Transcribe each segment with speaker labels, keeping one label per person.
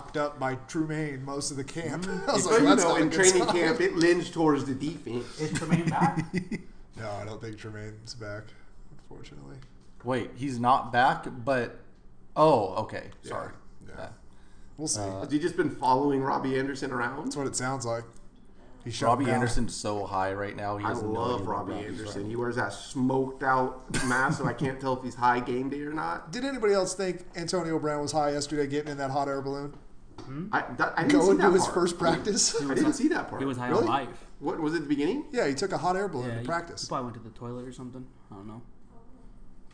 Speaker 1: mopped up by Trumaine most of the camp. I was
Speaker 2: It's,
Speaker 1: like,
Speaker 2: you
Speaker 1: that's
Speaker 2: know,
Speaker 1: not a
Speaker 2: in
Speaker 1: good
Speaker 2: training
Speaker 1: sign.
Speaker 2: camp, it lends towards the defense.
Speaker 3: Is Tremaine back?
Speaker 1: No, I don't think Tremaine's back, unfortunately.
Speaker 4: Wait, he's not back, but oh, okay,
Speaker 1: Yeah,
Speaker 4: sorry.
Speaker 1: yeah.
Speaker 4: Yeah.
Speaker 1: We'll see.
Speaker 2: Has he just been following Robbie Anderson around?
Speaker 1: that's what it sounds like. He shut him
Speaker 4: Robbie
Speaker 1: down.
Speaker 4: Anderson's so high right now. He
Speaker 2: I
Speaker 4: has no idea
Speaker 2: love
Speaker 4: where
Speaker 2: Robbie
Speaker 4: Robbie's
Speaker 2: Anderson.
Speaker 4: at.
Speaker 2: He wears that smoked out mask, so I can't tell if he's high game day or not.
Speaker 1: Did anybody else think Antonio Brown was high yesterday getting in that hot air balloon?
Speaker 2: I, that, I didn't see
Speaker 1: Going
Speaker 2: that
Speaker 1: to his
Speaker 2: part.
Speaker 1: first practice?
Speaker 2: I didn't see that part.
Speaker 3: Hmm? He was high
Speaker 1: Really?
Speaker 3: on life.
Speaker 2: what was it at the beginning?
Speaker 1: yeah, he took a hot air balloon
Speaker 3: Yeah,
Speaker 1: to
Speaker 3: he- He
Speaker 1: practice.
Speaker 3: probably went to the toilet or something. I don't know.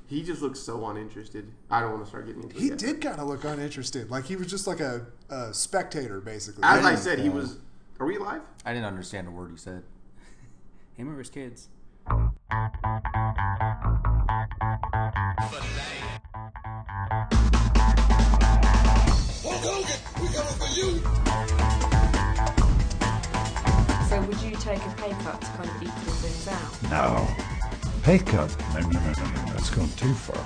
Speaker 2: He just looks so uninterested. I don't want to start getting into
Speaker 1: He
Speaker 2: it.
Speaker 1: did kind of look uninterested. Like he was just like a, a spectator, basically.
Speaker 2: As I
Speaker 4: Yeah.
Speaker 2: said, he was. Are we live?
Speaker 4: I didn't understand a word he said.
Speaker 3: Him or his kids.
Speaker 5: Hulk Hogan, we coming for you.
Speaker 6: So would you take a pay cut to kind of equal things out?
Speaker 7: No. Pay cut? No, no, no, no, no. That's gone too far.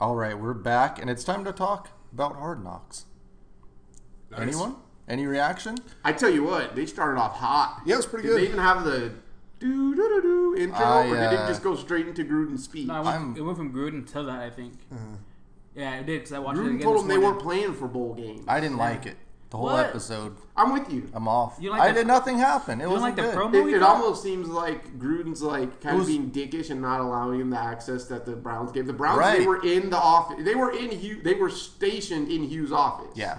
Speaker 4: All right, we're back, and it's time to talk about Hard Knocks.
Speaker 1: Nice.
Speaker 4: Anyone? Any reaction?
Speaker 2: I tell you what, they started off hot.
Speaker 1: Yeah, it was pretty
Speaker 2: Did they
Speaker 1: good.
Speaker 2: even have the do do do do intro,
Speaker 4: I,
Speaker 2: or did it
Speaker 4: uh,
Speaker 2: just go straight into Gruden's speech?
Speaker 3: Ah, No, it
Speaker 4: I'm-
Speaker 3: went, it went from Gruden to that, I think. Yeah, it did, because I watched it
Speaker 2: Gruden
Speaker 3: again
Speaker 2: told them
Speaker 3: this
Speaker 2: they
Speaker 3: morning.
Speaker 2: weren't playing for bowl games.
Speaker 4: I didn't like it. The whole
Speaker 3: What?
Speaker 4: episode,
Speaker 2: I'm with you.
Speaker 4: I'm off.
Speaker 3: You like
Speaker 4: I
Speaker 3: the-
Speaker 4: did nothing happen. It
Speaker 3: You don't
Speaker 4: was
Speaker 3: like the
Speaker 4: good.
Speaker 3: promo?
Speaker 2: It,
Speaker 3: we
Speaker 2: it
Speaker 3: got-
Speaker 2: almost seems like Gruden's like kind
Speaker 4: was-
Speaker 2: of being dickish and not allowing him the access that the Browns gave. The Browns
Speaker 4: Right.
Speaker 2: they were in the office. They were in Hugh. They were stationed in Hugh's office.
Speaker 4: Yeah,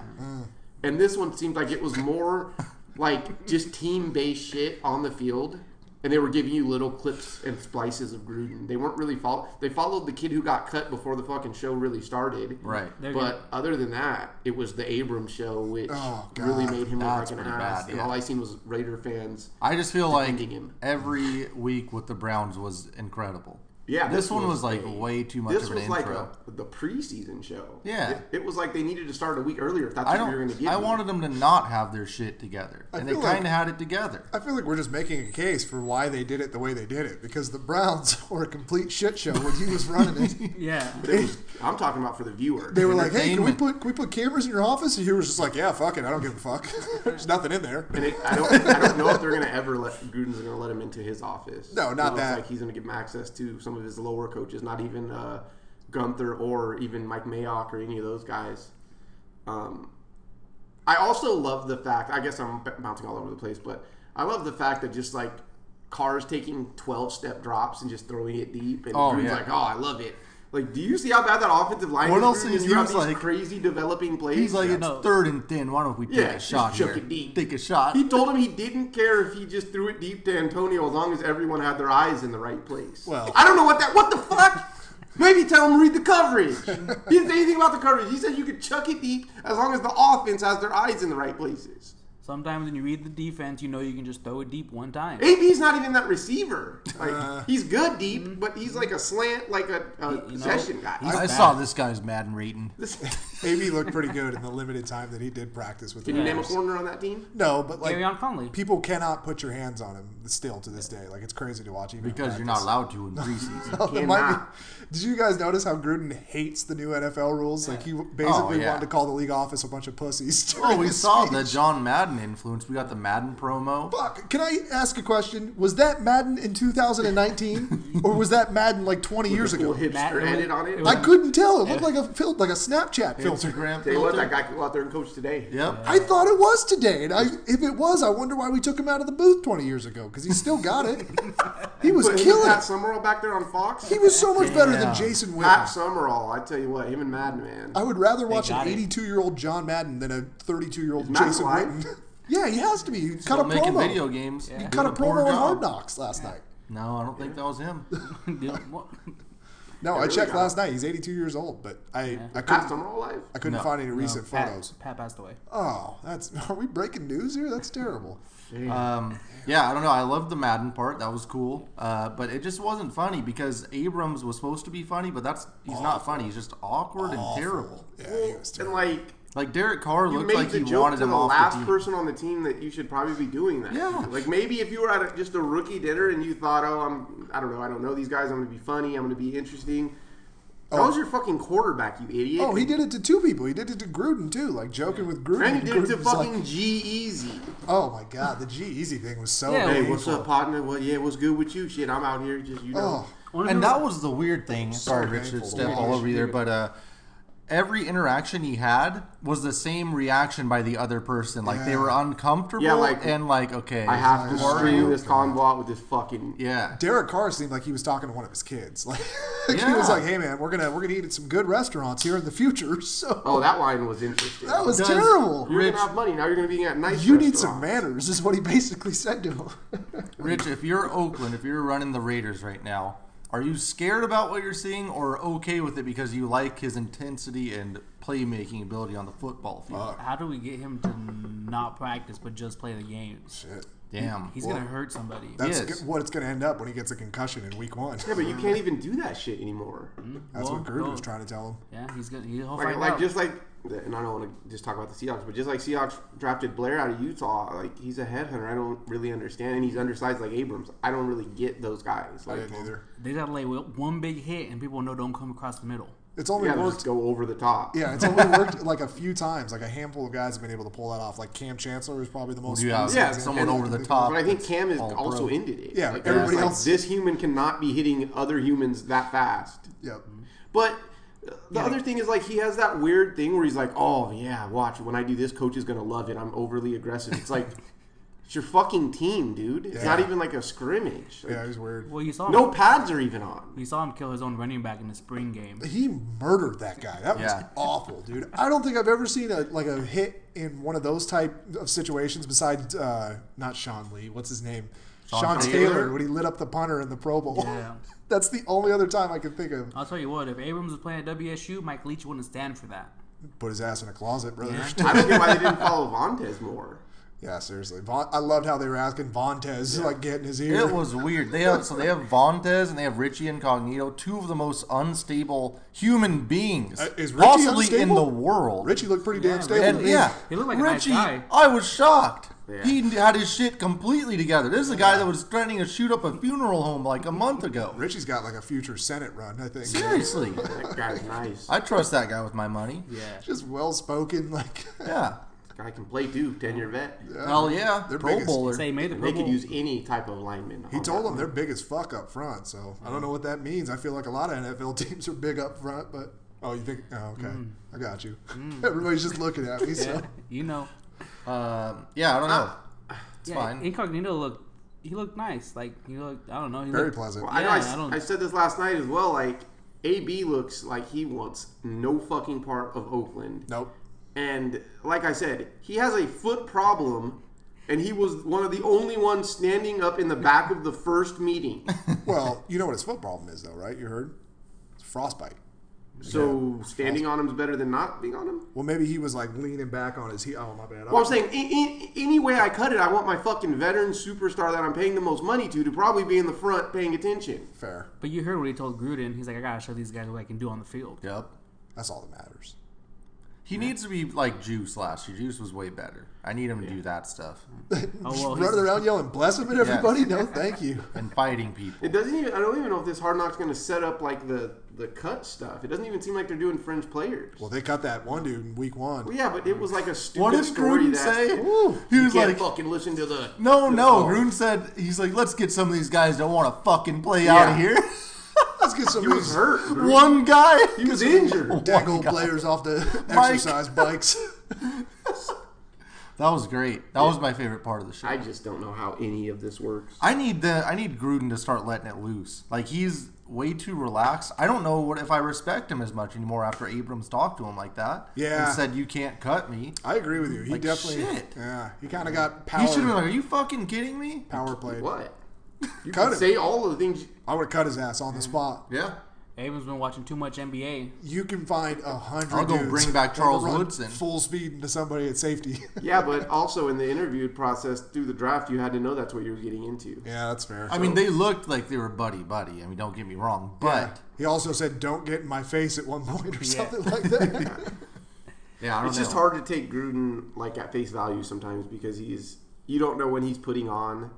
Speaker 2: And this one seemed like it was more like just team based shit on the field. And they were giving you little clips and splices of Gruden. They weren't really follow. They followed the kid who got cut before the fucking show really started.
Speaker 4: Right.
Speaker 3: They're
Speaker 2: but other than that, it was the Abrams show, which
Speaker 1: Oh, God.
Speaker 2: really made him look
Speaker 4: That's
Speaker 2: like an
Speaker 4: pretty
Speaker 2: ass.
Speaker 4: bad,
Speaker 2: And
Speaker 4: yeah.
Speaker 2: all I seen was Raider fans.
Speaker 4: I just feel like
Speaker 2: Defending him.
Speaker 4: every week with the Browns was incredible.
Speaker 2: Yeah,
Speaker 4: this, one was like
Speaker 2: way-
Speaker 4: way too much
Speaker 2: This
Speaker 4: of an
Speaker 2: was
Speaker 4: intro.
Speaker 2: like a, the preseason show.
Speaker 4: Yeah.
Speaker 2: It, it was like they needed to start a week earlier if that's
Speaker 4: I
Speaker 2: what you were going to
Speaker 4: don't.
Speaker 2: get.
Speaker 4: I wanted them to not have their shit together,
Speaker 1: I
Speaker 4: and they
Speaker 1: feel
Speaker 4: kind
Speaker 1: like-
Speaker 4: of had it together.
Speaker 1: I feel like we're just making a case for why they did it the way they did it because the Browns were a complete shit show when he was running it.
Speaker 3: Yeah.
Speaker 2: It was, I'm talking about for the viewer.
Speaker 1: They were like, "Hey, can we
Speaker 4: Entertainment.
Speaker 1: put can we put cameras in your office?" And he was just like, "Yeah, fuck it, I don't give a fuck. There's nothing in there."
Speaker 2: And it, I don't, I don't know if they're gonna ever let Gruden's gonna let him into his office.
Speaker 1: No,
Speaker 2: It
Speaker 1: not
Speaker 2: looks
Speaker 1: that.
Speaker 2: Like he's gonna give him access to some of his lower coaches, not even uh, Gunther or even Mike Mayock or any of those guys. Um, I also love the fact. I guess I'm b- bouncing all over the place, but I love the fact that just like cars taking twelve step drops and just throwing it deep, and
Speaker 4: Oh,
Speaker 2: Gruden's
Speaker 4: yeah.
Speaker 2: like, "Oh, I love it." Like, do you see how bad that offensive line
Speaker 4: What
Speaker 2: is?
Speaker 4: else
Speaker 2: Gruden?
Speaker 4: is-
Speaker 2: You
Speaker 4: he
Speaker 2: have
Speaker 4: was
Speaker 2: these
Speaker 4: like-
Speaker 2: crazy developing plays.
Speaker 4: He's like,
Speaker 2: Yeah.
Speaker 4: it's third and thin. Why don't we take
Speaker 2: Yeah,
Speaker 4: a shot
Speaker 2: just chuck
Speaker 4: here?
Speaker 2: it deep.
Speaker 4: Take a shot.
Speaker 2: He told him he didn't care if he just threw it deep to Antonio as long as everyone had their eyes in the right place.
Speaker 1: Well-
Speaker 2: I don't know what that. What the fuck? Maybe tell him read the coverage. He didn't say anything about the coverage. He said you could chuck it deep as long as the offense has their eyes in the right places.
Speaker 3: Sometimes when you read the defense, you know you can just throw it deep one time.
Speaker 2: AB's not even that receiver. Like
Speaker 4: Uh.
Speaker 2: he's good deep, but he's like a slant, like a, a possession guy.
Speaker 4: I
Speaker 3: bad.
Speaker 4: saw this guy's Madden rating.
Speaker 2: This,
Speaker 1: AB looked pretty good in the limited time that he did practice with.
Speaker 2: can
Speaker 1: the
Speaker 2: you name a
Speaker 1: Browns.
Speaker 2: corner on that team?
Speaker 1: No, but like
Speaker 3: Carry on Conley.
Speaker 1: people cannot put your hands on him still to this day. Like it's crazy to watch. Even in
Speaker 4: Because you're not
Speaker 1: practice.
Speaker 4: allowed to in preseason.
Speaker 1: There might be-
Speaker 2: Cannot.
Speaker 1: did you guys notice how Gruden hates the new NFL rules? Like he basically
Speaker 4: yeah.
Speaker 1: wanted to call the league office a bunch of pussies.
Speaker 4: well,
Speaker 1: during
Speaker 4: we
Speaker 1: his
Speaker 4: saw
Speaker 1: speech.
Speaker 4: the John Madden influence. We got the Madden promo.
Speaker 1: Fuck, can I ask a question? Was that Madden in 2019, or was that Madden like 20 years
Speaker 2: Little
Speaker 1: ago?
Speaker 2: hipster
Speaker 3: Matt, it was-
Speaker 2: edit on it.
Speaker 3: it
Speaker 1: I
Speaker 3: was-
Speaker 1: couldn't tell. It looked like a fil- like a Snapchat filter.
Speaker 4: Instagram
Speaker 2: Tell you what,
Speaker 4: filter.
Speaker 2: that guy could go out there and coach today.
Speaker 4: Yep.
Speaker 1: I thought it was today, and I, if it was, I wonder why we took him out of the booth 20 years ago because he still got it. He was
Speaker 2: Put
Speaker 1: killing.
Speaker 2: Pat
Speaker 1: it.
Speaker 2: Summerall back there on Fox.
Speaker 1: He was so much better than
Speaker 4: Yeah. Uh,
Speaker 1: Jason Witten.
Speaker 2: Pat Summerall, I tell you what, him and Madman.
Speaker 1: I would rather watch an
Speaker 3: got it.
Speaker 1: 82 year old John Madden than a 32 year old
Speaker 2: Is Matt
Speaker 1: Jason
Speaker 2: alive?
Speaker 1: Witten. Yeah, he has to be. He
Speaker 4: Still
Speaker 1: cut a
Speaker 4: making
Speaker 1: promo.
Speaker 4: video games.
Speaker 3: He
Speaker 1: He
Speaker 4: doing
Speaker 1: cut a
Speaker 4: poor
Speaker 1: promo on
Speaker 4: job.
Speaker 1: Hard Knocks last night.
Speaker 4: No, I don't think that was him.
Speaker 3: Dude, what-
Speaker 1: No, I
Speaker 2: really
Speaker 1: checked
Speaker 2: got
Speaker 1: last night. He's 82 years old, but I I
Speaker 2: Pat
Speaker 1: couldn't
Speaker 2: Summerall alive?
Speaker 1: I couldn't
Speaker 4: No.
Speaker 1: find any recent
Speaker 3: Pat,
Speaker 1: photos.
Speaker 3: Pat passed away.
Speaker 1: Oh, that's are we breaking news here? That's terrible.
Speaker 4: Um, yeah, I don't know. I loved the Madden part. That was cool. Uh, but it just wasn't funny because Abrams was supposed to be funny, but that's he's not funny. He's just awkward and terrible.
Speaker 1: Yeah, he
Speaker 2: Well,
Speaker 1: was
Speaker 2: and
Speaker 1: terrible.
Speaker 2: like
Speaker 4: Like Derek Carr
Speaker 2: you
Speaker 4: looked
Speaker 2: made
Speaker 4: like
Speaker 2: the
Speaker 4: he
Speaker 2: joke
Speaker 4: wanted
Speaker 2: to the
Speaker 4: him off the
Speaker 2: last
Speaker 4: team.
Speaker 2: person on the team that you should probably be doing that.
Speaker 4: Yeah.
Speaker 2: Like maybe if you were at a, just a rookie dinner and you thought, oh, I'm, I don't know, I don't know these guys. I'm going to be funny. I'm going to be interesting. That was your fucking quarterback, you idiot.
Speaker 1: Oh, he did it to two people. He did it to Gruden too, like joking with Gruden.
Speaker 2: And he did it to
Speaker 1: Gruden was like,
Speaker 2: fucking G Easy.
Speaker 1: oh my god, the G Easy thing was so.
Speaker 3: Yeah,
Speaker 2: Hey,
Speaker 1: painful.
Speaker 2: what's up, partner? Well, yeah, what's good with you? Shit, I'm out here. Just you know.
Speaker 1: Oh,
Speaker 3: Wanna
Speaker 4: And
Speaker 3: know-
Speaker 4: that was the weird thing. Sorry, Rich,
Speaker 1: painful
Speaker 4: to
Speaker 1: to
Speaker 4: step
Speaker 1: watch.
Speaker 4: all over you there, but uh, every interaction he had was the same reaction by the other person. Like they
Speaker 1: Yeah.
Speaker 4: were uncomfortable
Speaker 2: Yeah, like,
Speaker 4: and like, okay,
Speaker 2: I have to
Speaker 4: who are
Speaker 2: stream
Speaker 4: you?
Speaker 2: this convoi with this fucking.
Speaker 4: Yeah,
Speaker 1: Derek Carr seemed like he was talking to one of his kids. Like he
Speaker 4: Yeah.
Speaker 1: was like, "Hey man, we're gonna we're gonna eat at some good restaurants here in the future." So
Speaker 2: Oh, that line was interesting.
Speaker 1: that was
Speaker 4: Does-
Speaker 1: terrible.
Speaker 2: You're
Speaker 4: Rich-
Speaker 2: gonna have money now. You're gonna be at nice.
Speaker 1: You need some
Speaker 2: restaurants.
Speaker 1: manners, is what he basically said to him.
Speaker 4: Rich, if you're Oakland, if you're running the Raiders right now, are you scared about what you're seeing or okay with it because you like his intensity and playmaking ability on the football field?
Speaker 3: How do we get him to not practice but just play the games?
Speaker 4: Damn.
Speaker 3: He's gonna hurt somebody.
Speaker 1: That's
Speaker 4: Yes.
Speaker 1: g- what it's gonna end up when he gets a concussion in week one.
Speaker 2: Yeah, but you can't even do that shit anymore.
Speaker 4: Mm-hmm.
Speaker 1: That's what
Speaker 3: Well,
Speaker 1: Gruden was
Speaker 3: no.
Speaker 1: trying to tell him.
Speaker 3: Yeah, he's gonna. He'll
Speaker 2: Like,
Speaker 3: find
Speaker 2: like
Speaker 3: out.
Speaker 2: just like, and I don't want to just talk about the Seahawks, but just like Seahawks drafted Blair out of Utah, like he's a headhunter. I don't really understand, and he's undersized like Abrams. I don't really get those guys.
Speaker 1: I
Speaker 2: Like,
Speaker 1: didn't either.
Speaker 3: they gotta lay one big hit, and people know don't come across the middle.
Speaker 1: It's only
Speaker 2: yeah, they
Speaker 1: worked
Speaker 2: just go over the top.
Speaker 1: Yeah, it's only worked like a few times. Like a handful of guys have been able to pull that off. Like Cam Chancellor is probably the most.
Speaker 4: Yeah,
Speaker 1: famous
Speaker 2: Yeah,
Speaker 1: example.
Speaker 4: someone
Speaker 2: and-
Speaker 4: over the top.
Speaker 2: But I think Cam has
Speaker 4: all pro.
Speaker 2: also ended it.
Speaker 1: Yeah,
Speaker 2: like,
Speaker 1: everybody
Speaker 2: everybody
Speaker 1: else-
Speaker 2: else. This human cannot be hitting other humans that fast.
Speaker 1: Yep.
Speaker 2: But uh, the other thing is like he has that weird thing where he's like, "Oh yeah, watch when I do this, coach is gonna love it. I'm overly aggressive." It's like it's your fucking team, dude. It's
Speaker 1: Yeah.
Speaker 2: not even like a scrimmage. Like,
Speaker 1: Yeah, he's weird.
Speaker 3: Well, you saw him.
Speaker 2: no pads are even on.
Speaker 3: You saw him kill his own running back in the spring game.
Speaker 1: He murdered that guy. That was
Speaker 4: Yeah.
Speaker 1: awful, dude. I don't think I've ever seen a like a hit in one of those type of situations. Besides, uh, not Sean Lee. What's his name? Sean,
Speaker 4: Sean
Speaker 1: Taylor.
Speaker 4: Taylor.
Speaker 1: when he lit up the punter in the Pro Bowl.
Speaker 3: Yeah.
Speaker 1: That's the only other time I can think of.
Speaker 3: I'll tell you what, if Abrams was playing at WSU, Mike Leach wouldn't stand for that.
Speaker 1: Put his ass in a closet, brother.
Speaker 2: I don't get why they didn't follow Vontez more.
Speaker 1: Yeah, seriously. Von, I loved how they were asking Vontez like getting his ear.
Speaker 4: It was weird. They have so they have Vontez and they have Richie Incognito, two of the most unstable human beings
Speaker 1: Uh, is Richie
Speaker 4: possibly in
Speaker 1: unstable?
Speaker 4: the world.
Speaker 1: Richie looked pretty damn stable.
Speaker 4: and
Speaker 1: to me.
Speaker 4: yeah,
Speaker 3: He looked like a nice
Speaker 4: Richie,
Speaker 3: guy.
Speaker 4: I was shocked.
Speaker 2: Yeah.
Speaker 4: He had his shit completely together. This is a guy that was threatening to shoot up a funeral home like a month ago.
Speaker 1: Richie's got like a future Senate run, I think.
Speaker 4: Seriously,
Speaker 2: That guy's nice.
Speaker 4: I trust that guy with my money.
Speaker 3: Yeah.
Speaker 1: Just well spoken, like
Speaker 4: Yeah,
Speaker 2: That guy can play too, tenure vet.
Speaker 4: hell yeah,
Speaker 1: They're
Speaker 4: Pro
Speaker 1: biggest.
Speaker 4: Bowler.
Speaker 3: Say he made the Pro
Speaker 2: They could
Speaker 3: Bowl.
Speaker 2: use any type of lineman.
Speaker 1: he told them they're big as fuck up front. So I don't know what that means. I feel like a lot of NFL teams are big up front, but oh, you think? Oh, okay,
Speaker 2: Mm.
Speaker 1: I got you. Everybody's just looking at me. So
Speaker 3: you know.
Speaker 4: Um, yeah, I don't
Speaker 1: Ah.
Speaker 4: know.
Speaker 3: It's yeah,
Speaker 4: fine.
Speaker 3: Incognito looked. He looked nice. Like he looked. I don't know. He
Speaker 1: very
Speaker 3: looked,
Speaker 1: pleasant.
Speaker 2: Well, I know I,
Speaker 3: Yeah,
Speaker 2: s-
Speaker 3: I don't-
Speaker 2: I said this last night as well. Like, AB looks like he wants no fucking part of Oakland.
Speaker 1: Nope.
Speaker 2: And like I said, he has a foot problem, and he was one of the only ones standing up in the back of the first meeting.
Speaker 1: Well, you know what his foot problem is, though, right? You heard? It's frostbite.
Speaker 2: So standing on him is better than not being on him.
Speaker 1: Well, maybe he was like leaning back on his heel. Oh, my bad.
Speaker 2: Well, I'm saying in, in, any way I cut it, I want my fucking veteran superstar that I'm paying the most money to to probably be in the front paying attention.
Speaker 1: fair.
Speaker 3: But you heard what he told Gruden. He's like, I gotta show these guys what I can do on the field.
Speaker 4: Yep.
Speaker 1: That's all that matters.
Speaker 4: He needs to be like Juice last year. Juice was way better. I need him to do that stuff
Speaker 3: Oh well.
Speaker 1: Running
Speaker 3: he's-
Speaker 1: around yelling, bless him and everybody? No, thank you.
Speaker 4: and fighting people.
Speaker 2: It doesn't even. I don't even know if this Hard Knocks going to set up like the the cut stuff. It doesn't even seem like they're doing fringe players.
Speaker 1: Well,
Speaker 2: Well,
Speaker 1: they cut that one dude in week one.
Speaker 2: yeah, but it was like a stupid
Speaker 4: What did
Speaker 2: story
Speaker 4: Gruden
Speaker 2: that
Speaker 4: say?
Speaker 1: Ooh.
Speaker 4: He
Speaker 2: you
Speaker 4: was
Speaker 2: can't
Speaker 4: like,
Speaker 2: fucking listen to the to
Speaker 4: No,
Speaker 2: the
Speaker 4: no.
Speaker 2: call.
Speaker 4: Gruden said he's like, let's get some of these guys that want to fucking play out of
Speaker 2: Yeah.
Speaker 4: here.
Speaker 1: Let's get some
Speaker 2: He
Speaker 1: of
Speaker 2: was
Speaker 1: these
Speaker 2: hurt. Gruden.
Speaker 4: One guy.
Speaker 2: He was injured.
Speaker 1: daggle players off the
Speaker 4: Mike.
Speaker 1: exercise bikes.
Speaker 4: That was great. That was my favorite part of the show.
Speaker 2: I
Speaker 4: I,
Speaker 2: just don't know how any of this works.
Speaker 4: need the I need Gruden to start letting it loose. Like he's way too relaxed. I don't know what if I respect him as much anymore after Abrams talked to him like that.
Speaker 1: Yeah.
Speaker 4: And said you can't cut me.
Speaker 1: I agree with you. He
Speaker 4: Like,
Speaker 1: definitely,
Speaker 4: shit.
Speaker 1: yeah, he kind of got power.
Speaker 4: He should have been like, Are you fucking kidding me?
Speaker 1: power played.
Speaker 2: What? You
Speaker 1: Cut
Speaker 2: can
Speaker 1: him.
Speaker 2: say all of the things.
Speaker 1: I would have cut his ass on the spot.
Speaker 4: Yeah.
Speaker 3: Abrams been watching too much NBA.
Speaker 1: You can find a hundred.
Speaker 4: I'll go
Speaker 1: dudes
Speaker 4: bring back
Speaker 1: that
Speaker 4: Charles
Speaker 1: run
Speaker 4: Woodson.
Speaker 1: full speed into somebody at safety.
Speaker 2: Yeah, but also in the interview process through the draft, you had to know that's what you were getting into.
Speaker 1: yeah, that's fair.
Speaker 4: I mean, they looked like they were buddy buddy. I mean, don't get me wrong, but
Speaker 1: he also said, "Don't get in my face" at one point or something like that.
Speaker 4: yeah, I don't
Speaker 2: It's
Speaker 4: know.
Speaker 2: just hard to take Gruden like at face value sometimes because he's you don't know when he's putting on.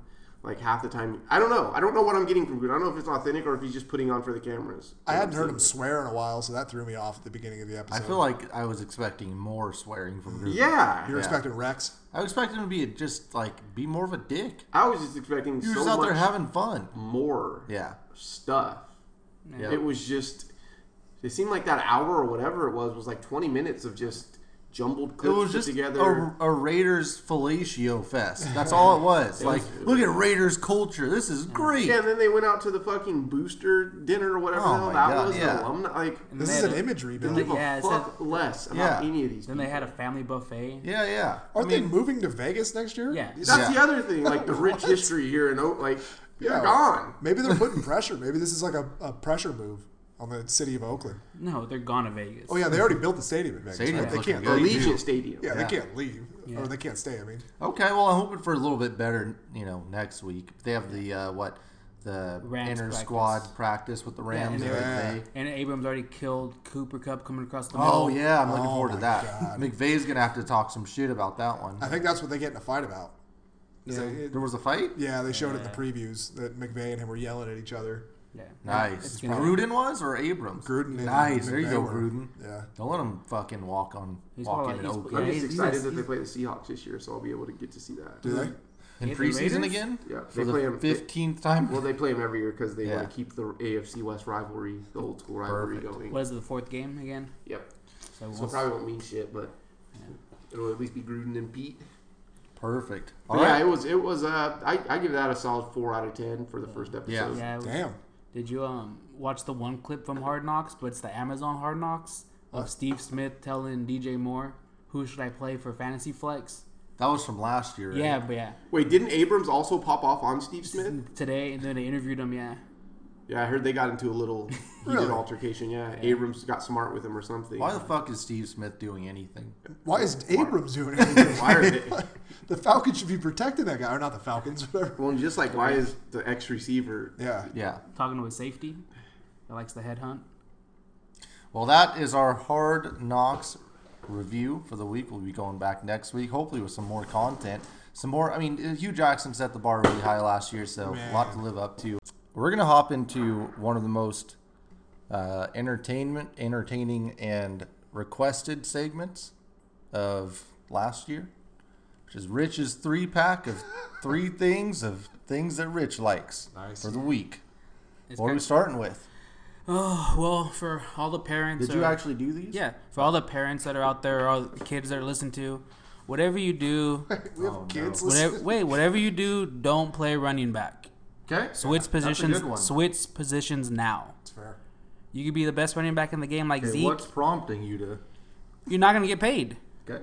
Speaker 2: like half the time. I don't know. I don't know what I'm getting from Groot. I don't know if it's authentic or if he's just putting on for the cameras.
Speaker 1: I hadn't heard him swear in a while, so that threw me off at the beginning of the
Speaker 4: I
Speaker 1: episode.
Speaker 4: feel like I was expecting more swearing from Groot.
Speaker 2: Yeah.
Speaker 1: you're expecting Rex.
Speaker 4: I was expecting him to be just like be more of a dick.
Speaker 2: I was just expecting
Speaker 4: He was
Speaker 2: so
Speaker 4: out there
Speaker 2: much
Speaker 4: having fun.
Speaker 2: more
Speaker 4: Yeah.
Speaker 2: stuff.
Speaker 4: Yeah.
Speaker 2: It was just. It seemed like that hour or whatever it was was like 20 minutes of just jumbled
Speaker 4: It
Speaker 2: clips
Speaker 4: was
Speaker 2: put
Speaker 4: just
Speaker 2: together.
Speaker 4: a, a Raiders fellatio fest. That's all it was. like, look at Raiders culture. This is great.
Speaker 2: Yeah, and then they went out to the fucking booster dinner or whatever
Speaker 4: Oh
Speaker 2: the hell
Speaker 4: my
Speaker 2: that
Speaker 4: God,
Speaker 2: was. the
Speaker 4: yeah.
Speaker 2: alumni, like,
Speaker 3: And
Speaker 1: This
Speaker 3: they
Speaker 1: is
Speaker 3: had
Speaker 1: an
Speaker 3: a-
Speaker 1: imagery
Speaker 2: give
Speaker 1: building.
Speaker 3: they- Yeah,
Speaker 2: a
Speaker 3: it said-
Speaker 2: fuck less about
Speaker 4: Yeah.
Speaker 2: any of these.
Speaker 3: Then they
Speaker 2: people.
Speaker 3: had a family buffet.
Speaker 4: yeah. yeah. I
Speaker 1: Aren't
Speaker 4: mean,
Speaker 1: they moving to Vegas next year?
Speaker 3: Yeah.
Speaker 1: These-
Speaker 2: That's the
Speaker 4: Yeah.
Speaker 2: other thing, like the rich
Speaker 1: What?
Speaker 2: history here, and like you're
Speaker 1: Yeah.
Speaker 2: gone.
Speaker 1: Maybe they're putting pressure. Maybe this is like a, a pressure move on the city of Oakland.
Speaker 3: No, they're gone to Vegas.
Speaker 1: Oh yeah, they already built the stadium in Vegas.
Speaker 4: Stadium's
Speaker 1: right? They
Speaker 4: looking
Speaker 1: can't.
Speaker 4: good.
Speaker 1: leave.
Speaker 2: Allegiant Stadium.
Speaker 1: Yeah, they
Speaker 4: Yeah.
Speaker 1: can't leave
Speaker 3: Yeah.
Speaker 1: or they can't stay. I mean,
Speaker 4: Okay, well, I'm hoping for a little bit better, you know, next week. They have the uh, what the
Speaker 3: Rams
Speaker 4: inner
Speaker 3: practice.
Speaker 4: squad practice with the Rams.
Speaker 3: and
Speaker 4: and
Speaker 1: they're-
Speaker 4: McVay.
Speaker 3: And Abrams already killed Cooper Cup coming across the middle.
Speaker 4: Oh yeah, I'm looking
Speaker 1: Oh,
Speaker 4: forward to
Speaker 1: my
Speaker 4: that.
Speaker 1: God.
Speaker 4: McVay's gonna have to talk some shit about that one.
Speaker 1: I think that's what they get in a fight about. Is
Speaker 4: So,
Speaker 1: they- it-
Speaker 4: there was a fight.
Speaker 1: yeah, they showed it in the previews that McVay and him were yelling at each other.
Speaker 3: Yeah.
Speaker 4: Nice.
Speaker 3: It's gonna-
Speaker 4: Gruden was or Abrams?
Speaker 1: Gruden. and
Speaker 4: Nice. There you
Speaker 1: McVay
Speaker 4: go,
Speaker 1: were-
Speaker 4: Gruden.
Speaker 1: Yeah.
Speaker 4: Don't let him fucking walk on
Speaker 3: He's
Speaker 4: walk
Speaker 3: probably
Speaker 4: in
Speaker 3: like,
Speaker 4: an
Speaker 3: he's-
Speaker 4: OK.
Speaker 2: I'm
Speaker 3: he's
Speaker 2: just excited
Speaker 3: a-
Speaker 2: that they
Speaker 3: he's-
Speaker 2: play the Seahawks this year, so I'll be able to get to see that.
Speaker 1: Do they?
Speaker 4: in
Speaker 3: Yeah, the
Speaker 4: preseason
Speaker 3: Raiders?
Speaker 4: again.
Speaker 2: Yeah,
Speaker 4: For
Speaker 2: they
Speaker 4: the
Speaker 2: play him. they-
Speaker 4: fifteenth time.
Speaker 2: well, they play him every year because they
Speaker 4: Yeah.
Speaker 2: want to keep the AFC West rivalry, the old school rivalry
Speaker 4: Perfect.
Speaker 2: going.
Speaker 3: What is it, the fourth game again?
Speaker 2: Yep.
Speaker 3: So,
Speaker 2: So
Speaker 3: we'll
Speaker 2: it probably won't mean shit, but it'll at least be Gruden and Pete.
Speaker 4: Perfect.
Speaker 2: But
Speaker 4: All
Speaker 2: yeah,
Speaker 4: right.
Speaker 2: it was. It was. Uh, I, I give that a solid four out of ten for the first episode.
Speaker 4: Yeah.
Speaker 3: yeah, it was-
Speaker 1: Damn.
Speaker 3: Did you um watch the one clip from Hard Knocks? But it's the Amazon Hard Knocks of Steve Smith telling DJ Moore, "Who should I play for fantasy flex?"
Speaker 4: That was from last year. right?
Speaker 3: Yeah, but yeah,
Speaker 2: Wait, didn't Abrams also pop off on Steve Smith?
Speaker 3: today and then they interviewed him. Yeah,
Speaker 2: Yeah, I heard they got into a little heated
Speaker 1: Really?
Speaker 2: altercation. Yeah, Abrams got smart with him or something.
Speaker 4: Why the fuck is Steve Smith doing anything?
Speaker 1: Why is Abrams doing anything?
Speaker 2: Why are they-
Speaker 1: the Falcons should be protecting that guy, or not the Falcons, whatever.
Speaker 2: Well, just like why is the ex receiver?
Speaker 1: Yeah.
Speaker 4: Yeah.
Speaker 3: talking to his safety that likes the headhunt.
Speaker 4: Well, that is our hard knocks review for the week. We'll be going back next week, hopefully with some more content, some more. I mean, Hugh Jackson set the bar really high last year, so a lot to live up to. We're gonna hop into one of the most uh, entertainment, entertaining, and requested segments of last year, which is Rich's three pack of three things of things that Rich likes for the week.
Speaker 3: It's
Speaker 4: What are we
Speaker 3: kinda-
Speaker 4: starting with?
Speaker 3: oh well, for all the parents.
Speaker 4: Did you
Speaker 3: or-
Speaker 4: actually do these?
Speaker 3: Yeah, for all the parents that are out there, all the kids that are listening to, whatever you do,
Speaker 1: We have kids. listening.
Speaker 3: whatever, wait, whatever you do, don't play running back.
Speaker 4: Okay.
Speaker 3: Switch positions.
Speaker 4: That's a good one.
Speaker 3: Switch positions now.
Speaker 1: That's fair.
Speaker 3: You could be the best running back in the game, like
Speaker 4: Okay,
Speaker 3: Zeke.
Speaker 4: what's prompting you to?
Speaker 3: You're not gonna get paid.
Speaker 4: Okay.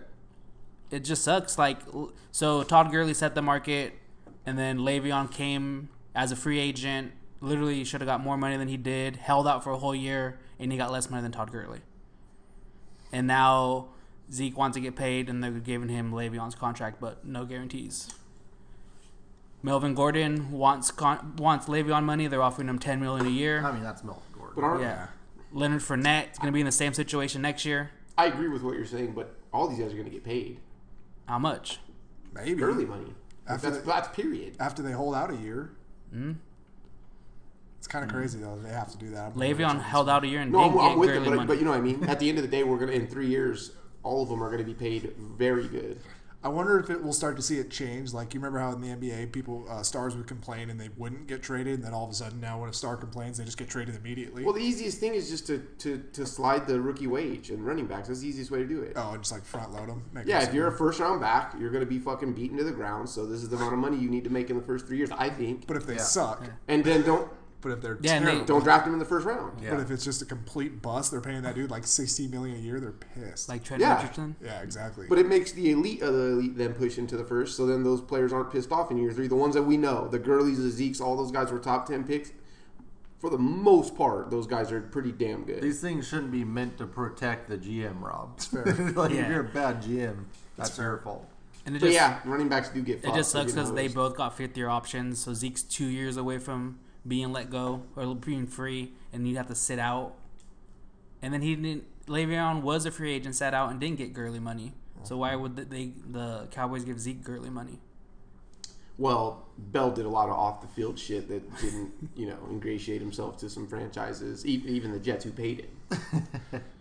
Speaker 3: It just sucks. Like, l- so Todd Gurley set the market, and then Le'Veon came as a free agent. Literally, should have got more money than he did. Held out for a whole year, and he got less money than Todd Gurley. And now Zeke wants to get paid, and they're giving him Le'Veon's contract, but no guarantees. Melvin Gordon wants con- wants Le'Veon money. They're offering him ten million a
Speaker 4: I
Speaker 3: year.
Speaker 4: mean, that's Melvin Gordon.
Speaker 2: But aren't,
Speaker 3: Yeah. Leonard Fournette is going to be in the same situation next year.
Speaker 2: I agree with what you're saying, but all these guys are going to get paid
Speaker 3: How much?
Speaker 1: Maybe
Speaker 2: early money.
Speaker 1: After
Speaker 2: that's
Speaker 1: the-
Speaker 2: that's period.
Speaker 1: after they hold out a year. It's kind of crazy though. They have to do that. I'm
Speaker 3: Le'Veon held out a year and
Speaker 2: No, I'm,
Speaker 3: didn't
Speaker 2: I'm
Speaker 3: get
Speaker 2: with it,
Speaker 3: Gurley
Speaker 2: but,
Speaker 3: money.
Speaker 2: but you know what I mean. At the end of the day, we're going to in three years, all of them are going to be paid very good.
Speaker 1: I wonder if it will start to see it change. Like you remember how in the NBA, people uh, stars would complain and they wouldn't get traded, and then all of a sudden now when a star complains, they just get traded immediately.
Speaker 2: Well, the easiest thing is just to, to, to slide the rookie wage and running backs. That's the easiest way to do it.
Speaker 1: oh, and just like front load them. Make
Speaker 2: Yeah,
Speaker 1: them
Speaker 2: if you're a first round back, you're going to be fucking beaten to the ground. So this is the amount of money you need to make in the first three years, I think.
Speaker 1: But if they suck,
Speaker 2: And then don't
Speaker 1: but if they're
Speaker 3: Yeah, and they-
Speaker 1: terrible,
Speaker 2: don't draft him in the first round.
Speaker 1: but if it's just a complete bust, they're paying that dude like sixty million a year. They're pissed.
Speaker 3: like Trent
Speaker 2: Yeah.
Speaker 3: Richardson.
Speaker 1: yeah, exactly.
Speaker 2: But it makes the elite of the elite then push into the first. So then those players aren't pissed off in year three. The ones that we know, the Gurleys, the Zeeks, all those guys were top ten picks. For the most part, those guys are pretty damn good.
Speaker 4: These things shouldn't be meant to protect the GM, Rob.
Speaker 1: fair.
Speaker 4: like
Speaker 3: Yeah.
Speaker 4: if you're a bad GM, that's your fault.
Speaker 3: And it
Speaker 2: but
Speaker 3: just
Speaker 2: yeah, running backs do get.
Speaker 3: it
Speaker 2: fucked,
Speaker 3: just
Speaker 2: so
Speaker 3: sucks
Speaker 2: you know,
Speaker 3: because they
Speaker 2: it's-
Speaker 3: both got fifth year options. So Zeke's two years away from being let go or being free, and you'd have to sit out. And then he didn't. Le'Veon was a free agent, sat out, and
Speaker 2: Uh-huh.
Speaker 3: didn't get Gurley money. So why would they the Cowboys give Zeke Gurley money?
Speaker 2: well, Bell did a lot of off the field shit that didn't, you know, ingratiate himself to some franchises, even, even the Jets who paid him.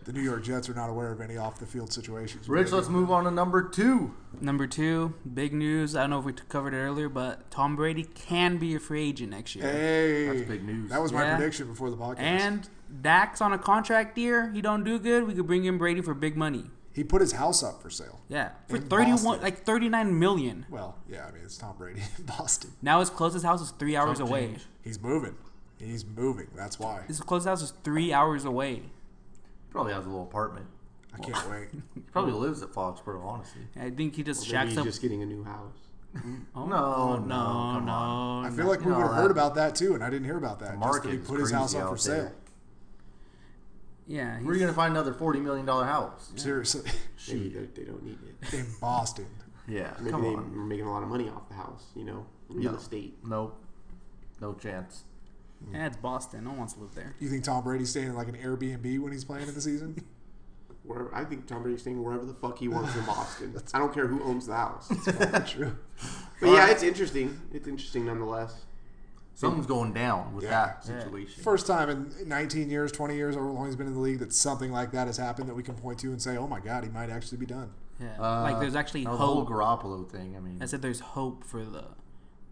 Speaker 1: The New York Jets are not aware of any off the field situations.
Speaker 4: Rich, let's move on to number two.
Speaker 3: Number two, big news. I don't know if we t- covered it earlier, but Tom Brady can be a free agent next year.
Speaker 1: Hey,
Speaker 4: That's big news.
Speaker 1: That was my
Speaker 3: Yeah.
Speaker 1: prediction before the podcast.
Speaker 3: And Dak's on a contract year. He don't do good. We could bring in Brady for big money.
Speaker 1: he put his house up for sale.
Speaker 3: Yeah, for
Speaker 1: In
Speaker 3: thirty one,
Speaker 1: Boston.
Speaker 3: like thirty nine million.
Speaker 1: Well, yeah, I mean it's Tom Brady in Boston.
Speaker 3: Now his closest house is three hours
Speaker 4: Chump
Speaker 3: away.
Speaker 4: change.
Speaker 1: He's moving. He's moving. That's why.
Speaker 3: His closest house is three hours away.
Speaker 4: Probably has a little apartment.
Speaker 1: I can't wait.
Speaker 4: He probably
Speaker 3: Oh.
Speaker 4: lives at Foxborough, honestly.
Speaker 3: I think he just
Speaker 2: Maybe
Speaker 3: shacks
Speaker 2: he's
Speaker 3: up.
Speaker 2: just getting a new house.
Speaker 3: oh,
Speaker 4: No, no,
Speaker 3: no,
Speaker 4: come on.
Speaker 3: Oh, no.
Speaker 1: I feel like we
Speaker 4: No,
Speaker 1: would have
Speaker 4: that-
Speaker 1: heard about that too, and I didn't hear about that. Just that
Speaker 4: market
Speaker 1: he
Speaker 4: is
Speaker 1: put his
Speaker 4: crazy
Speaker 1: house up
Speaker 4: out
Speaker 1: for
Speaker 4: there.
Speaker 1: sale.
Speaker 3: yeah.
Speaker 4: Where are
Speaker 3: He's,
Speaker 4: you gonna find another forty million dollar house?
Speaker 1: Seriously,
Speaker 2: Maybe they, they don't need it.
Speaker 1: in Boston.
Speaker 4: Yeah,
Speaker 2: Maybe
Speaker 4: come
Speaker 2: they
Speaker 4: on.
Speaker 2: were making a lot of money off the house, you know, real
Speaker 4: No.
Speaker 2: estate.
Speaker 4: Nope, no chance.
Speaker 3: yeah, it's Boston. No one wants to live there.
Speaker 1: You think Tom Brady's staying in like an Airbnb when he's playing in the season?
Speaker 2: Wherever, I think Tom Brady's staying wherever the fuck he wants in Boston. I don't care who owns the house.
Speaker 1: That's true.
Speaker 2: But yeah, it's interesting. It's interesting nonetheless.
Speaker 4: Something's going down with
Speaker 1: Yeah.
Speaker 4: that situation.
Speaker 1: First time in 19 years, 20 years, or how long he's been in the league, that something like that has happened that we can point to and say, "Oh my God, he might actually be done."
Speaker 3: Yeah.
Speaker 4: Uh,
Speaker 3: like there's actually
Speaker 4: now the whole
Speaker 3: hope.
Speaker 4: Garoppolo thing. I mean,
Speaker 3: I said there's hope for the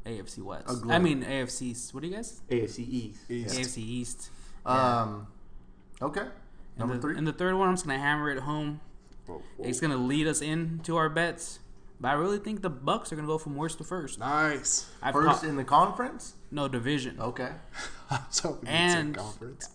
Speaker 3: AFC West.
Speaker 4: glow.
Speaker 3: I mean AFC. What do you guys?
Speaker 2: AFC East.
Speaker 1: East.
Speaker 3: AFC East.
Speaker 4: um, okay, number
Speaker 3: and the,
Speaker 4: three.
Speaker 3: And the third one, I'm just gonna hammer it home. It's gonna lead us into our bets. But I really think the Bucks are gonna go from worst to first.
Speaker 1: Nice.
Speaker 3: I've
Speaker 4: First
Speaker 3: ta-
Speaker 4: in Oh. the conference.
Speaker 3: no division.
Speaker 4: Okay,
Speaker 1: I was hoping you'd say
Speaker 3: And-
Speaker 1: conference.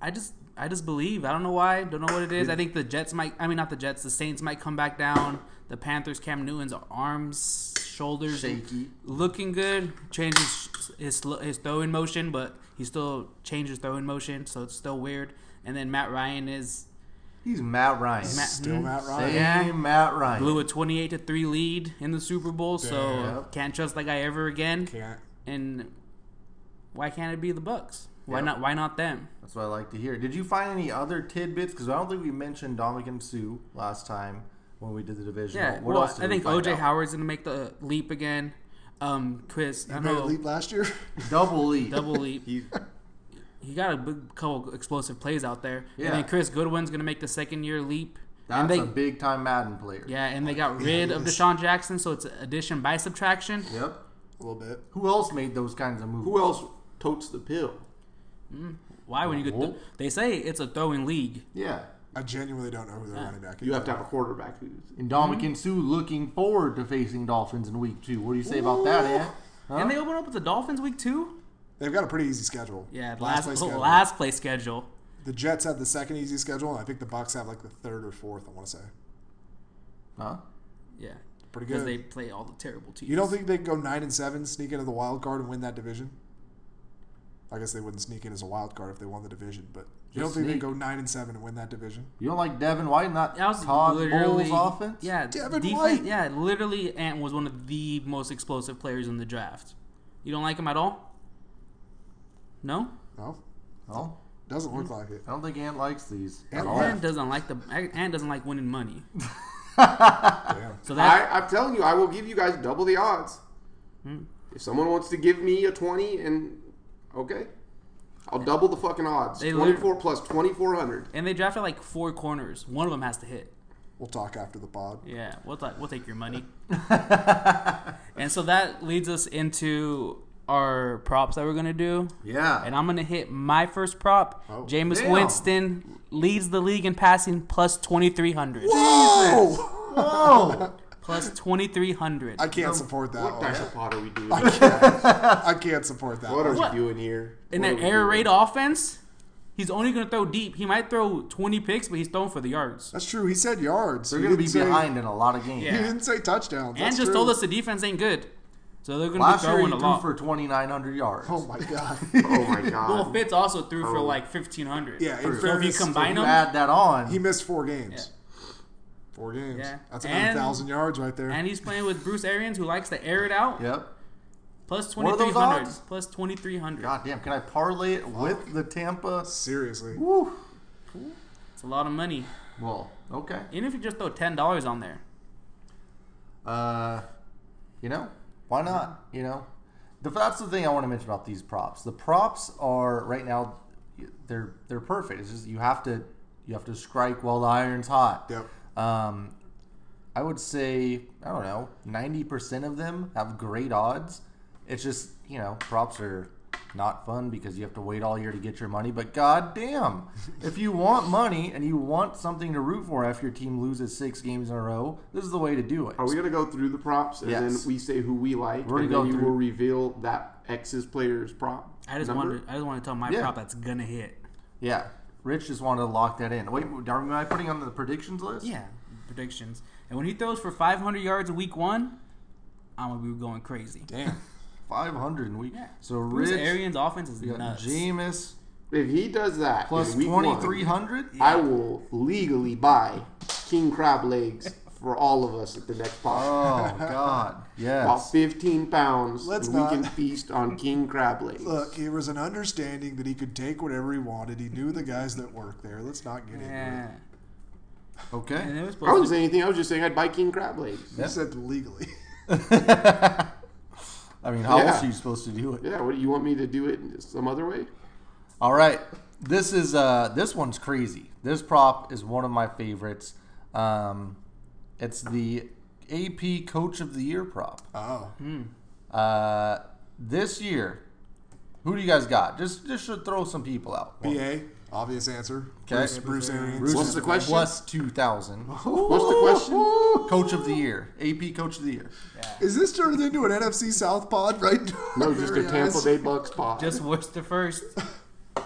Speaker 3: I just I just believe. I don't know why. Don't know what it is. I think the Jets might. I mean, not the Jets. The Saints might come back down. The Panthers. Cam Newton's arms, shoulders,
Speaker 4: Shaky.
Speaker 3: looking good. Changes his sl- his throwing motion, but he still changes throwing motion, so it's still weird. And then Matt Ryan is
Speaker 4: he's Matt Ryan.
Speaker 3: Matt,
Speaker 1: Still
Speaker 3: mm,
Speaker 1: Matt Ryan.
Speaker 4: Same
Speaker 3: Yeah.
Speaker 4: Matt Ryan.
Speaker 3: blew a twenty eight to three lead in the Super Bowl, so
Speaker 4: Damn.
Speaker 3: can't trust that guy ever again.
Speaker 1: Can't.
Speaker 3: And why can't it be the Bucks? Why
Speaker 4: Yep.
Speaker 3: not? Why not them?
Speaker 4: That's what I like to hear. Did you find any other tidbits? Because I don't think we mentioned Dominican Sue last time when we did the division.
Speaker 3: Yeah,
Speaker 4: What
Speaker 3: well,
Speaker 4: else did
Speaker 3: I
Speaker 4: we
Speaker 3: think
Speaker 4: find
Speaker 3: OJ
Speaker 4: out?
Speaker 3: Howard's gonna make the leap again. Um, Chris, I
Speaker 1: He made a
Speaker 3: know
Speaker 1: leap last year.
Speaker 4: double E. leap.
Speaker 3: double leap.
Speaker 2: He's
Speaker 3: He got a big couple explosive plays out there.
Speaker 4: Yeah.
Speaker 3: And then Chris Goodwin's gonna make the second year leap.
Speaker 4: That's
Speaker 3: and they,
Speaker 4: a big time Madden player.
Speaker 3: yeah, and they got rid of Deshaun Jackson, so it's addition by subtraction.
Speaker 4: Yep.
Speaker 1: a little bit.
Speaker 4: Who else made those kinds of moves?
Speaker 2: Who else totes the pill?
Speaker 3: Why when you could?
Speaker 4: Whoa.
Speaker 3: they say it's a throwing league.
Speaker 4: Yeah.
Speaker 1: I genuinely don't know who their running back is.
Speaker 2: You have to have a quarterback who's
Speaker 4: And Dominican Sue looking forward to facing Dolphins in week two. What do you say about that, Ant? Huh?
Speaker 3: And they open up with the Dolphins week two.
Speaker 1: They've got a pretty easy schedule.
Speaker 3: Yeah, the
Speaker 1: last
Speaker 3: last
Speaker 1: place
Speaker 3: last,
Speaker 1: schedule.
Speaker 3: play schedule.
Speaker 1: The Jets have the second easy schedule, and I think the Bucks have like the third or fourth. I want to say
Speaker 4: Huh?
Speaker 3: Yeah,
Speaker 1: pretty
Speaker 3: because
Speaker 1: good.
Speaker 3: they play all the terrible teams.
Speaker 1: you don't think they can go nine and seven, sneak into the wild card, and win that division? I guess they wouldn't sneak in as a wild card if they won the division, but you don't
Speaker 4: Just
Speaker 1: think they
Speaker 4: sneak.
Speaker 1: go nine and seven and win that division?
Speaker 4: You don't like Devin White, not
Speaker 3: That was
Speaker 4: Todd
Speaker 3: literally
Speaker 4: Bowles' offense?
Speaker 3: Yeah,
Speaker 1: Devin
Speaker 3: defense,
Speaker 1: White.
Speaker 3: Yeah, literally, Ant was one of the most explosive players in the draft. You don't like him at all? No,
Speaker 1: No,
Speaker 4: Well,
Speaker 1: doesn't
Speaker 3: Mm-hmm.
Speaker 1: look like it.
Speaker 4: I don't think Ant likes these.
Speaker 1: Ant-
Speaker 4: at all.
Speaker 3: Ant doesn't like the Ant doesn't like winning money.
Speaker 1: Damn.
Speaker 2: I,
Speaker 3: So that
Speaker 2: I'm telling you, I will give you guys double the odds.
Speaker 3: Hmm.
Speaker 2: If someone wants to give me a 20 and okay, I'll double the fucking odds.
Speaker 3: They
Speaker 2: 24 plus 2400.
Speaker 3: and they drafted like four corners. One of them has to hit.
Speaker 1: We'll talk after the pod.
Speaker 3: Yeah, we'll ta- we'll take your money. and so that leads us into our props that we're gonna do.
Speaker 4: Yeah.
Speaker 3: And I'm gonna hit my first prop. Jameis
Speaker 4: Oh, Damn.
Speaker 3: Winston leads the league in passing plus 2,300.
Speaker 1: Oh,
Speaker 4: oh!
Speaker 3: Plus 2,300.
Speaker 1: I can't support that.
Speaker 2: What
Speaker 1: One.
Speaker 2: type of pot are we doing?
Speaker 1: I can't support that.
Speaker 2: What
Speaker 1: one.
Speaker 2: are
Speaker 3: What?
Speaker 2: we doing here?
Speaker 3: In
Speaker 2: What
Speaker 3: an
Speaker 2: are we
Speaker 3: air
Speaker 2: doing?
Speaker 3: raid offense, he's only gonna throw deep. He might throw 20 picks, but he's throwing for the yards.
Speaker 1: That's true. He said yards.
Speaker 4: They're
Speaker 1: He
Speaker 4: going to be
Speaker 1: didn't say-
Speaker 4: behind in a lot of games.
Speaker 1: He
Speaker 3: Yeah.
Speaker 1: didn't say touchdowns.
Speaker 3: And
Speaker 1: That's
Speaker 3: just
Speaker 1: true.
Speaker 3: told us the defense ain't good. So they're gonna
Speaker 4: Last
Speaker 3: be
Speaker 4: year he
Speaker 3: throwing a
Speaker 4: threw
Speaker 3: lot.
Speaker 4: for 2,900 yards.
Speaker 1: Oh my god.
Speaker 2: Oh my
Speaker 3: Well,
Speaker 2: god.
Speaker 3: Fitz also threw
Speaker 4: Oh.
Speaker 3: for like 1,500.
Speaker 1: Yeah, in
Speaker 3: So if you
Speaker 1: fairness,
Speaker 3: combine
Speaker 4: you
Speaker 3: them,
Speaker 4: add that on.
Speaker 1: He missed four games. Four games.
Speaker 3: Yeah.
Speaker 1: That's
Speaker 3: And-
Speaker 1: another thousand yards right there.
Speaker 3: and he's playing with Bruce Arians, who likes to air it out,
Speaker 4: yep.
Speaker 3: plus
Speaker 4: What are those
Speaker 3: 2,300.
Speaker 4: odds?
Speaker 3: Plus 2,300.
Speaker 4: God damn, can I parlay it with the Tampa?
Speaker 1: Seriously.
Speaker 4: Woo.
Speaker 3: It's a lot of money.
Speaker 4: Well, okay.
Speaker 3: Even if you just throw $10 on there.
Speaker 4: Uh, you know, Why not? You know, the, that's the thing I want to mention about these props. The props are right now, they're they're perfect. It's just you have to you have to strike while the iron's hot.
Speaker 1: Yep.
Speaker 4: Um, I would say I don't know, ninety percent of them have great odds. It's just you know props are not fun because you have to wait all year to get your money. But goddamn, if you want money and you want something to root for after your team loses six games in a row, this is the way to do it.
Speaker 2: Are we gonna go through the props and
Speaker 4: Yes.
Speaker 2: then we say who we like,
Speaker 4: We're
Speaker 2: and then
Speaker 4: gonna go
Speaker 2: you
Speaker 4: through-
Speaker 2: will reveal that X's player's prop?
Speaker 3: I just
Speaker 2: number?
Speaker 3: wanted. I just want to tell my
Speaker 4: Yeah.
Speaker 3: prop that's gonna hit.
Speaker 4: Yeah. Rich just wanted to lock that in. Wait, are am I putting on the predictions list?
Speaker 3: Yeah, predictions. And when he throws for 500 yards week one, I'm gonna be going crazy.
Speaker 1: Damn.
Speaker 4: 500 in week.
Speaker 3: Yeah.
Speaker 4: So
Speaker 3: Bruce
Speaker 4: Rich,
Speaker 3: Arians' offense is
Speaker 4: we got
Speaker 3: nuts.
Speaker 4: Jameis
Speaker 2: If he does that
Speaker 4: plus
Speaker 2: in week one,
Speaker 4: 2300.
Speaker 2: I will legally buy king crab legs for all of us at the next pod.
Speaker 4: Oh god.
Speaker 2: About
Speaker 4: Yes.
Speaker 2: fifteen pounds,
Speaker 1: Let's
Speaker 2: and we can
Speaker 1: not.
Speaker 2: feast on king crab legs.
Speaker 1: Look, it was an understanding that he could take whatever he wanted. He knew the guys that worked there. Let's not get into it.
Speaker 3: Yeah. And
Speaker 4: Okay.
Speaker 3: it was
Speaker 2: I wasn't
Speaker 3: supposed to.
Speaker 2: saying anything. I was just saying I'd buy king crab legs.
Speaker 1: You said legally.
Speaker 4: I mean, how
Speaker 2: Yeah.
Speaker 4: else are you supposed to do it?
Speaker 2: Yeah, what do you want me to do it in some other way?
Speaker 4: All right. This is uh this one's crazy. This prop is one of my favorites. Um it's the AP coach of the year prop.
Speaker 1: Oh.
Speaker 2: Hmm.
Speaker 4: Uh this year, who do you guys got? Just just should throw some people out.
Speaker 1: BA, obvious answer.
Speaker 4: Okay.
Speaker 1: Bruce, Bruce Arians.
Speaker 4: Bruce
Speaker 2: What's
Speaker 4: is
Speaker 2: the question?
Speaker 4: Plus 2,000.
Speaker 2: What's the question?
Speaker 4: Coach of the year. AP Coach of the year.
Speaker 1: Is this turned into an NFC South pod right now?
Speaker 2: No, just a
Speaker 1: Very
Speaker 2: Tampa
Speaker 1: eyes.
Speaker 2: Bay Bucks pod.
Speaker 3: Just what's the first?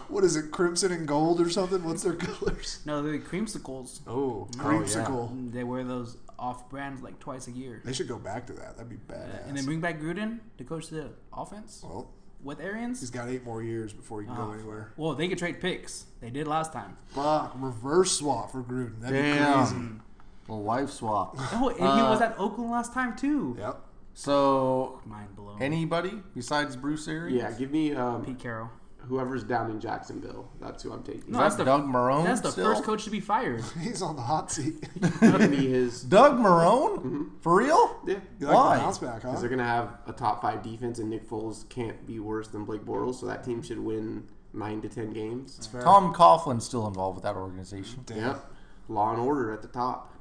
Speaker 1: What is it, crimson and gold or something? What's their colors?
Speaker 3: No, they're creamsicles.
Speaker 1: Oh, creamsicle.
Speaker 3: They wear those off brands like twice a year.
Speaker 1: They should go back to that. That'd be badass.
Speaker 3: And then bring back Gruden to coach the offense
Speaker 1: well,
Speaker 3: with Arians.
Speaker 1: he's got eight more years before he can go
Speaker 3: Oh.
Speaker 1: anywhere.
Speaker 3: Well, they could trade picks. They did last time.
Speaker 1: Fuck, reverse swap for Gruden. That'd
Speaker 4: Damn.
Speaker 1: be crazy.
Speaker 4: Well, wife swap.
Speaker 3: Oh, and he was at Oakland last time too.
Speaker 1: Yep.
Speaker 4: So,
Speaker 3: Mind blown.
Speaker 4: anybody besides Bruce Arians?
Speaker 2: yeah, give me um,
Speaker 3: Pete Carroll.
Speaker 2: whoever's down in Jacksonville. That's who I'm taking.
Speaker 3: No,
Speaker 4: Is
Speaker 3: that's
Speaker 4: that
Speaker 3: the
Speaker 4: Doug Marone
Speaker 3: That's the
Speaker 4: still?
Speaker 3: first coach to be fired.
Speaker 1: He's on the hot seat.
Speaker 2: Give me his.
Speaker 4: Doug Marone?
Speaker 2: Mm-hmm.
Speaker 4: For real?
Speaker 2: Yeah.
Speaker 1: You like
Speaker 4: Why?
Speaker 1: the bounce back, huh?
Speaker 2: Because they're going to have a top five defense, and Nick Foles can't be worse than Blake Bortles, so that team should win nine to ten games.
Speaker 4: Tom Coughlin's still involved with that organization.
Speaker 2: Yep. Law and order at the top.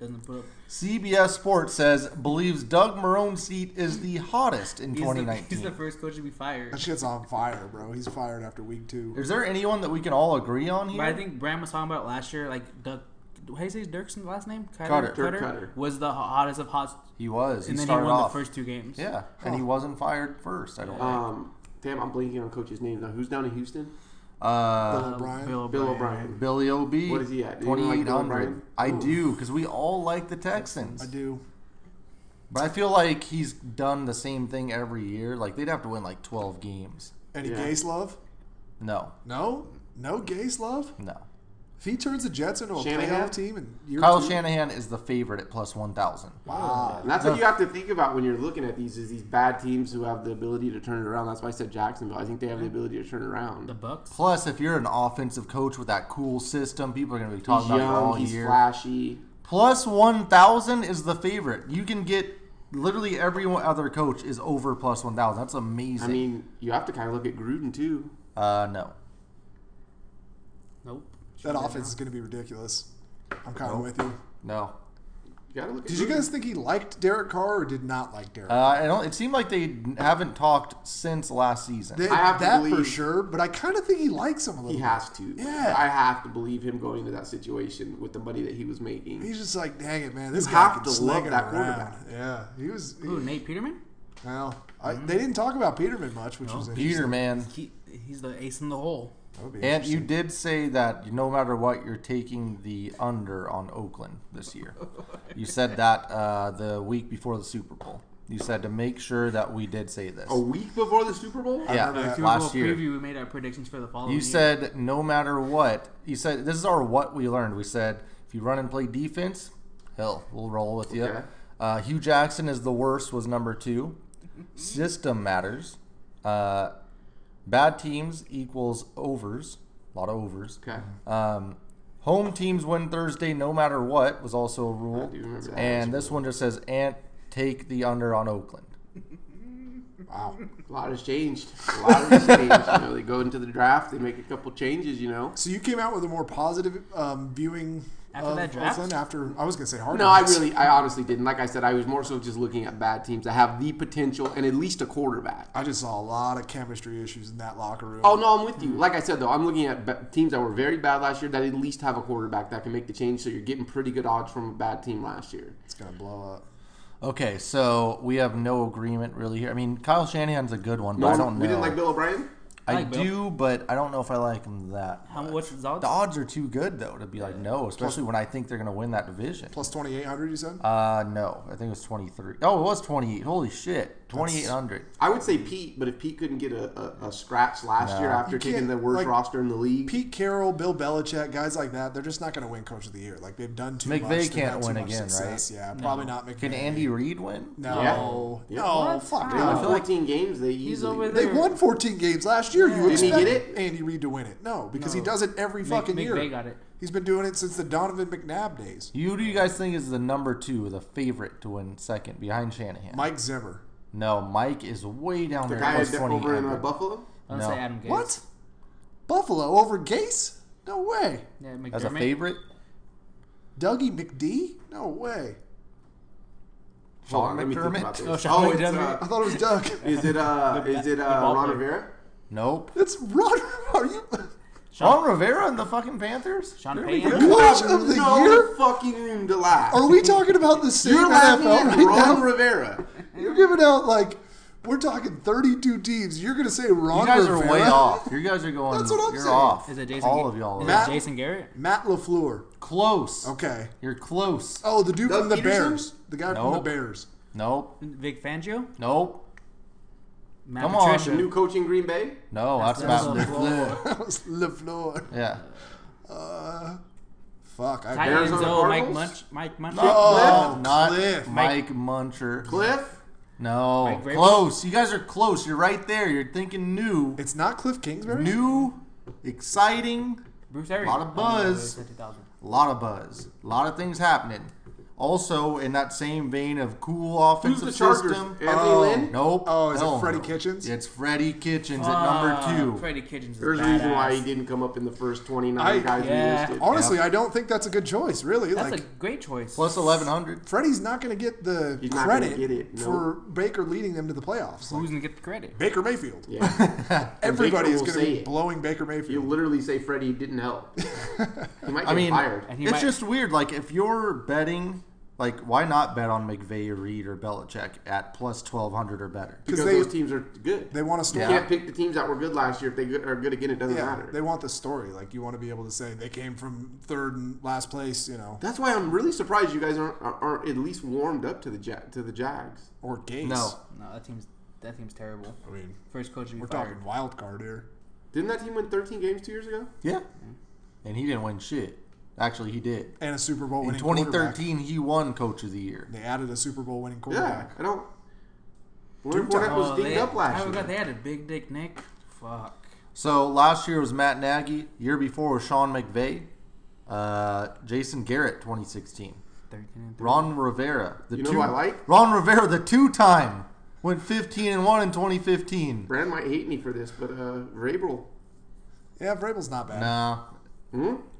Speaker 3: Doesn't put up.
Speaker 4: CBS Sports says believes Doug Marone's seat is the hottest in
Speaker 3: He's the,
Speaker 4: 2019.
Speaker 3: he's the first coach to be fired.
Speaker 1: That shit's on fire, bro. He's fired after week two.
Speaker 4: is there anyone that we can all agree on here?
Speaker 3: But I think Bram was talking about last year, like Doug. How do you say his Dirksen's last name?
Speaker 4: Cutter.
Speaker 3: Cutter.
Speaker 2: Dirk Cutter.
Speaker 3: was the hottest of hot,
Speaker 4: he was. he
Speaker 3: and then he
Speaker 4: started
Speaker 3: won
Speaker 4: off.
Speaker 3: the first Oh. two games.
Speaker 4: Yeah, and he wasn't fired first. I don't think.
Speaker 2: Um, damn, I'm blanking on coach's name now. Who's down in Houston?
Speaker 4: Uh,
Speaker 1: Bill O'Brien.
Speaker 3: Bill O'Brien.
Speaker 2: Bill O'Brien.
Speaker 4: Billy O'B.
Speaker 2: What is he at? Do you like
Speaker 4: Twenty
Speaker 2: Bill
Speaker 4: eight hundred.
Speaker 2: O'Brien?
Speaker 4: I do because we all like the Texans,
Speaker 1: I do.
Speaker 4: but I feel like he's done the same thing every year. Like they'd have to win like twelve games.
Speaker 1: Any
Speaker 2: Yeah.
Speaker 1: gays love?
Speaker 4: No,
Speaker 1: No? No gays love?
Speaker 4: no.
Speaker 1: If he turns the Jets into a
Speaker 2: Shanahan?
Speaker 1: playoff team and you're
Speaker 4: Kyle Shanahan Ah, is the favorite at plus one thousand.
Speaker 1: Wow.
Speaker 2: And that's what you have to think about when you're looking at these is these bad teams who have the ability to turn it around. That's why I said Jacksonville. I think they have the ability to turn it around.
Speaker 3: The Bucks.
Speaker 4: Plus, if you're an offensive coach with that cool system, people are going to be
Speaker 2: He's
Speaker 4: talking about you
Speaker 2: young,
Speaker 4: all
Speaker 2: he's
Speaker 4: year.
Speaker 2: flashy.
Speaker 4: Plus one thousand is the favorite. You can get literally every other coach is over plus one thousand. That's
Speaker 2: I
Speaker 4: amazing.
Speaker 2: mean, you have to kind of look at Gruden too.
Speaker 4: uh, no.
Speaker 3: Nope.
Speaker 1: that offense is going to be ridiculous. I'm kind of with you.
Speaker 4: No,
Speaker 2: You got to look at
Speaker 1: Did you
Speaker 2: Gruden.
Speaker 1: guys think he liked Derek Carr or did not like Derek?
Speaker 4: Uh, I don't. It seemed like they haven't talked since last season.
Speaker 1: They-
Speaker 2: Uh, I have to
Speaker 1: that for
Speaker 2: believe-
Speaker 1: sure, but I kind of think he likes him a little.
Speaker 2: He
Speaker 1: bit.
Speaker 2: has to.
Speaker 1: Yeah.
Speaker 2: I have to believe him going into that situation with the money that he was making.
Speaker 1: He's just like, dang it, man, this guy
Speaker 2: have
Speaker 1: can
Speaker 2: to
Speaker 1: sling
Speaker 2: love
Speaker 1: it
Speaker 2: that
Speaker 1: around."
Speaker 2: quarterback.
Speaker 1: Yeah, he was. He,
Speaker 3: Ooh, Nate Peterman.
Speaker 1: well, I, they didn't talk about Peterman much, which was interesting.
Speaker 4: Mm-hmm. Peter, man,
Speaker 3: He, he's the ace in the hole.
Speaker 1: That would be
Speaker 4: and you
Speaker 1: interesting.
Speaker 4: did say that no matter what, you're taking the under on Oakland this year. You said that uh, the week before the Super Bowl. You said to make sure that we did say this.
Speaker 2: A
Speaker 3: Oh,
Speaker 2: week before the Super Bowl?
Speaker 4: yeah,
Speaker 1: remember that.
Speaker 3: Super
Speaker 4: last
Speaker 3: Bowl
Speaker 4: year.
Speaker 3: preview, we made our predictions for the following.
Speaker 2: Oh,
Speaker 4: You
Speaker 3: year.
Speaker 4: said no matter what. You said this is our what we learned. We said if you run and play defense, hell, we'll roll with you.
Speaker 2: Okay.
Speaker 4: Uh, Hugh Jackson is the worst. Was number two. System matters. Uh, bad teams equals overs. A lot of overs.
Speaker 2: Okay.
Speaker 4: Um, home teams win Thursday no matter what was also a rule.
Speaker 2: do remember that.
Speaker 4: And this one just says and take the under on Oakland.
Speaker 1: Wow.
Speaker 2: A lot has changed. A lot has changed. You know, they go into the draft, they make a couple changes. You know.
Speaker 1: So you came out with a more positive um, viewing
Speaker 3: After
Speaker 1: of
Speaker 3: that draft?
Speaker 1: Oakland after I was gonna say hard.
Speaker 2: No, I
Speaker 1: knocks.
Speaker 2: really, I honestly didn't. Like I said, I was more so just looking at bad teams that have the potential and at least a quarterback.
Speaker 1: I just saw a lot of chemistry issues in that locker room.
Speaker 2: Oh no, I'm with you. Like I said though, I'm looking at ba- teams that were very bad last year that at least have a quarterback that can make the change. So you're getting pretty good odds from a bad team last year.
Speaker 1: It's gonna blow up.
Speaker 4: Okay, so we have no agreement really here. I mean, Kyle Shanahan's a good one, but
Speaker 2: No,
Speaker 4: I don't know.
Speaker 2: we didn't like Bill O'Brien.
Speaker 4: I,
Speaker 3: like Bill.
Speaker 4: do, but I don't know if I like him that.
Speaker 3: How
Speaker 4: much.
Speaker 3: what's his odds?
Speaker 4: The odds are too good though to be like no, especially when I think they're going to win that division.
Speaker 1: Plus twenty eight hundred, you said?
Speaker 4: Uh, no, I think it was twenty three. Oh, it was twenty eight. Holy shit, twenty eight hundred.
Speaker 2: I would say Pete, but if Pete couldn't get a, a, a scratch last year after
Speaker 1: You can't,
Speaker 2: taking the worst
Speaker 1: like,
Speaker 2: roster in the league,
Speaker 1: Pete Carroll, Bill Belichick, guys like that, they're just not going to win Coach of the Year. Like they've done too
Speaker 4: McVay
Speaker 1: much. They've
Speaker 4: can't
Speaker 1: had too
Speaker 4: win
Speaker 1: much
Speaker 4: again,
Speaker 1: success. Yeah, probably not McVay.
Speaker 4: Can Andy Reid win?
Speaker 1: No,
Speaker 2: Yeah.
Speaker 1: no,
Speaker 3: What?
Speaker 1: fuck
Speaker 2: they won
Speaker 1: no.
Speaker 3: Wow.
Speaker 2: 14 uh, games. They easily.
Speaker 3: over there.
Speaker 1: They won 14 games last year. You would
Speaker 2: Didn't he
Speaker 1: expect
Speaker 2: get it?
Speaker 1: Andy Reid to win it? No, because he
Speaker 3: No.
Speaker 1: does it every
Speaker 3: Mc-
Speaker 1: fucking year.
Speaker 3: McVay got it.
Speaker 1: He's been doing it since the Donovan McNabb days.
Speaker 4: You do you guys think is the number two, the favorite to win second behind Shanahan?
Speaker 1: Mike Zimmer.
Speaker 4: No, Mike is way down
Speaker 2: The
Speaker 4: there.
Speaker 2: guy
Speaker 4: plus
Speaker 2: that over in uh,
Speaker 4: 2800.
Speaker 2: Buffalo.
Speaker 3: I'll
Speaker 4: No.
Speaker 3: say Adam Gase.
Speaker 1: What? Buffalo over Gase? No way.
Speaker 3: Yeah,
Speaker 4: As a
Speaker 3: McDermott.
Speaker 4: favorite,
Speaker 1: Dougie McD? No way.
Speaker 2: Hold
Speaker 4: Sean
Speaker 2: on, let me think about
Speaker 4: McDermott.
Speaker 2: this.
Speaker 3: Oh,
Speaker 2: Oh,
Speaker 3: Sean
Speaker 2: it's,
Speaker 3: McDermott.
Speaker 1: I
Speaker 2: uh,
Speaker 1: thought it was Doug.
Speaker 2: is it uh, is it
Speaker 3: the
Speaker 2: uh,
Speaker 3: ball
Speaker 2: Ron
Speaker 3: player.
Speaker 2: Rivera?
Speaker 4: Nope.
Speaker 1: It's Ron. Are you?
Speaker 4: Sean Rivera and the fucking Panthers.
Speaker 3: Sean
Speaker 4: They're
Speaker 3: Payton.
Speaker 4: good.
Speaker 1: Coach of the
Speaker 2: no
Speaker 1: year?
Speaker 2: fucking room to laugh.
Speaker 1: Are we talking about the same
Speaker 2: You're laughing
Speaker 1: NFL
Speaker 2: at
Speaker 1: right
Speaker 2: Ron
Speaker 1: now?
Speaker 2: Rivera.
Speaker 1: You're giving out like we're talking 32 teams. You're gonna say Ron
Speaker 4: You guys are
Speaker 1: Rivera?
Speaker 4: way off. You guys are going.
Speaker 1: That's what I'm
Speaker 4: you're
Speaker 1: saying.
Speaker 4: off.
Speaker 3: Is it Jason?
Speaker 4: All
Speaker 3: Ga-
Speaker 4: of y'all.
Speaker 3: Is
Speaker 4: Are
Speaker 1: Matt-
Speaker 3: it Jason Garrett?
Speaker 1: Matt Lafleur.
Speaker 4: close.
Speaker 1: Okay.
Speaker 4: You're close.
Speaker 1: Oh, the dude
Speaker 2: Doug
Speaker 1: from the
Speaker 2: Peterson?
Speaker 1: Bears. The guy from the
Speaker 4: Nope.
Speaker 1: Bears.
Speaker 4: Nope.
Speaker 3: Vic Fangio?
Speaker 4: Nope.
Speaker 3: Matt
Speaker 4: Come on.
Speaker 3: Patricia?
Speaker 2: The new coach in Green Bay.
Speaker 4: No. That's,
Speaker 3: That's
Speaker 4: about
Speaker 3: Matt
Speaker 4: Lafleur.
Speaker 1: That was Lafleur.
Speaker 4: Yeah.
Speaker 1: Fuck. I
Speaker 3: Tight ends,
Speaker 2: Arizona
Speaker 3: oh, Mike Munch.
Speaker 2: Cardinals?
Speaker 3: Mike Munch.
Speaker 1: Oh,
Speaker 4: Not
Speaker 1: Cliff.
Speaker 4: Mike Muncher.
Speaker 2: Cliff.
Speaker 4: No.
Speaker 3: Mike Vrabel?
Speaker 4: close. You guys are close. You're right there. You're thinking new,
Speaker 1: It's not Cliff Kingsbury.
Speaker 4: new, exciting.
Speaker 3: Bruce Arians.
Speaker 4: Lot of buzz. A lot of buzz. A lot of things happening. Also, in that same vein of cool
Speaker 2: Who's
Speaker 4: offensive
Speaker 2: the Chargers?
Speaker 4: system. uh,
Speaker 2: Anthony
Speaker 1: Oh.
Speaker 2: Lynn.
Speaker 4: Nope.
Speaker 1: Oh, is it
Speaker 4: Hell
Speaker 1: Freddie Kitchens?
Speaker 4: It's Freddie Kitchens
Speaker 2: Ah,
Speaker 4: at number two.
Speaker 3: Uh, Freddie Kitchens is
Speaker 2: There's a
Speaker 3: badass.
Speaker 2: reason why he didn't come up in the first 29
Speaker 1: I-
Speaker 2: guys
Speaker 3: Yeah.
Speaker 2: we listed.
Speaker 1: Honestly, I don't think that's a good choice. Really,
Speaker 3: That's
Speaker 1: like
Speaker 3: a great choice.
Speaker 4: Plus 1100.
Speaker 1: Freddie's not going to get the
Speaker 2: He's not
Speaker 1: credit
Speaker 2: gonna get it, no.
Speaker 1: for Baker leading them to the playoffs. Like,
Speaker 3: Who's going to get the credit?
Speaker 1: Baker Mayfield.
Speaker 2: Yeah.
Speaker 1: Everybody
Speaker 2: Baker
Speaker 1: is
Speaker 2: will
Speaker 1: going to be
Speaker 2: say it.
Speaker 1: blowing Baker
Speaker 2: You
Speaker 1: Mayfield.
Speaker 2: literally say Freddie didn't help. He might get
Speaker 4: I mean,
Speaker 2: fired.
Speaker 3: And he
Speaker 4: it's
Speaker 3: might-
Speaker 4: just weird. Like, if you're betting, like, why not bet on McVay or Reed or Belichick at plus 1200 or better?
Speaker 2: because
Speaker 1: they-
Speaker 2: those teams are good.
Speaker 1: They want a story.
Speaker 2: you can't pick the teams that were good last year. If they go- are good again, it doesn't
Speaker 1: Yeah,
Speaker 2: matter.
Speaker 1: they want the story. Like you want to be able to say they came from third and last place, you know,
Speaker 2: That's why I'm really surprised you guys aren't, are- aren't at least warmed up to the ja- to the Jags.
Speaker 1: or Gates.
Speaker 4: No.
Speaker 3: No, that team's that team's terrible.
Speaker 1: I mean,
Speaker 3: First coach to be
Speaker 1: we're
Speaker 3: fired.
Speaker 1: talking wild card here.
Speaker 2: Didn't that team win 13 games two years ago?
Speaker 4: Yeah. Mm-hmm. And he didn't win shit. Actually, he did.
Speaker 1: And a Super Bowl
Speaker 4: In
Speaker 1: winning quarterback.
Speaker 4: 2013, he won Coach of the Year.
Speaker 1: They added a Super Bowl winning
Speaker 2: Yeah,
Speaker 1: quarterback.
Speaker 2: I don't. Leonard
Speaker 1: Two
Speaker 2: Fournette was
Speaker 3: Oh,
Speaker 2: dinged
Speaker 3: they,
Speaker 2: up
Speaker 3: I
Speaker 2: last year.
Speaker 3: forgot they had a big dick Nick. Fuck.
Speaker 4: So last year was Matt Nagy. Year before was Sean McVay. Uh, Jason Garrett, 2016.
Speaker 3: 13 and 3.
Speaker 4: Ron Rivera, the
Speaker 2: You know
Speaker 4: two,
Speaker 2: who I like?
Speaker 4: Ron Rivera, the two-time, went 15 and one in 2015.
Speaker 2: Brand might hate me for this, but uh, Vrabel.
Speaker 1: Yeah, Vrabel's not bad.
Speaker 4: Nah,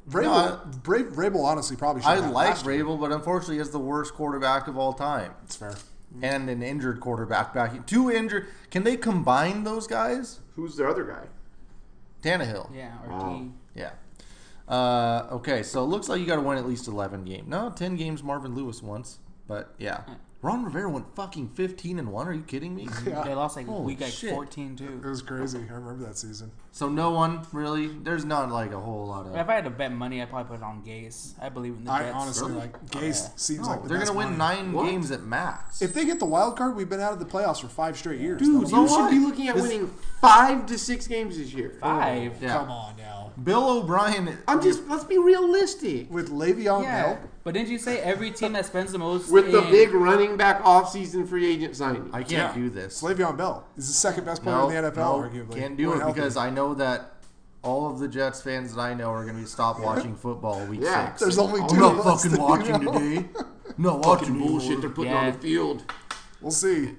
Speaker 1: Vrabel,
Speaker 4: No, I-
Speaker 1: Bra- Vrabel honestly probably should
Speaker 4: I
Speaker 1: have
Speaker 4: like
Speaker 1: last year.
Speaker 4: Rabel, but unfortunately, he's the worst quarterback of all time,
Speaker 1: It's fair.
Speaker 4: and an injured quarterback back. Two injured. Can they combine those guys?
Speaker 2: Who's the other guy?
Speaker 4: Tannehill.
Speaker 3: Yeah, RT.
Speaker 2: Wow.
Speaker 4: Yeah. Uh, okay, so it looks like you got to win at least 11 games. No, 10 games Marvin Lewis once, but yeah. Ron Rivera went fucking 15 and 1. Are you kidding me?
Speaker 3: They lost like
Speaker 4: Holy
Speaker 3: week like
Speaker 4: shit.
Speaker 3: 14
Speaker 1: It
Speaker 3: too.
Speaker 1: was crazy. I remember that season.
Speaker 4: so no one really. There's not like a whole lot of.
Speaker 3: If I had to bet money, I'd probably put it on Gase. I believe in the
Speaker 1: I
Speaker 3: Jets.
Speaker 1: honestly
Speaker 2: Oh,
Speaker 1: like Gase seems
Speaker 4: No,
Speaker 1: like the
Speaker 4: they're
Speaker 1: best
Speaker 4: gonna win
Speaker 1: money.
Speaker 4: nine
Speaker 2: What?
Speaker 4: games at max.
Speaker 1: If they get the wild card, we've been out of the playoffs for five straight years.
Speaker 2: Dude,
Speaker 1: That'll
Speaker 2: you
Speaker 1: be-
Speaker 2: should
Speaker 4: what?
Speaker 2: be looking at
Speaker 4: This-
Speaker 2: winning five to six games this year.
Speaker 3: Five.
Speaker 4: Yeah.
Speaker 1: come on now.
Speaker 4: Bill O'Brien,
Speaker 2: I'm just let's be realistic.
Speaker 1: With Le'Veon
Speaker 3: Yeah.
Speaker 1: Bell,
Speaker 3: But didn't you say every team that spends the most
Speaker 2: With the
Speaker 3: in-
Speaker 2: big running back offseason free agent signing.
Speaker 4: I can't
Speaker 1: Yeah.
Speaker 4: do
Speaker 1: it's
Speaker 4: this.
Speaker 1: Le'Veon Bell. He's the second best player
Speaker 4: No,
Speaker 1: in the NFL,
Speaker 4: no,
Speaker 1: arguably.
Speaker 4: can't do
Speaker 1: When
Speaker 4: it
Speaker 1: healthy.
Speaker 4: because I know that all of the Jets fans that I know are gonna be stop watching football week
Speaker 2: Yeah.
Speaker 4: six.
Speaker 1: there's only two.
Speaker 4: I'm not
Speaker 1: of us
Speaker 4: fucking
Speaker 1: that-
Speaker 4: watching today. No watching
Speaker 2: Bullshit they're putting on
Speaker 3: Yeah.
Speaker 2: the field.
Speaker 1: We'll see.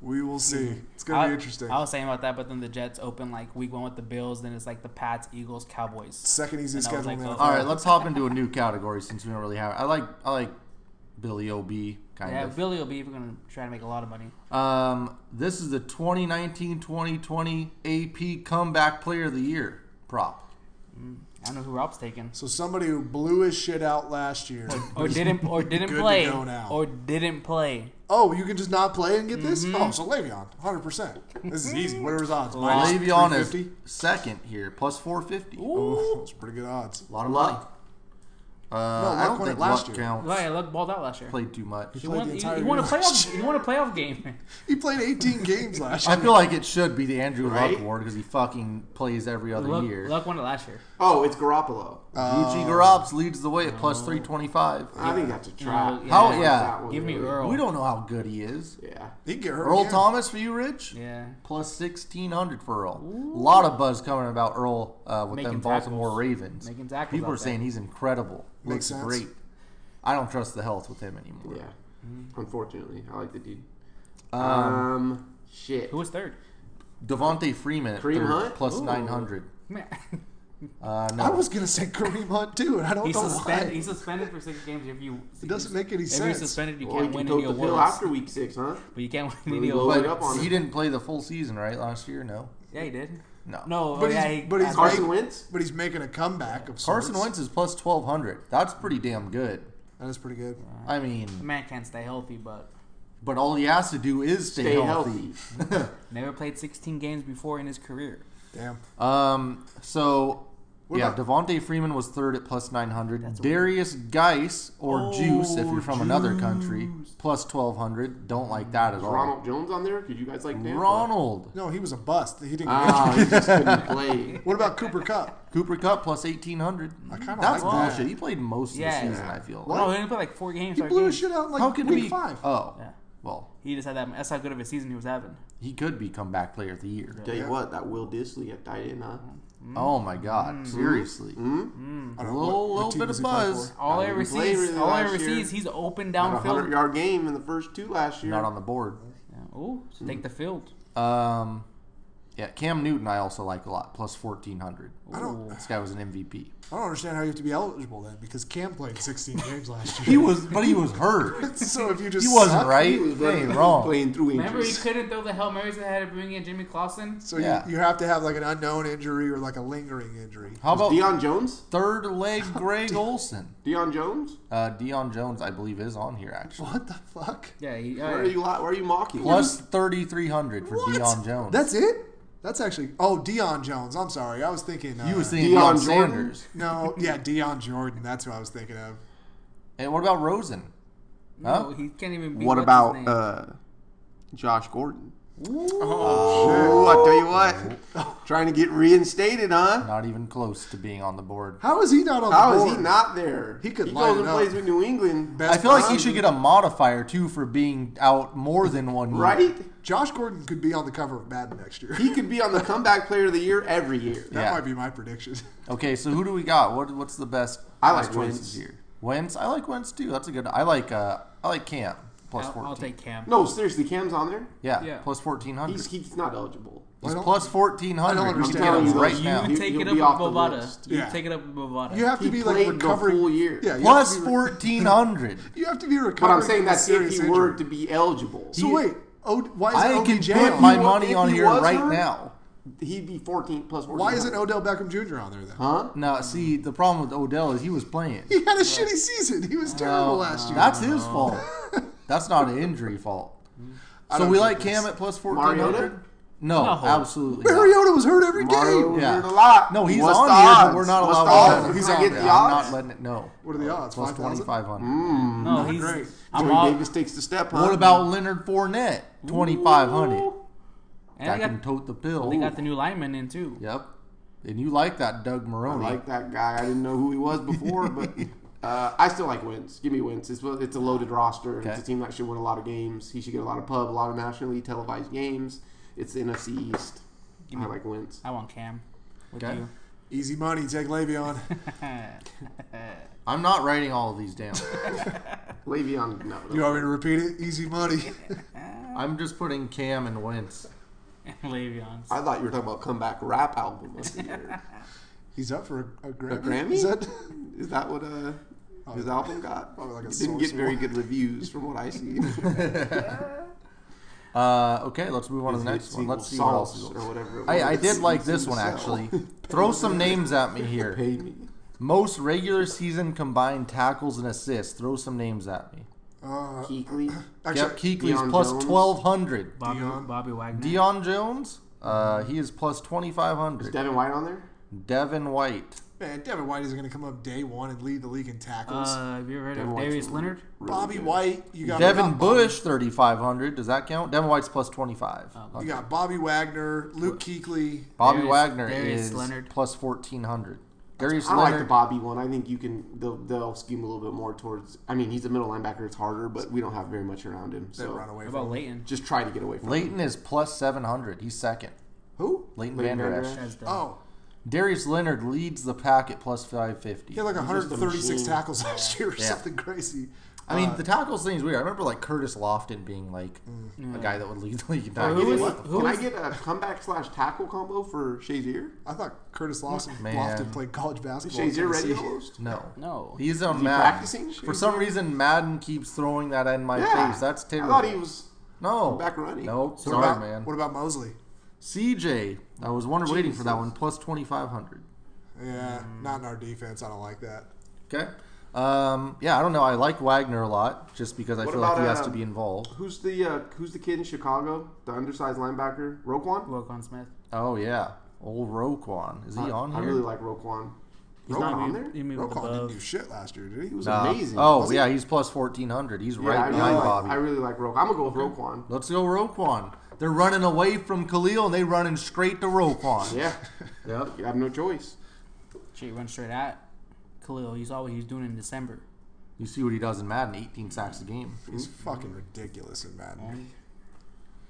Speaker 1: We will see. It's gonna
Speaker 3: I-
Speaker 1: be interesting.
Speaker 3: I was saying about that, but then the Jets open like week one with the Bills, then it's like the Pats, Eagles, Cowboys.
Speaker 1: Second easiest
Speaker 3: And I was
Speaker 1: schedule in
Speaker 3: like,
Speaker 1: the NFL.
Speaker 3: oh.
Speaker 4: All right, let's hop into a new category since we don't really have. I like I like Billy O B kind
Speaker 3: Yeah,
Speaker 4: of.
Speaker 3: Billy will be going to try to make a lot of money.
Speaker 4: Um, this is the 2019-2020 AP Comeback Player of the Year prop.
Speaker 3: I don't know who Rob's taking.
Speaker 1: So somebody who blew his shit out last year.
Speaker 3: Or didn't or didn't
Speaker 1: Good to
Speaker 3: play.
Speaker 1: go now.
Speaker 3: Or didn't play.
Speaker 1: oh, you can just not play and get this?
Speaker 4: Mm-hmm.
Speaker 1: Oh, so Le'Veon, 100. percent This is easy. Whatever's odds. Minus
Speaker 4: Le'Veon is
Speaker 1: 350.
Speaker 4: second here, plus 450.
Speaker 1: Oh, that's pretty good odds.
Speaker 4: A lot of money.
Speaker 2: Luck.
Speaker 4: Uh,
Speaker 1: Luck
Speaker 4: I don't
Speaker 1: won
Speaker 4: think
Speaker 1: it last
Speaker 4: luck
Speaker 1: year.
Speaker 4: counts.
Speaker 3: Right, look, balled out last year.
Speaker 4: Played too much.
Speaker 3: He
Speaker 1: Played
Speaker 3: won,
Speaker 1: the
Speaker 3: he,
Speaker 1: entire
Speaker 3: he won a
Speaker 1: year last
Speaker 3: playoff. He won a playoff game.
Speaker 1: He played 18 games last
Speaker 4: I
Speaker 1: year.
Speaker 4: feel like it should be the Andrew
Speaker 2: Right?
Speaker 4: Luck award because he fucking plays every other
Speaker 3: Luck,
Speaker 4: year.
Speaker 3: Luck won it last year.
Speaker 2: Oh, it's Garoppolo. Oh.
Speaker 4: Gucci Garops leads the way at plus
Speaker 3: Oh.
Speaker 4: 325.
Speaker 2: I think that's a trap.
Speaker 3: No,
Speaker 4: How?
Speaker 3: yeah.
Speaker 4: Yeah.
Speaker 2: That was
Speaker 3: Give me
Speaker 2: really-
Speaker 3: Earl.
Speaker 4: We don't know how good he is.
Speaker 2: Yeah.
Speaker 1: He can get hurt.
Speaker 4: Earl
Speaker 1: again.
Speaker 4: Thomas for you, Rich?
Speaker 3: Yeah.
Speaker 4: Plus 1600 for Earl. A lot of buzz coming about Earl uh, with
Speaker 3: Making
Speaker 4: them Baltimore
Speaker 3: tackles.
Speaker 4: Ravens.
Speaker 3: Making tackles
Speaker 4: People are
Speaker 3: out there.
Speaker 4: saying he's incredible.
Speaker 1: Makes
Speaker 4: Looks
Speaker 1: sense.
Speaker 4: great. I don't trust the health with him anymore.
Speaker 2: Yeah. Unfortunately, I like the dude. Mm-hmm. Um, shit.
Speaker 3: Who was third?
Speaker 4: Devontae Freeman at
Speaker 2: Kareem
Speaker 4: third,
Speaker 2: Hunt?
Speaker 4: plus
Speaker 3: Ooh.
Speaker 4: 900.
Speaker 3: Man,
Speaker 4: Uh, no.
Speaker 1: I was gonna say Kareem Hunt too, and I don't
Speaker 3: he's
Speaker 1: know
Speaker 3: suspended.
Speaker 1: why.
Speaker 3: He's suspended for six games. If you
Speaker 1: It doesn't make any
Speaker 3: if you're
Speaker 1: sense.
Speaker 3: suspended, you
Speaker 2: Well,
Speaker 3: can't
Speaker 2: you
Speaker 3: win
Speaker 2: took
Speaker 3: any
Speaker 2: the pill
Speaker 3: awards.
Speaker 2: after week six, huh?
Speaker 3: But you can't win
Speaker 2: Really
Speaker 3: any
Speaker 2: low
Speaker 3: awards.
Speaker 2: it up on
Speaker 4: but he
Speaker 2: him.
Speaker 4: didn't play the full season, right? Last year? No.
Speaker 3: Yeah, he did.
Speaker 4: No.
Speaker 3: No,
Speaker 1: But
Speaker 3: oh, yeah,
Speaker 1: he's-
Speaker 3: he,
Speaker 1: but he's
Speaker 3: I-
Speaker 2: Carson Wentz.
Speaker 1: But he's making a comeback of
Speaker 4: Carson
Speaker 1: sorts.
Speaker 4: Wentz is plus 1200. That's pretty damn good.
Speaker 1: That is pretty good.
Speaker 4: I mean,
Speaker 3: man can't stay healthy, but
Speaker 4: but all he has to do is stay,
Speaker 2: Stay
Speaker 4: healthy.
Speaker 3: never played 16 games before in his career.
Speaker 1: Damn.
Speaker 4: Um, so
Speaker 1: What
Speaker 4: yeah,
Speaker 1: about-
Speaker 4: Devonte Freeman was third at plus nine hundred. Darius Geis or
Speaker 3: Oh,
Speaker 4: Juice, if you're from another country, plus twelve hundred. Don't like that at all.
Speaker 2: Ronald Jones on there? Could you guys like Dan?
Speaker 4: Ronald.
Speaker 1: No, he was a bust. He didn't.
Speaker 2: Ah, he just couldn't play.
Speaker 1: what about Cooper Cup?
Speaker 4: Cooper Cup plus eighteen hundred.
Speaker 1: I kinda
Speaker 4: That's
Speaker 1: like that.
Speaker 4: bullshit. He played most
Speaker 3: Yeah.
Speaker 4: of the season. I feel.
Speaker 1: What?
Speaker 3: No, he only played like four games.
Speaker 1: He
Speaker 3: five
Speaker 1: blew his shit
Speaker 3: games.
Speaker 1: out in like
Speaker 4: How can
Speaker 1: week
Speaker 4: we?
Speaker 1: five.
Speaker 4: Oh,
Speaker 3: Yeah.
Speaker 4: well,
Speaker 3: He just had that. That's how good of a season he was having.
Speaker 4: he could be comeback player of the year.
Speaker 2: Tell you what, that Will Disley at tight end, huh?
Speaker 4: Oh my God! Seriously,
Speaker 1: I
Speaker 4: a
Speaker 1: don't know, Mm-hmm. what-
Speaker 4: little,
Speaker 1: what
Speaker 4: little
Speaker 1: team
Speaker 4: bit
Speaker 1: was
Speaker 4: of
Speaker 1: he playing
Speaker 4: buzz.
Speaker 1: for?
Speaker 3: All I
Speaker 2: didn't
Speaker 3: ever
Speaker 2: play
Speaker 3: sees,
Speaker 2: really
Speaker 3: all I
Speaker 2: last
Speaker 3: ever
Speaker 2: year.
Speaker 3: sees, he's open
Speaker 2: Had a hundred
Speaker 3: downfield.
Speaker 2: yard game in the first two last year.
Speaker 4: Not on the board.
Speaker 3: Yeah. Ooh, so take the field.
Speaker 4: Um, yeah, Cam Newton I also like a lot, plus fourteen hundred.
Speaker 1: I don't.
Speaker 4: This guy was an MVP.
Speaker 1: I don't understand how you have to be eligible then because Cam played 16 games last year.
Speaker 4: He was, but he was hurt.
Speaker 1: so if you just
Speaker 4: He wasn't
Speaker 1: suck-
Speaker 4: right.
Speaker 2: He was
Speaker 4: He ain't
Speaker 2: running-
Speaker 4: wrong.
Speaker 2: playing through
Speaker 3: Remember, he
Speaker 2: injuries.
Speaker 3: couldn't throw the Hail Marys that had to bring in Jimmy Clausen?
Speaker 1: So
Speaker 4: Yeah.
Speaker 1: you, you have to have like an unknown injury or like a lingering injury.
Speaker 4: How about
Speaker 2: Deion Jones?
Speaker 4: third leg Greg Olson?
Speaker 2: Deion Jones?
Speaker 4: Uh, Dion Jones, I believe, is on here actually.
Speaker 1: What the fuck?
Speaker 3: Yeah, he,
Speaker 2: Where are you? la- Where are you mocking?
Speaker 4: Plus thirty three hundred for
Speaker 1: What?
Speaker 4: Dion Jones.
Speaker 1: That's it? That's actually. Oh, Dion Jones. I'm sorry. I was thinking. Uh,
Speaker 4: you was thinking
Speaker 2: Deion
Speaker 4: Deion,
Speaker 2: Jordan?
Speaker 4: Sanders.
Speaker 1: No, yeah, Dion Jordan. That's who I was thinking of.
Speaker 4: And what about Rosen?
Speaker 3: No, he can't even. Be
Speaker 2: What
Speaker 3: what's his
Speaker 2: about
Speaker 3: name.
Speaker 2: uh, Josh Gordon?
Speaker 1: Oh,
Speaker 2: Ooh, I tell you what, trying to get reinstated, huh?
Speaker 4: Not even close to being on the board.
Speaker 1: How is he not on
Speaker 2: How
Speaker 1: the
Speaker 2: is
Speaker 1: board?
Speaker 2: he not there?
Speaker 1: He could
Speaker 2: He
Speaker 1: light
Speaker 2: goes
Speaker 1: it
Speaker 2: and
Speaker 1: up.
Speaker 2: plays with New England,
Speaker 1: Best
Speaker 4: I feel like he
Speaker 1: possible.
Speaker 4: should get a modifier too for being out more than one year.
Speaker 2: right?
Speaker 1: Josh Gordon could be on the cover of Madden next year.
Speaker 2: He could be on the comeback player of the year every year.
Speaker 1: that
Speaker 4: Yeah.
Speaker 1: might be my prediction.
Speaker 4: Okay, so who do we got? What what's the best?
Speaker 2: I like
Speaker 4: best choices
Speaker 2: Wentz.
Speaker 4: here. Wentz, I like Wentz too. That's a good. I like uh, I like Cam plus
Speaker 3: I'll,
Speaker 4: fourteen.
Speaker 3: I'll take Cam.
Speaker 2: No, seriously, Cam's on there.
Speaker 4: yeah,
Speaker 3: Yeah.
Speaker 4: plus fourteen hundred.
Speaker 2: He's he's not eligible.
Speaker 1: I don't-
Speaker 4: plus fourteen hundred.
Speaker 1: I don't
Speaker 4: You can
Speaker 1: understand.
Speaker 4: get him
Speaker 2: You-
Speaker 4: right
Speaker 2: you-
Speaker 4: now.
Speaker 3: You take
Speaker 2: he'll
Speaker 3: it
Speaker 2: be
Speaker 3: up with
Speaker 2: off the
Speaker 3: Bovada.
Speaker 2: list.
Speaker 3: You
Speaker 1: Yeah.
Speaker 3: take it up with Bovada.
Speaker 1: You have
Speaker 2: He
Speaker 1: to be like
Speaker 2: played the
Speaker 1: recovering.
Speaker 2: full year.
Speaker 1: Yeah, you
Speaker 4: Plus
Speaker 1: have to be, re-
Speaker 4: fourteen hundred.
Speaker 1: You have to be recovering.
Speaker 2: But I'm saying
Speaker 1: from a
Speaker 2: that's if
Speaker 1: serious
Speaker 2: he
Speaker 1: injury.
Speaker 2: were to be eligible.
Speaker 1: So wait, o- why is
Speaker 4: I
Speaker 1: it
Speaker 4: can
Speaker 1: OBJ
Speaker 4: put
Speaker 1: on
Speaker 4: my
Speaker 1: there?
Speaker 2: wa-
Speaker 4: money
Speaker 2: if
Speaker 4: on
Speaker 2: he
Speaker 4: here
Speaker 2: was
Speaker 4: right
Speaker 2: hurt-
Speaker 4: now.
Speaker 2: he'd be 14 plus 14.
Speaker 1: Why isn't Odell Beckham Jr. on there then?
Speaker 2: Huh?
Speaker 4: Now, see, the problem with Odell is he was playing.
Speaker 1: He had a shitty season. He was terrible last year.
Speaker 4: That's his fault. That's not an injury fault. So
Speaker 1: don't
Speaker 4: we
Speaker 1: get
Speaker 4: like
Speaker 1: this.
Speaker 4: Cam at plus fourteen
Speaker 2: Mariota?
Speaker 4: hundred. No,
Speaker 3: No.
Speaker 4: absolutely. Not.
Speaker 1: Mariota was hurt every game.
Speaker 2: Mario
Speaker 4: Yeah.
Speaker 2: a lot.
Speaker 4: No, he's
Speaker 2: What's
Speaker 4: on
Speaker 2: the
Speaker 4: here, but
Speaker 2: odds?
Speaker 4: we're not
Speaker 2: What's the
Speaker 4: allowed.
Speaker 2: odds?
Speaker 4: to
Speaker 2: He's
Speaker 4: He's
Speaker 2: gonna
Speaker 4: on
Speaker 2: get
Speaker 4: there.
Speaker 2: the
Speaker 4: I'm
Speaker 2: odds?
Speaker 4: not letting it. No.
Speaker 1: What are the odds?
Speaker 4: Plus
Speaker 1: 5,000?
Speaker 4: 2,500.
Speaker 3: no, he's.
Speaker 1: great.
Speaker 3: I'm
Speaker 2: Joey
Speaker 3: all.
Speaker 2: Davis takes the step. Huh?
Speaker 4: What about Leonard Fournette? 2,500.
Speaker 3: And
Speaker 4: That
Speaker 3: they
Speaker 4: can
Speaker 3: got,
Speaker 4: tote the pill.
Speaker 3: they got the new lineman in too.
Speaker 4: Yep. And you like that Doug
Speaker 2: I
Speaker 4: Maroni.
Speaker 2: like that guy. I didn't know who he was before, but uh, I still like Wentz. Give me Wentz. It's, it's a loaded roster.
Speaker 4: Okay.
Speaker 2: It's a team that should win a lot of games. He should get a lot of pub, a lot of nationally televised games. It's the NFC East.
Speaker 3: Give me-
Speaker 2: I like Wentz.
Speaker 3: I want Cam with
Speaker 4: Okay.
Speaker 3: you.
Speaker 1: Easy money. Take Le'Veon.
Speaker 4: I'm not writing all of these down.
Speaker 2: Le'Veon, no.
Speaker 1: You
Speaker 2: no.
Speaker 1: want me to repeat it? Easy money.
Speaker 4: I'm just putting Cam and Wentz.
Speaker 3: And Le'Veon's.
Speaker 2: I thought you were talking about comeback rap album of the year.
Speaker 1: He's up for a, a Grammy.
Speaker 2: A Grammy?
Speaker 1: Is that?
Speaker 2: Is that what uh, his album got?
Speaker 1: probably like a
Speaker 2: it didn't get
Speaker 1: source
Speaker 2: very
Speaker 1: one.
Speaker 2: good reviews from what I see.
Speaker 4: Uh, okay, let's move on to the next one.
Speaker 2: Single
Speaker 4: Let's see what else.
Speaker 2: sauce
Speaker 4: Is
Speaker 2: or whatever. it
Speaker 4: I,
Speaker 2: was.
Speaker 4: I did like this
Speaker 2: Seemed
Speaker 4: one
Speaker 2: to sell.
Speaker 4: actually. Throw some names at me here.
Speaker 2: Paid me.
Speaker 4: Most regular season combined tackles and assists. Throw some names at me.
Speaker 1: Uh,
Speaker 2: Keekly.
Speaker 1: actually,
Speaker 4: Yep, Keekly's
Speaker 2: Deion
Speaker 4: plus
Speaker 2: Jones.
Speaker 4: twelve hundred.
Speaker 3: Bobby,
Speaker 1: Deion.
Speaker 3: Bobby Wagner.
Speaker 4: Dion Jones, uh, he is plus twenty five
Speaker 2: Is
Speaker 4: hundred.
Speaker 2: Devin White on there?
Speaker 4: Devin White.
Speaker 1: man, Devin White isn't going to come up day one and lead the league in tackles.
Speaker 3: Uh, have you ever heard
Speaker 2: Devin
Speaker 3: of
Speaker 2: White's
Speaker 3: Darius
Speaker 2: really-
Speaker 3: Leonard?
Speaker 2: really
Speaker 1: Bobby
Speaker 2: good.
Speaker 1: White, you got you
Speaker 4: Devin
Speaker 1: got Bobby-
Speaker 4: Bush, 3,500. Does that count? Devin White's plus 25.
Speaker 1: you got Bobby Wagner, Luke Kuechly.
Speaker 4: Bobby
Speaker 3: Oh, Darius-
Speaker 4: Wagner
Speaker 3: Darius
Speaker 4: is
Speaker 3: Leonard.
Speaker 4: plus 1,400. Darius
Speaker 2: I like the
Speaker 4: Leonard.
Speaker 2: Bobby one. I think you can. They'll, they'll skew him a little bit more towards. I mean, he's a middle linebacker. It's harder, but we don't have very much around him.
Speaker 1: That run
Speaker 2: So
Speaker 1: away
Speaker 3: What
Speaker 1: from
Speaker 3: about Leighton?
Speaker 2: just try to get away from him.
Speaker 4: Leighton is plus 700. He's second.
Speaker 1: who?
Speaker 4: Leighton,
Speaker 2: Leighton
Speaker 4: Vander
Speaker 2: Vander
Speaker 4: Esch.
Speaker 3: That's dumb.
Speaker 1: Oh,
Speaker 4: Darius Leonard leads the pack at plus 550.
Speaker 1: he had like
Speaker 2: just a
Speaker 1: 136
Speaker 2: machine.
Speaker 1: tackles last year or
Speaker 4: Yeah.
Speaker 1: something crazy.
Speaker 4: I
Speaker 2: uh,
Speaker 4: mean, the tackles thing is weird. I remember like Curtis Lofton being like
Speaker 3: Mm.
Speaker 4: a guy that would lead the league in
Speaker 3: who
Speaker 4: tackles.
Speaker 3: is-
Speaker 4: What the
Speaker 3: who
Speaker 2: Can I
Speaker 3: is-
Speaker 2: get a comeback slash tackle combo for Shazier?
Speaker 1: I thought Curtis Lawson
Speaker 4: Man.
Speaker 1: Lofton played college basketball.
Speaker 2: Shazier
Speaker 1: at
Speaker 2: ready
Speaker 1: Tennessee.
Speaker 2: almost?
Speaker 4: f- No.
Speaker 3: No.
Speaker 4: He's on
Speaker 2: Is he
Speaker 4: Madden.
Speaker 2: practicing?
Speaker 4: For some reason, Madden keeps throwing that in my
Speaker 2: Yeah.
Speaker 4: face. That's
Speaker 2: I
Speaker 4: terrible.
Speaker 2: thought he was.
Speaker 4: no.
Speaker 2: back running.
Speaker 4: Nope.
Speaker 1: What
Speaker 4: Sorry,
Speaker 1: about,
Speaker 4: man.
Speaker 1: what about Mosley?
Speaker 4: CJ, I was wondering, waiting for that
Speaker 2: Jesus.
Speaker 4: one, plus 2,500.
Speaker 1: Yeah, not in our defense. I don't like that.
Speaker 4: Okay. Um, yeah, I don't know. I like Wagner a lot just because I
Speaker 2: What
Speaker 4: feel like
Speaker 2: about,
Speaker 4: he has to
Speaker 2: um,
Speaker 4: be involved.
Speaker 2: Who's the uh, Who's the kid in Chicago? The undersized linebacker, Roquan.
Speaker 3: Roquan Smith.
Speaker 4: Oh, yeah. Old Roquan. Is he on
Speaker 2: I
Speaker 4: here?
Speaker 2: really like Roquan. He's not on there.
Speaker 3: You mean with
Speaker 1: Roquan didn't
Speaker 3: above?
Speaker 1: do shit last year, did he?
Speaker 2: He was
Speaker 4: Nah.
Speaker 2: amazing.
Speaker 4: Oh,
Speaker 2: wasn't he?
Speaker 4: yeah. He's plus 1,400. He's
Speaker 2: Yeah,
Speaker 4: right
Speaker 2: I, really
Speaker 4: behind
Speaker 2: like,
Speaker 4: Bobby.
Speaker 2: I really like Roquan. I'm gonna go with Roquan.
Speaker 4: Let's go Roquan. They're running away from Khalil and they running straight to Roquan.
Speaker 2: Yeah, yep. You have no choice.
Speaker 3: Shit, run straight at Khalil. You saw what he was doing in December.
Speaker 4: You see what he does in Madden 18 sacks a game.
Speaker 1: He's fucking ridiculous in Madden.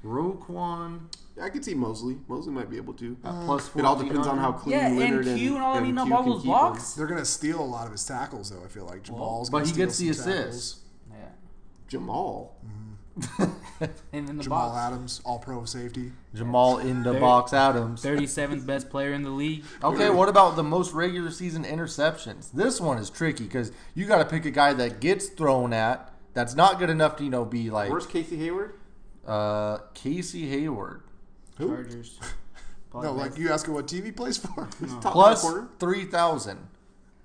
Speaker 4: Roquan
Speaker 2: I could see Mosley. Mosley might be able to.
Speaker 4: at plus 1,400.
Speaker 2: it all depends on how clean
Speaker 3: Uh, Yeah,
Speaker 2: Leonard
Speaker 3: and Q and all. I mean,
Speaker 2: Q
Speaker 3: on
Speaker 2: can
Speaker 3: Barbell's
Speaker 2: keep
Speaker 3: blocks.
Speaker 1: They're gonna steal a lot of his tackles, though. I feel like Jamal's.
Speaker 4: But
Speaker 1: gonna
Speaker 4: he
Speaker 1: steal
Speaker 4: gets the
Speaker 1: some tackles.
Speaker 4: assists.
Speaker 3: Yeah.
Speaker 2: him. Jamal.
Speaker 3: And in the
Speaker 1: Jamal
Speaker 3: box,
Speaker 1: Adams, All Pro safety.
Speaker 4: Jamal in the
Speaker 3: They're-
Speaker 4: box Adams.
Speaker 3: 37th best player in the league.
Speaker 4: Okay, what about the most regular season interceptions? This one is tricky because you got to pick a guy that gets thrown at that's not good enough to you know be like
Speaker 2: Where's Casey Hayward?
Speaker 4: uh, Casey Hayward
Speaker 1: Who?
Speaker 3: Chargers. Probably
Speaker 1: No,
Speaker 3: best.
Speaker 1: like you asking what TV plays for?
Speaker 2: Top
Speaker 4: plus
Speaker 2: corner?
Speaker 4: three thousand.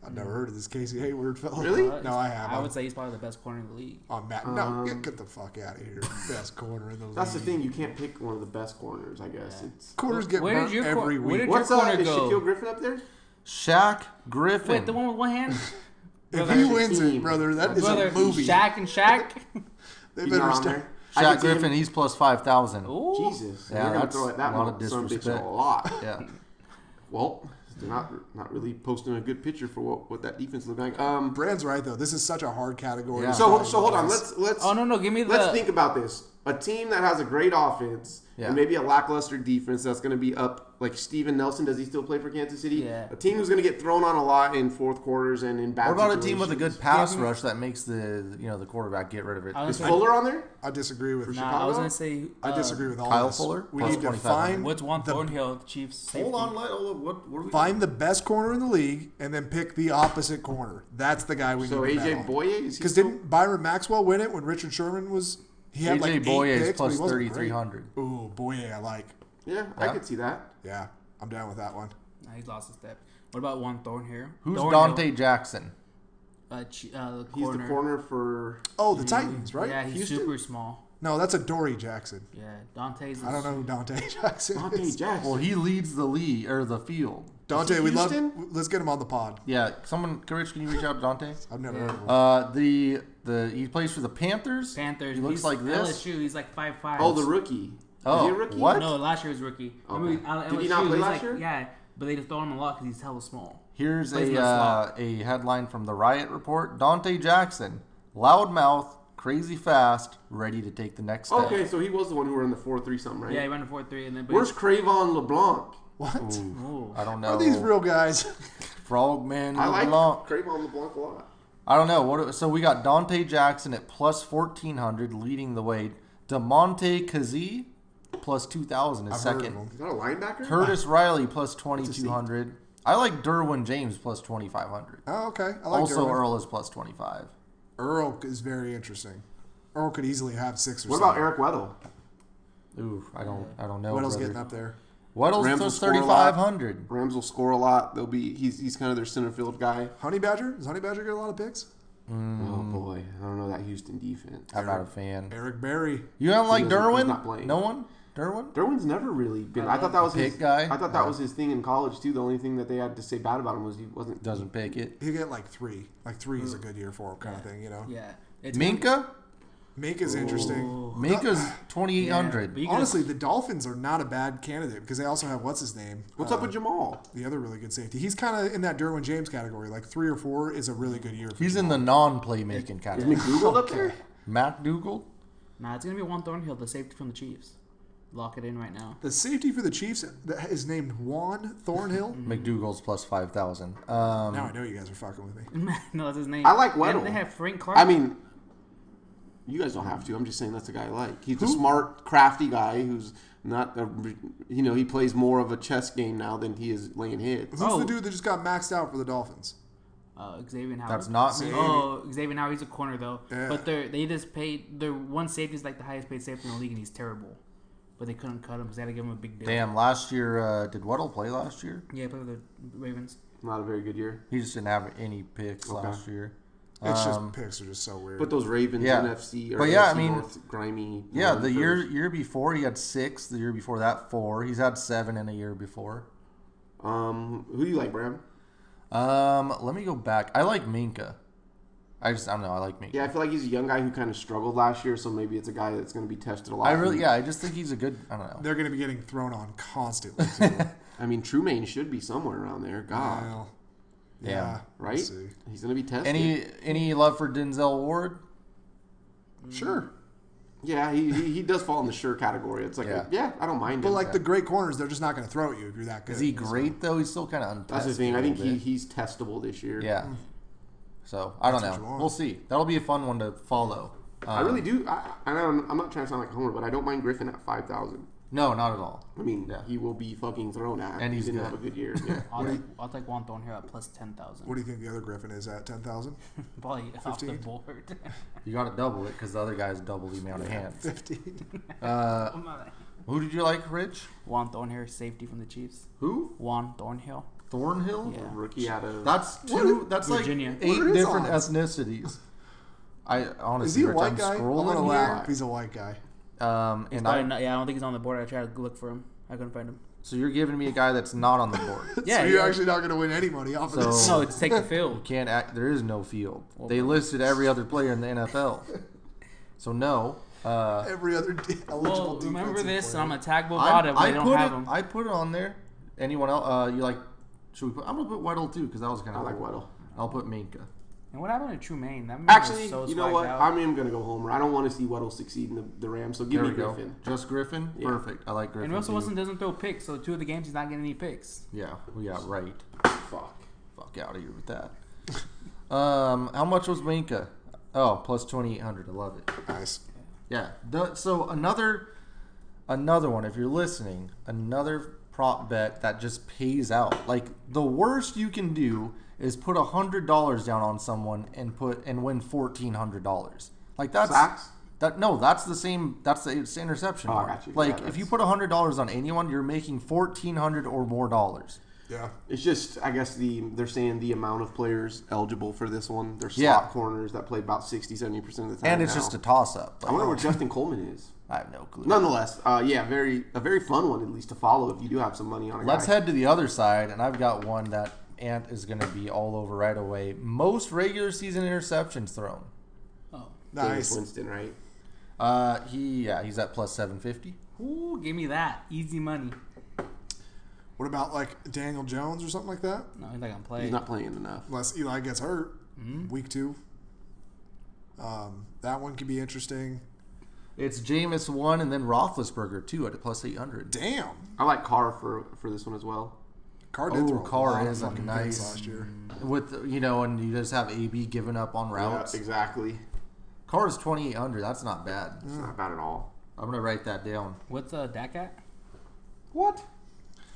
Speaker 1: I've never heard of this Casey Hayward fella.
Speaker 2: Really?
Speaker 1: No, I haven't.
Speaker 3: I would say he's probably the best corner in the league.
Speaker 1: Oh, Matt, no, get, get the fuck out of here. Best corner in the league.
Speaker 2: That's
Speaker 4: Mm.
Speaker 2: the thing. You can't pick one of the best corners. I guess it's.
Speaker 1: Corners get
Speaker 3: Where did
Speaker 1: burnt
Speaker 3: your cor-
Speaker 1: every
Speaker 3: where
Speaker 1: week.
Speaker 3: did-
Speaker 2: What's
Speaker 3: your
Speaker 2: uh,
Speaker 3: corner
Speaker 2: is
Speaker 3: go?
Speaker 2: Shaquille Griffin up there?
Speaker 4: Shaq Griffin.
Speaker 3: Wait, the one with one hand?
Speaker 1: if
Speaker 2: That's
Speaker 1: he
Speaker 2: the
Speaker 1: wins it,
Speaker 2: team.
Speaker 1: brother, that is
Speaker 3: Brother,
Speaker 1: a movie.
Speaker 3: Shaq and Shaq?
Speaker 1: they
Speaker 2: He's
Speaker 1: better
Speaker 2: not on
Speaker 1: start.
Speaker 2: there. I
Speaker 4: Shaq
Speaker 2: could see him-
Speaker 4: Griffin, he's plus five thousand.
Speaker 3: Ooh.
Speaker 2: Jesus,
Speaker 4: Yeah,
Speaker 2: yeah, they're gonna
Speaker 4: that's
Speaker 2: throw at
Speaker 4: a
Speaker 2: that
Speaker 4: lot
Speaker 2: one
Speaker 4: of
Speaker 2: some bitch
Speaker 4: disrespect.
Speaker 2: a lot.
Speaker 4: Yeah.
Speaker 2: Well, they're not not really posting a good picture for what, what that defense looked like. Um,
Speaker 1: Brand's right though. This is such a hard category.
Speaker 4: Yeah.
Speaker 1: to
Speaker 2: so
Speaker 1: find
Speaker 2: so hold on.
Speaker 1: guys.
Speaker 2: Let's let's
Speaker 3: Oh, no, no. Give me the.
Speaker 2: let's think about this. A team that has a great offense
Speaker 4: Yeah.
Speaker 2: and maybe a lackluster defense that's going to be up. Like Steven Nelson, does he still play for Kansas City?
Speaker 3: Yeah.
Speaker 2: A team who's going to get thrown on a lot in fourth quarters and in bad.
Speaker 4: What about a team with a good
Speaker 2: situations.
Speaker 4: pass rush that makes the you know the quarterback get rid of it?
Speaker 3: I was
Speaker 2: Is
Speaker 3: gonna say,
Speaker 2: Fuller on there?
Speaker 1: I disagree with.
Speaker 3: nah, I
Speaker 2: Chicago?
Speaker 3: was going to say.
Speaker 1: I
Speaker 3: uh,
Speaker 1: disagree with all
Speaker 4: Kyle
Speaker 1: this.
Speaker 4: Fuller,
Speaker 1: We
Speaker 4: plus
Speaker 1: need to
Speaker 4: 2500.
Speaker 1: find
Speaker 3: What's Juan
Speaker 1: the-
Speaker 3: Thornhill, the Chiefs? safety?
Speaker 4: let what what are we?
Speaker 1: find the best corner in the league and then pick the opposite corner. That's the guy we
Speaker 2: So
Speaker 1: need. to bet
Speaker 2: AJ
Speaker 1: on.
Speaker 2: Boye is he
Speaker 1: Because
Speaker 2: still-
Speaker 1: didn't Byron Maxwell win it when Richard Sherman was? He had
Speaker 4: AJ
Speaker 1: like eight
Speaker 4: Boye is
Speaker 1: picks, but he
Speaker 4: plus
Speaker 1: wasn't great.
Speaker 4: 3,300.
Speaker 1: Ooh, Boye, I like.
Speaker 2: Yeah, I could see that.
Speaker 1: Yeah, I'm down with that one.
Speaker 3: Nah, he's lost a step. What about Juan Thornhill?
Speaker 4: Who's
Speaker 3: Thornhill,
Speaker 4: Dante Jackson?
Speaker 3: Uh, Chi- uh, the
Speaker 2: He's
Speaker 3: corner.
Speaker 2: the corner for.
Speaker 1: Oh, the Titans, right?
Speaker 3: Yeah, he's
Speaker 2: Houston?
Speaker 3: super small.
Speaker 1: No, that's a Dory Jackson.
Speaker 3: Yeah, Dante's.
Speaker 1: I don't know who Dante Jackson
Speaker 2: Dante
Speaker 1: is.
Speaker 2: Jackson.
Speaker 4: Well, he leads the league or the field.
Speaker 1: Dante,
Speaker 2: Is he
Speaker 1: we love.
Speaker 2: Houston?
Speaker 1: Let's get him on the pod.
Speaker 4: Yeah, someone, Rich, can you reach out to Dante?
Speaker 1: I've never heard of him.
Speaker 4: Uh, the the he plays for the Panthers.
Speaker 3: Panthers.
Speaker 4: He looks
Speaker 3: he's
Speaker 4: like this.
Speaker 3: LSU. He's like five five.
Speaker 2: oh, the rookie.
Speaker 4: Oh,
Speaker 2: is he a rookie?
Speaker 4: what?
Speaker 3: No, last year was rookie. Remember, uh,
Speaker 2: Did he
Speaker 3: LSU,
Speaker 2: not play
Speaker 3: he's
Speaker 2: last
Speaker 3: like-
Speaker 2: year?
Speaker 3: Yeah, but they just throw him a lot because he's hella small.
Speaker 4: Here's
Speaker 3: Plays in
Speaker 4: a
Speaker 3: the
Speaker 4: uh,
Speaker 3: slot.
Speaker 4: a headline from the Riot Report: Dante Jackson, loudmouth, crazy fast, ready to take the next step.
Speaker 2: Okay, so he was the one who ran the four three something, right?
Speaker 3: Yeah, he ran a four three and then. but
Speaker 2: Where's Cravon LeBlanc?
Speaker 1: What?
Speaker 3: Ooh.
Speaker 4: I don't know.
Speaker 1: Are these real guys?
Speaker 4: Frogman
Speaker 2: I like
Speaker 4: LeBlanc.
Speaker 2: Cravon LeBlanc a lot.
Speaker 4: I don't know. What, so we got Dante Jackson at plus 1,400 leading the way. Demonte Kazee plus 2,000 is
Speaker 1: I've heard of
Speaker 4: second.
Speaker 1: him.
Speaker 2: Is that a linebacker?
Speaker 4: Curtis Riley plus 2,200. I like Derwin James plus 2,500.
Speaker 1: Oh, okay. I like
Speaker 4: Also,
Speaker 1: Derwin.
Speaker 4: Earl is plus 25.
Speaker 1: Earl is very interesting. Earl could easily have six or
Speaker 2: What
Speaker 1: seven.
Speaker 2: about Eric Weddle?
Speaker 4: Ooh, I don't, I don't know.
Speaker 1: What else
Speaker 4: brother.
Speaker 1: getting up there?
Speaker 4: Weddle's
Speaker 2: Rams will
Speaker 4: plus
Speaker 2: score a lot.
Speaker 4: 3,500.
Speaker 2: Rams will score a lot. They'll be he's he's kind of their center field guy.
Speaker 1: Honey Badger? Does Honey Badger get a lot of picks?
Speaker 2: Oh boy, I don't know that Houston defense.
Speaker 4: I'm not a fan.
Speaker 1: Eric Berry.
Speaker 4: You don't like
Speaker 2: He doesn't- he's not
Speaker 4: Derwin?
Speaker 2: playing.
Speaker 4: No one? Derwin?
Speaker 2: Derwin's never really been. I thought that was his
Speaker 4: Pick guy?
Speaker 2: I thought that was his thing in college too. The only thing that they had to say bad about him was he wasn't.
Speaker 4: Doesn't pick it.
Speaker 1: He'll get like three. Like three is a good year for him, kind of thing, you know?
Speaker 3: Yeah. It's
Speaker 4: Minka?
Speaker 1: Mink is interesting.
Speaker 4: Minka's
Speaker 3: Yeah, but
Speaker 4: 2,800.
Speaker 3: you could-
Speaker 1: Honestly, the Dolphins are not a bad candidate because they also have what's his name?
Speaker 2: What's
Speaker 1: Uh,
Speaker 2: up with Jamal?
Speaker 1: the other really good safety? He's kind of in that Derwin James category. Like three or four is a really good year. For
Speaker 4: He's
Speaker 1: him.
Speaker 4: in the non playmaking category.
Speaker 2: McDougal up there?
Speaker 4: Matt Dougal?
Speaker 3: Nah, it's gonna be Juan Thornhill, the safety from the Chiefs. Lock it in right now.
Speaker 1: the safety for the Chiefs that is named Juan Thornhill.
Speaker 4: Mm-hmm. McDougal's plus 5,000. Um,
Speaker 1: now I know you guys are fucking with me.
Speaker 3: no, that's his name.
Speaker 2: I like
Speaker 3: And
Speaker 2: Weddle.
Speaker 3: they have Frank Clark.
Speaker 2: I mean, you guys don't have to. I'm just saying that's the guy I like. He's a smart, crafty guy who's not a, you know he plays more of a chess game now than he is laying hits.
Speaker 1: Who's
Speaker 3: Oh.
Speaker 1: the dude that just got maxed out for the Dolphins?
Speaker 3: uh, Xavier Howard.
Speaker 4: that's not me.
Speaker 3: Oh, Xavier Howard. He's a corner though.
Speaker 1: Yeah.
Speaker 3: But they are they just paid their one safety is like the highest paid safety in the league, and he's terrible. But they couldn't cut him because they had to give him a big deal.
Speaker 4: Damn, last year, uh, did Weddle play last year?
Speaker 3: Yeah, play with the Ravens.
Speaker 2: Not a very good year.
Speaker 4: He just didn't have any picks last year.
Speaker 1: It's
Speaker 4: Um,
Speaker 1: just picks are just so weird.
Speaker 2: But those Ravens
Speaker 4: Yeah.
Speaker 2: NFC, or
Speaker 4: But yeah, I
Speaker 2: NFC
Speaker 4: mean-
Speaker 2: North, grimy.
Speaker 4: Yeah, the
Speaker 2: Broncos.
Speaker 4: year year before he had six. The year before that, four. He's had seven in a year before.
Speaker 2: Um, who do you like, Bram?
Speaker 4: Um, let me go back. I like Minka. I just I don't know. I like Minka.
Speaker 2: Yeah, I feel like he's a young guy who kind of struggled last year, so maybe it's a guy that's going to be tested a lot.
Speaker 4: I really yeah. I just think he's a good. I don't know.
Speaker 1: they're going to be getting thrown on constantly. Too.
Speaker 2: I mean, Trumaine should be somewhere around there. God,
Speaker 1: Well,
Speaker 4: Yeah.
Speaker 1: we'll
Speaker 2: right?
Speaker 1: see.
Speaker 2: He's going to be tested.
Speaker 4: Any any love for Denzel Ward?
Speaker 1: Sure.
Speaker 2: yeah, he, he he does fall in the sure category. It's like, yeah,
Speaker 4: Yeah.
Speaker 2: I don't mind
Speaker 1: But
Speaker 2: him.
Speaker 1: like the great corners, they're just not going to throw at you if you're that good.
Speaker 4: Is he great though? He's still kind of untested.
Speaker 2: that's the thing. I
Speaker 4: a
Speaker 2: think
Speaker 4: little
Speaker 2: he,
Speaker 4: bit.
Speaker 2: he's testable this year.
Speaker 4: Yeah. So I don't
Speaker 1: That's what you
Speaker 4: know.
Speaker 1: want.
Speaker 4: We'll see. That'll be a fun one to follow. Um,
Speaker 2: I really do. I, I don't, I'm not trying to sound like a homer, but I don't mind Griffin at five thousand.
Speaker 4: no, not at all.
Speaker 2: I mean,
Speaker 4: Yeah.
Speaker 2: he will be fucking thrown at,
Speaker 4: And he's
Speaker 2: he didn't
Speaker 4: good.
Speaker 2: have a good year. Yeah.
Speaker 3: I'll, take, I'll take Juan Thornhill at plus ten
Speaker 1: What
Speaker 3: thousand.
Speaker 1: do you think the other Griffin is at? 10,000?
Speaker 3: Probably off the
Speaker 1: 15?
Speaker 3: board.
Speaker 4: You got to double it because the other guys double the amount of hands.
Speaker 1: 15?
Speaker 4: Uh. Who did you like, Rich?
Speaker 3: Oh, Juan Thornhill, safety from the Chiefs.
Speaker 4: Who?
Speaker 3: Juan Thornhill.
Speaker 4: Thornhill.
Speaker 3: Yeah.
Speaker 2: Rookie out of
Speaker 4: That's two. that's
Speaker 3: Virginia.
Speaker 4: like eight
Speaker 1: What are his
Speaker 4: different
Speaker 1: odds?
Speaker 4: ethnicities. I honestly,
Speaker 1: Is he a
Speaker 4: Rich, I'm
Speaker 1: white guy? I'm going to
Speaker 4: Scrolling
Speaker 1: laugh
Speaker 4: here.
Speaker 1: if he's a white guy.
Speaker 4: Um, and
Speaker 3: Probably
Speaker 4: I,
Speaker 3: not- yeah, I don't think he's on the board. I tried to look for him. I couldn't find him.
Speaker 4: so you're giving me a guy that's not on the board.
Speaker 3: Yeah,
Speaker 1: so you're
Speaker 3: yeah.
Speaker 1: actually not going to win any money off of
Speaker 4: So-
Speaker 1: this.
Speaker 3: No, it's take the field.
Speaker 4: Can't act. There is no field. They listed every other player in the NFL. So no. Uh,
Speaker 1: Every other d- eligible
Speaker 3: Well, remember
Speaker 1: defensive
Speaker 3: this, and
Speaker 1: player.
Speaker 3: I'm gonna tag
Speaker 4: I,
Speaker 3: Bovada, but
Speaker 4: I
Speaker 3: I
Speaker 4: put
Speaker 3: don't have
Speaker 4: it.
Speaker 3: him.
Speaker 4: I put it on there. Anyone else? Uh, you like? Should we put? I'm gonna put Weddle too because that was kind
Speaker 2: I
Speaker 4: of.
Speaker 2: like
Speaker 3: Oh.
Speaker 2: Weddle.
Speaker 4: I'll put Minka.
Speaker 3: And what happened to Trumaine? That man was
Speaker 2: Actually,
Speaker 3: so
Speaker 2: you know
Speaker 3: swagged
Speaker 2: what?
Speaker 3: out.
Speaker 2: I'm even gonna go Homer. I don't want to see Weddle succeed in the, the Rams, so give
Speaker 4: There we
Speaker 2: me
Speaker 4: go.
Speaker 2: Griffin.
Speaker 4: Just Griffin.
Speaker 2: Yeah.
Speaker 4: Perfect. I like Griffin.
Speaker 3: and Russell
Speaker 4: too.
Speaker 3: Wilson doesn't throw picks, so two of the games he's not getting any picks.
Speaker 4: Yeah, we got right.
Speaker 2: Fuck.
Speaker 4: Fuck out of here with that. um, how much was Minka? Oh, plus twenty eight hundred. I love it.
Speaker 1: Nice.
Speaker 4: Yeah. The, so another, another one. If you're listening, another prop bet that just pays out. Like the worst you can do is put a hundred dollars down on someone and put and win fourteen hundred dollars. Like that's
Speaker 2: Sacks?
Speaker 4: that. No, that's the same. That's the it's the interception.
Speaker 2: Oh, I
Speaker 4: mark.
Speaker 2: got you. Yeah,
Speaker 4: Like if
Speaker 2: that's-
Speaker 4: you put a hundred dollars on anyone, you're making fourteen hundred or more dollars.
Speaker 1: Yeah.
Speaker 2: It's just, I guess the they're saying the amount of players eligible for this one. They're slot
Speaker 4: Yeah.
Speaker 2: corners that play about 60, 70 percent of the time.
Speaker 4: And it's
Speaker 2: now.
Speaker 4: just a toss up.
Speaker 2: I wonder where Justin Coleman is.
Speaker 4: I have no clue.
Speaker 2: Nonetheless, uh, yeah, very a very fun one at least to follow if you do have some money on it.
Speaker 4: Let's head to the other side, and I've got one that Ant is going to be all over right away. Most regular season interceptions thrown.
Speaker 3: Oh.
Speaker 1: Nice.
Speaker 2: Winston, right?
Speaker 4: Uh, he yeah, he's at plus seven fifty.
Speaker 3: Ooh, give me that. Easy money.
Speaker 1: What about like Daniel Jones or something like that?
Speaker 3: No, he's not gonna play.
Speaker 2: He's not playing enough.
Speaker 1: Unless Eli gets hurt
Speaker 3: Mm-hmm.
Speaker 1: week two. Um, that one could be interesting.
Speaker 4: It's Jameis one, and then Roethlisberger two at plus eight hundred.
Speaker 1: Damn.
Speaker 2: I like Carr for for this one as well.
Speaker 1: Carr did
Speaker 4: Oh,
Speaker 1: throw a
Speaker 4: Carr
Speaker 1: lot of
Speaker 4: is a
Speaker 1: fucking picks
Speaker 4: nice- Mm-hmm.
Speaker 1: last year.
Speaker 4: With you know, and you just have AB giving up on routes.
Speaker 2: exactly.
Speaker 4: Carr is twenty eight hundred. That's not bad.
Speaker 2: It's not bad at all.
Speaker 4: I'm gonna write that down.
Speaker 3: What's uh, Dak at?
Speaker 2: What?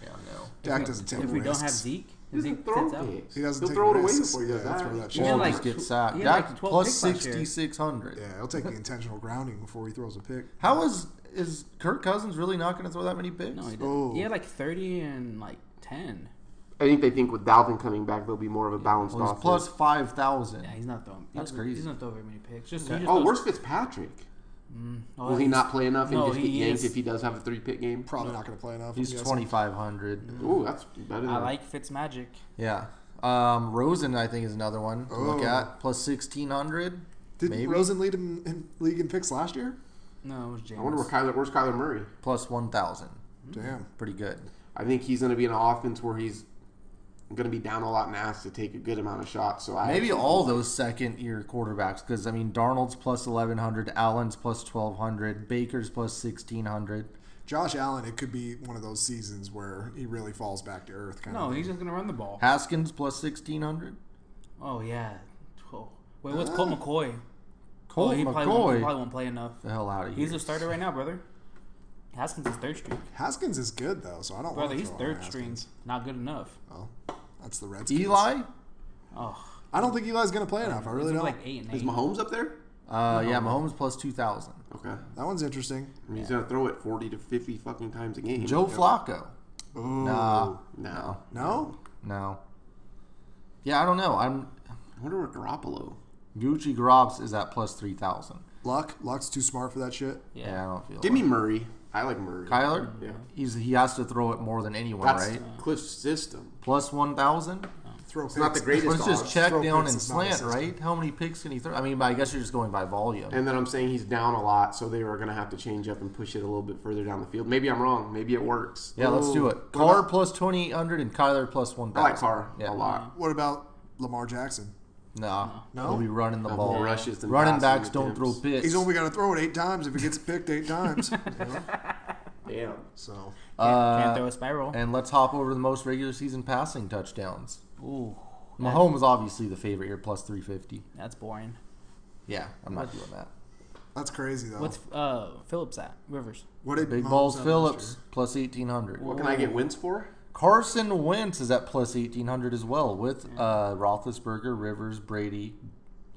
Speaker 4: Yeah, no.
Speaker 1: Dak doesn't take
Speaker 3: If we don't
Speaker 1: risks.
Speaker 3: have Zeke,
Speaker 2: He
Speaker 3: if
Speaker 2: doesn't
Speaker 3: Zeke
Speaker 2: throw
Speaker 3: fits out.
Speaker 2: picks.
Speaker 1: He doesn't
Speaker 2: He'll
Speaker 1: take
Speaker 2: throw it away
Speaker 1: risks.
Speaker 2: before he does
Speaker 1: Yeah, that's where
Speaker 2: that.
Speaker 1: that
Speaker 3: He
Speaker 1: shit.
Speaker 3: had
Speaker 4: Well,
Speaker 3: like
Speaker 4: just get
Speaker 3: tw-
Speaker 4: sacked.
Speaker 3: he had like
Speaker 4: Dak
Speaker 3: 12
Speaker 4: plus
Speaker 3: picks last year.
Speaker 4: 6,600.
Speaker 1: Yeah, he'll take the intentional grounding before he throws a pick.
Speaker 4: How is is Kirk Cousins really not going to throw that many picks?
Speaker 3: No, he didn't.
Speaker 1: Oh.
Speaker 3: He had like 30 and like 10.
Speaker 2: I think they think with Dalvin coming back, there'll be more of a balanced
Speaker 4: Well,
Speaker 2: offense.
Speaker 4: he's plus five thousand.
Speaker 3: Yeah, he's not throwing. he
Speaker 4: That's
Speaker 3: doesn't-
Speaker 4: crazy.
Speaker 3: He doesn't throw very many picks. Just, he just
Speaker 2: oh,
Speaker 3: throws-
Speaker 2: where's Fitzpatrick?
Speaker 3: oh,
Speaker 2: Will he
Speaker 3: he's-
Speaker 2: not play enough and
Speaker 3: No,
Speaker 2: just get
Speaker 3: he
Speaker 2: yanked
Speaker 3: is-
Speaker 2: if he does have a three pick game?
Speaker 1: Probably not going to play enough. I'm
Speaker 4: He's
Speaker 1: guessing.
Speaker 4: twenty five hundred.
Speaker 2: Ooh, that's better. Than
Speaker 3: I like Fitz Magic.
Speaker 4: Yeah. Um, Rosen, I think, is another one to look
Speaker 1: Oh.
Speaker 4: at plus sixteen hundred.
Speaker 1: Did
Speaker 4: Maybe
Speaker 1: Rosen lead him in league in picks last year?
Speaker 3: No, it was
Speaker 2: I wonder where
Speaker 3: James.
Speaker 2: Kyler, where's Kyler Murray?
Speaker 4: plus one thousand.
Speaker 1: Damn.
Speaker 4: Pretty good.
Speaker 2: I think he's going to be in an offense where he's going to be down a lot and asked to take a good amount of shots. So I
Speaker 4: Maybe all those second year quarterbacks, because I mean, Darnold's plus eleven hundred, Allen's plus twelve hundred, Baker's plus sixteen hundred.
Speaker 1: Josh Allen, it could be one of those seasons where he really falls back to earth. Kind
Speaker 3: No,
Speaker 1: of.
Speaker 3: he's just going to run the ball.
Speaker 4: Haskins plus sixteen hundred.
Speaker 3: Oh, yeah. Oh. Wait, what's Colt McCoy?
Speaker 4: Cole
Speaker 3: oh, he
Speaker 4: McCoy.
Speaker 3: Probably won't, he probably won't play enough.
Speaker 4: the hell out of here.
Speaker 3: He's a starter right now, brother. Haskins is third string.
Speaker 1: Haskins is good though, so I don't.
Speaker 3: Brother,
Speaker 1: want
Speaker 3: he's third string. Not good enough.
Speaker 1: Oh, that's the Redskins.
Speaker 4: Eli.
Speaker 3: Oh,
Speaker 1: I don't think Eli's going to play enough. I really
Speaker 3: he's
Speaker 1: don't.
Speaker 3: like eight and eight.
Speaker 2: is Mahomes up there?
Speaker 4: Uh, yeah, Mahomes plus two thousand.
Speaker 2: Okay, I
Speaker 1: that one's interesting.
Speaker 2: mean, he's going to throw it forty to fifty fucking times a game. oh,
Speaker 4: Joe Flacco.
Speaker 1: Ooh.
Speaker 4: Nah,
Speaker 2: no,
Speaker 1: No.
Speaker 4: no. Yeah, I don't know. I'm
Speaker 2: I wonder where Garoppolo.
Speaker 4: Gucci Grobs is at plus three thousand.
Speaker 1: Luck. Luck's too smart for that shit.
Speaker 4: Yeah. I don't feel.
Speaker 2: Give
Speaker 4: like-
Speaker 2: me Murray. I like Murray.
Speaker 4: Kyler.
Speaker 2: Yeah,
Speaker 4: He's he has to throw it more than anyone,
Speaker 2: that's
Speaker 4: right?
Speaker 2: Cliff's system.
Speaker 4: Plus one thousand.
Speaker 1: Throw it's
Speaker 2: not the greatest
Speaker 4: But it's just
Speaker 2: Dog.
Speaker 4: check
Speaker 1: Throw
Speaker 4: down
Speaker 1: picks
Speaker 4: and
Speaker 1: is not a
Speaker 4: slant,
Speaker 1: system.
Speaker 4: right? How many picks can he throw? I mean, but I guess you're just going by volume.
Speaker 2: And then I'm saying he's down a lot, so they are going to have to change up and push it a little bit further down the field. Maybe I'm wrong. Maybe it works.
Speaker 4: yeah, let's do it. Carr plus twenty eight hundred and Kyler plus one
Speaker 2: I
Speaker 4: thousand.
Speaker 2: like Carr
Speaker 4: Yeah.
Speaker 2: a lot.
Speaker 1: What about Lamar Jackson?
Speaker 4: No,
Speaker 1: No?
Speaker 4: He'll be running the
Speaker 2: Have
Speaker 4: ball.
Speaker 2: more rushes than
Speaker 4: running
Speaker 2: passing
Speaker 4: backs don't throw
Speaker 2: attempts.
Speaker 4: picks.
Speaker 1: He's only got to throw it eight times if he gets picked eight times. you know?
Speaker 2: Damn.
Speaker 1: So
Speaker 3: Can't-
Speaker 4: Uh,
Speaker 3: Can't throw a spiral.
Speaker 4: And let's hop over to the most regular season passing touchdowns.
Speaker 3: Ooh,
Speaker 4: Mahomes is obviously the favorite here, plus 350.
Speaker 3: that's boring.
Speaker 4: Yeah, I'm not doing that.
Speaker 1: that's crazy
Speaker 2: Oh.
Speaker 1: though.
Speaker 3: What's uh Phillips at? Rivers.
Speaker 1: what did
Speaker 4: Big
Speaker 1: Mahomes
Speaker 4: Balls
Speaker 1: have
Speaker 4: Phillips, plus 1800.
Speaker 2: What can I get wins for?
Speaker 4: Carson Wentz is at plus 1800 as well, with uh, Roethlisberger, Rivers, Brady.